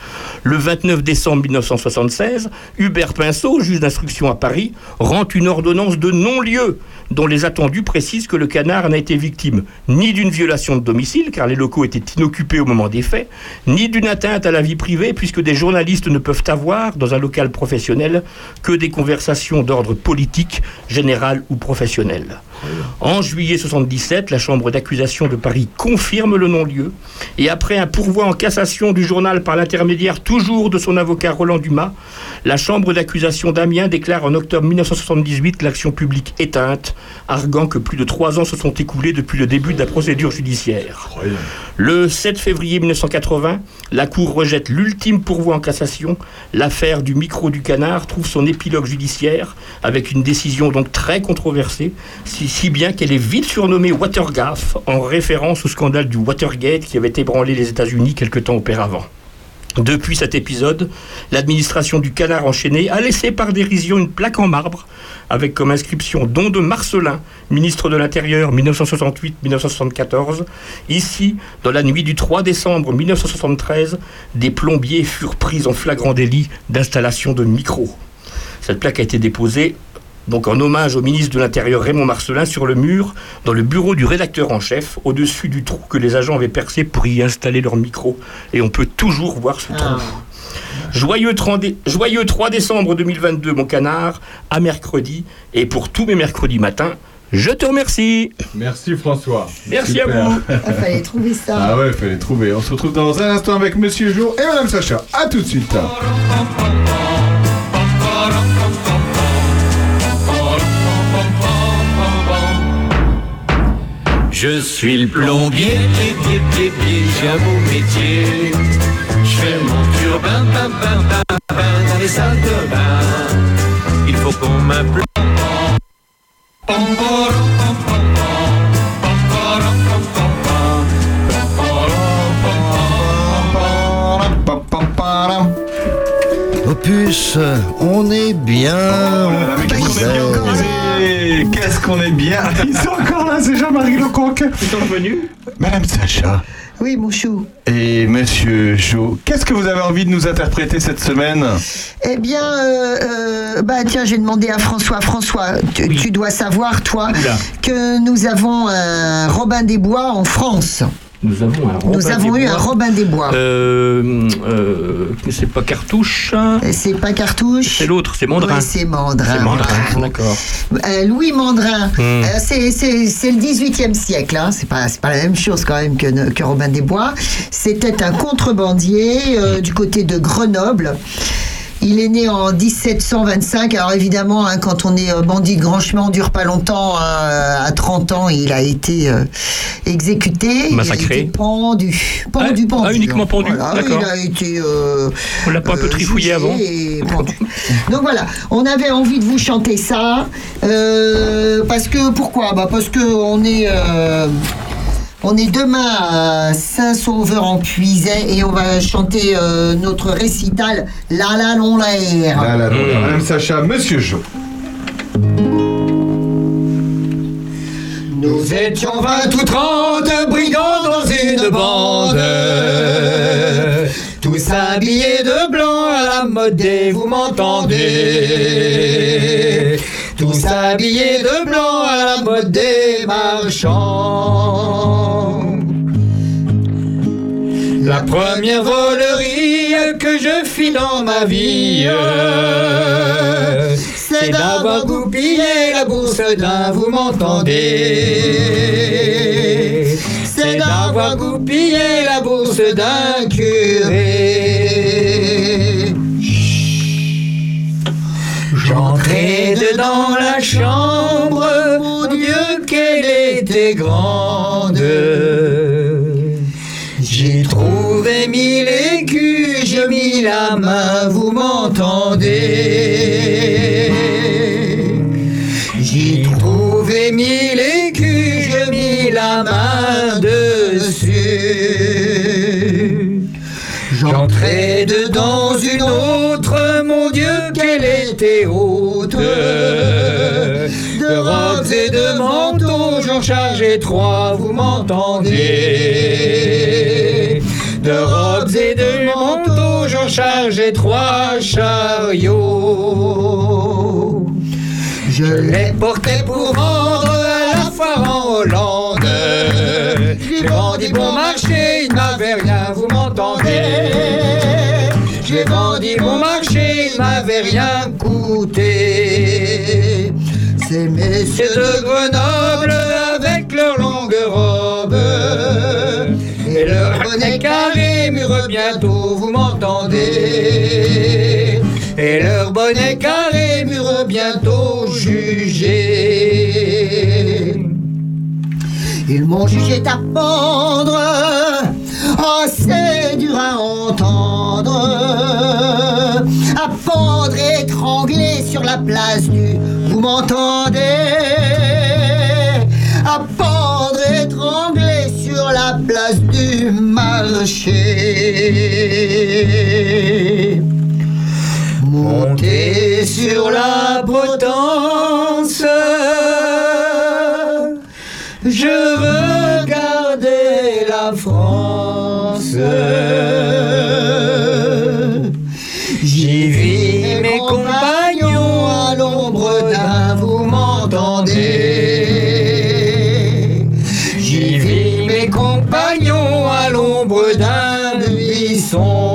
Le 29 décembre 1976, Hubert Pinceau, juge d'instruction à Paris, rend une ordonnance de non-lieu dont les attendus précisent que le canard n'a été victime ni d'une violation de domicile, car les locaux étaient inoccupés au moment des faits, ni d'une atteinte à la vie privée, puisque des journalistes ne peuvent avoir, dans un local professionnel, que des conversations d'ordre politique, général ou professionnel. En juillet 77, la Chambre d'accusation de Paris confirme le non-lieu. Et après un pourvoi en cassation du journal par l'intermédiaire toujours de son avocat Roland Dumas, la Chambre d'accusation d'Amiens déclare en octobre 1978 l'action publique éteinte, arguant que plus de trois ans se sont écoulés depuis le début de la procédure judiciaire. Le 7 février 1980, la Cour rejette l'ultime pourvoi en cassation. L'affaire du micro du canard trouve son épilogue judiciaire avec une décision donc très controversée, si, si bien qu'elle est vite surnommée Watergaffe en référence au scandale du Watergate qui avait ébranlé les États-Unis quelque temps auparavant. Depuis cet épisode, l'administration du canard enchaîné a laissé par dérision une plaque en marbre avec comme inscription Don de Marcelin, ministre de l'Intérieur 1968-1974. Ici, dans la nuit du 3 décembre 1973, des plombiers furent pris en flagrant délit d'installation de micros. Cette plaque a été déposée donc en hommage au ministre de l'Intérieur Raymond Marcelin sur le mur, dans le bureau du rédacteur en chef, au-dessus du trou que les agents avaient percé pour y installer leur micro. Et on peut toujours voir ce trou. Joyeux, 30 dé- Joyeux 3 décembre 2022, mon canard, à mercredi, et pour tous mes mercredis matins, je te remercie. Merci François. Merci Super. à vous. Il fallait trouver ça. Ah ouais, fallait trouver. On se retrouve dans un instant avec Monsieur Jo et Madame Sacha. À tout de suite. Je suis le plombier, pied, pied, pied, pied, j'ai un beau métier. Je fais mon turbin, pam, pam, pam, pam, dans les salles de bain. Il faut qu'on m'appelle. Opus, on est bien. Mais qu'est-ce qu'on est bien organisé Qu'est-ce qu'on est bien Ils sont encore là, c'est Jean-Marie Leconque. Ils sont revenus Madame Sacha. Oui, mon chou. Et Monsieur Jo, qu'est-ce que vous avez envie de nous interpréter cette semaine Eh bien, euh, euh, bah tiens, j'ai demandé à François. François, tu, tu dois savoir, toi, Oula. que nous avons un Robin des Bois en France. Nous avons, un Nous Robin avons des eu Bois. un Robin des Bois. Euh, euh, c'est pas cartouche. hein Euh, C'est pas cartouche. C'est l'autre, c'est Mandrin. Ouais, c'est Mandrin. C'est Mandrin, d'accord. Euh, Louis Mandrin, Hmm. euh, c'est c'est- c'est le 18e siècle, hein. c'est pas, c'est pas la même chose quand même que, ne- que Robin des Bois. C'était un contrebandier Hmm. euh, du côté de Grenoble. Il est né en 1725. Alors évidemment, hein, quand on est euh, bandit de grand chemin, on dure pas longtemps. hein. À 30 ans, il a été euh, exécuté. Massacré. Il Ah, a été pendu. Pendu, pendu. hein. uniquement pendu, Voilà, d'accord. Il a été... euh, On l'a pas un peu euh, jugé trifouillé avant et pendu. Donc voilà, on avait envie de vous chanter ça. euh, parce que pourquoi bah Parce que on est. euh, on est demain à Saint-Sauveur-en-Puisay et on va chanter euh, notre récital La la non l'air. Là, là, là, là, Madame Sacha, Monsieur Jo. Nous étions vingt ou trente brigands dans une bande, tous habillés de blanc à la mode, des- vous m'entendez Tous habillés de blanc à la mode des marchands. La première volerie que je fis dans ma vie, euh, c'est d'avoir goupillé la bourse d'un, vous m'entendez C'est d'avoir goupillé la bourse d'un curé. J'entrais dedans la chambre, mon Dieu, qu'elle était grande. J'y trouvais mille écus, je mis la main, vous m'entendez J'y trouvais mille écus, je mis la main dessus. J'entrais dedans une autre, mon Dieu, qu'elle était haute. De robes et de manteaux, j'en chargeais trois, vous m'entendez De robes et de manteaux, j'en chargeais trois chariots. Je les portais pour vendre à la foire en Hollande. J'ai vendu bon marché, il n'avait rien, vous m'entendez J'ai vendu bon marché, il n'avait rien coûté. Ces messieurs de Grenoble avec leurs longues robes et leur bonnet carré mûre bientôt, vous m'entendez Et leur bonnet carré mûre bientôt jugé. Ils m'ont jugé à pendre, oh c'est dur à entendre, à pendre et étrangler sur la place du, vous m'entendez, à pendre et étrangler sur la place du mal. marcher. Monter sur la potence, je veux garder la France. J'y vis mes compagnons à l'ombre d'un, vous m'entendez. J'y vis mes compagnons à l'ombre d'un buisson.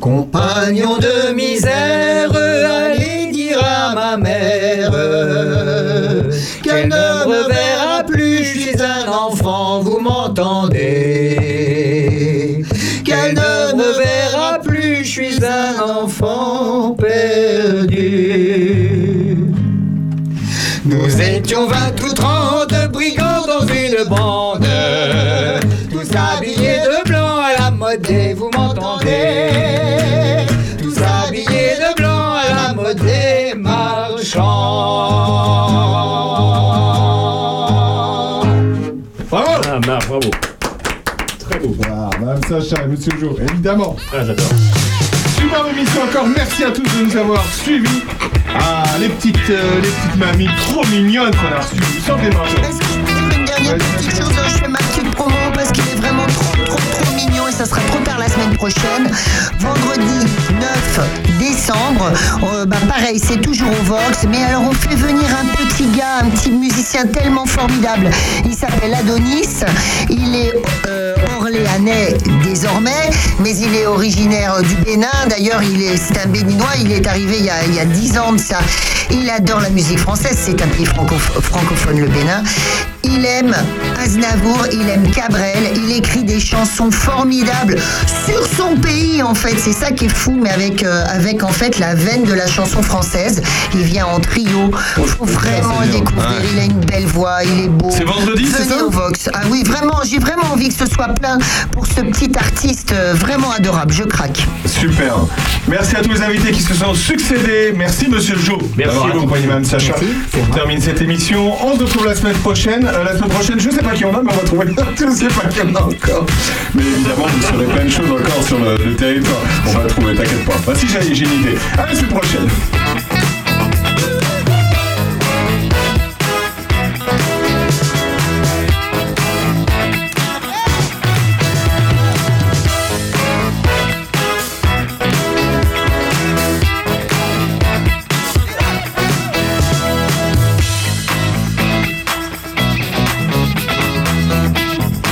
Compagnons de misère, allez dire à ma mère qu'elle ne me verra plus, je suis un enfant, vous m'entendez Qu'elle ne me verra plus, je suis un enfant perdu. Nous étions vingt ou trente brigands dans une bande, tous habillés de blanc à la mode, et vous m'entendez Tous habillés de blanc à la mode, et marchands. Bravo Ah, bah, bravo. Très beau. Ah, Madame Sacha et Monsieur Jour, évidemment. Ah, Superbe émission encore. Merci à tous de nous avoir suivis. Ah, les petites, euh, les petites mamies trop mignonnes qu'on a reçues. Sans Est-ce que je peux dire une dernière petite chose hein, Je fais ma petite promo parce qu'il est vraiment trop, trop, trop mignon et ça sera trop tard la semaine prochaine. Vendredi 9 décembre, euh, bah, pareil, c'est toujours au Vox, mais alors on fait venir un petit gars, un petit musicien tellement formidable. Il s'appelle Adonis, il est euh, orléanais désormais, mais il est originaire euh, du Bénin. D'ailleurs, il est, c'est un béninois, il est arrivé il y, a, il y a 10 ans de ça. Il adore la musique française, c'est un pays francoph- francophone, le Bénin. Il aime Aznavour, il aime Cabrel, il écrit des chansons formidables sur son pays en fait, c'est ça qui est fou, mais avec, euh, avec en fait la veine de la chanson française. Il vient en trio, il faut vraiment le découvrir, il a une belle voix, il est beau. C'est vendredi, c'est Venez ça au Vox. Ah oui, vraiment, j'ai vraiment envie que ce soit plein pour ce petit artiste euh, vraiment adorable, je craque. Super. Merci à tous les invités qui se sont succédés. Merci Monsieur Jo d'avoir à vous. accompagné Madame Sacha. Merci. On termine cette émission. On se retrouve la semaine prochaine. Euh, la semaine prochaine, je ne sais pas qui on a, mais on va trouver. Je ne sais pas qui on a encore. Mais évidemment, vous saurez plein de choses encore sur le, le territoire. On va trouver, t'inquiète pas. Bah si, j'ai j'ai une idée. À la semaine prochaine.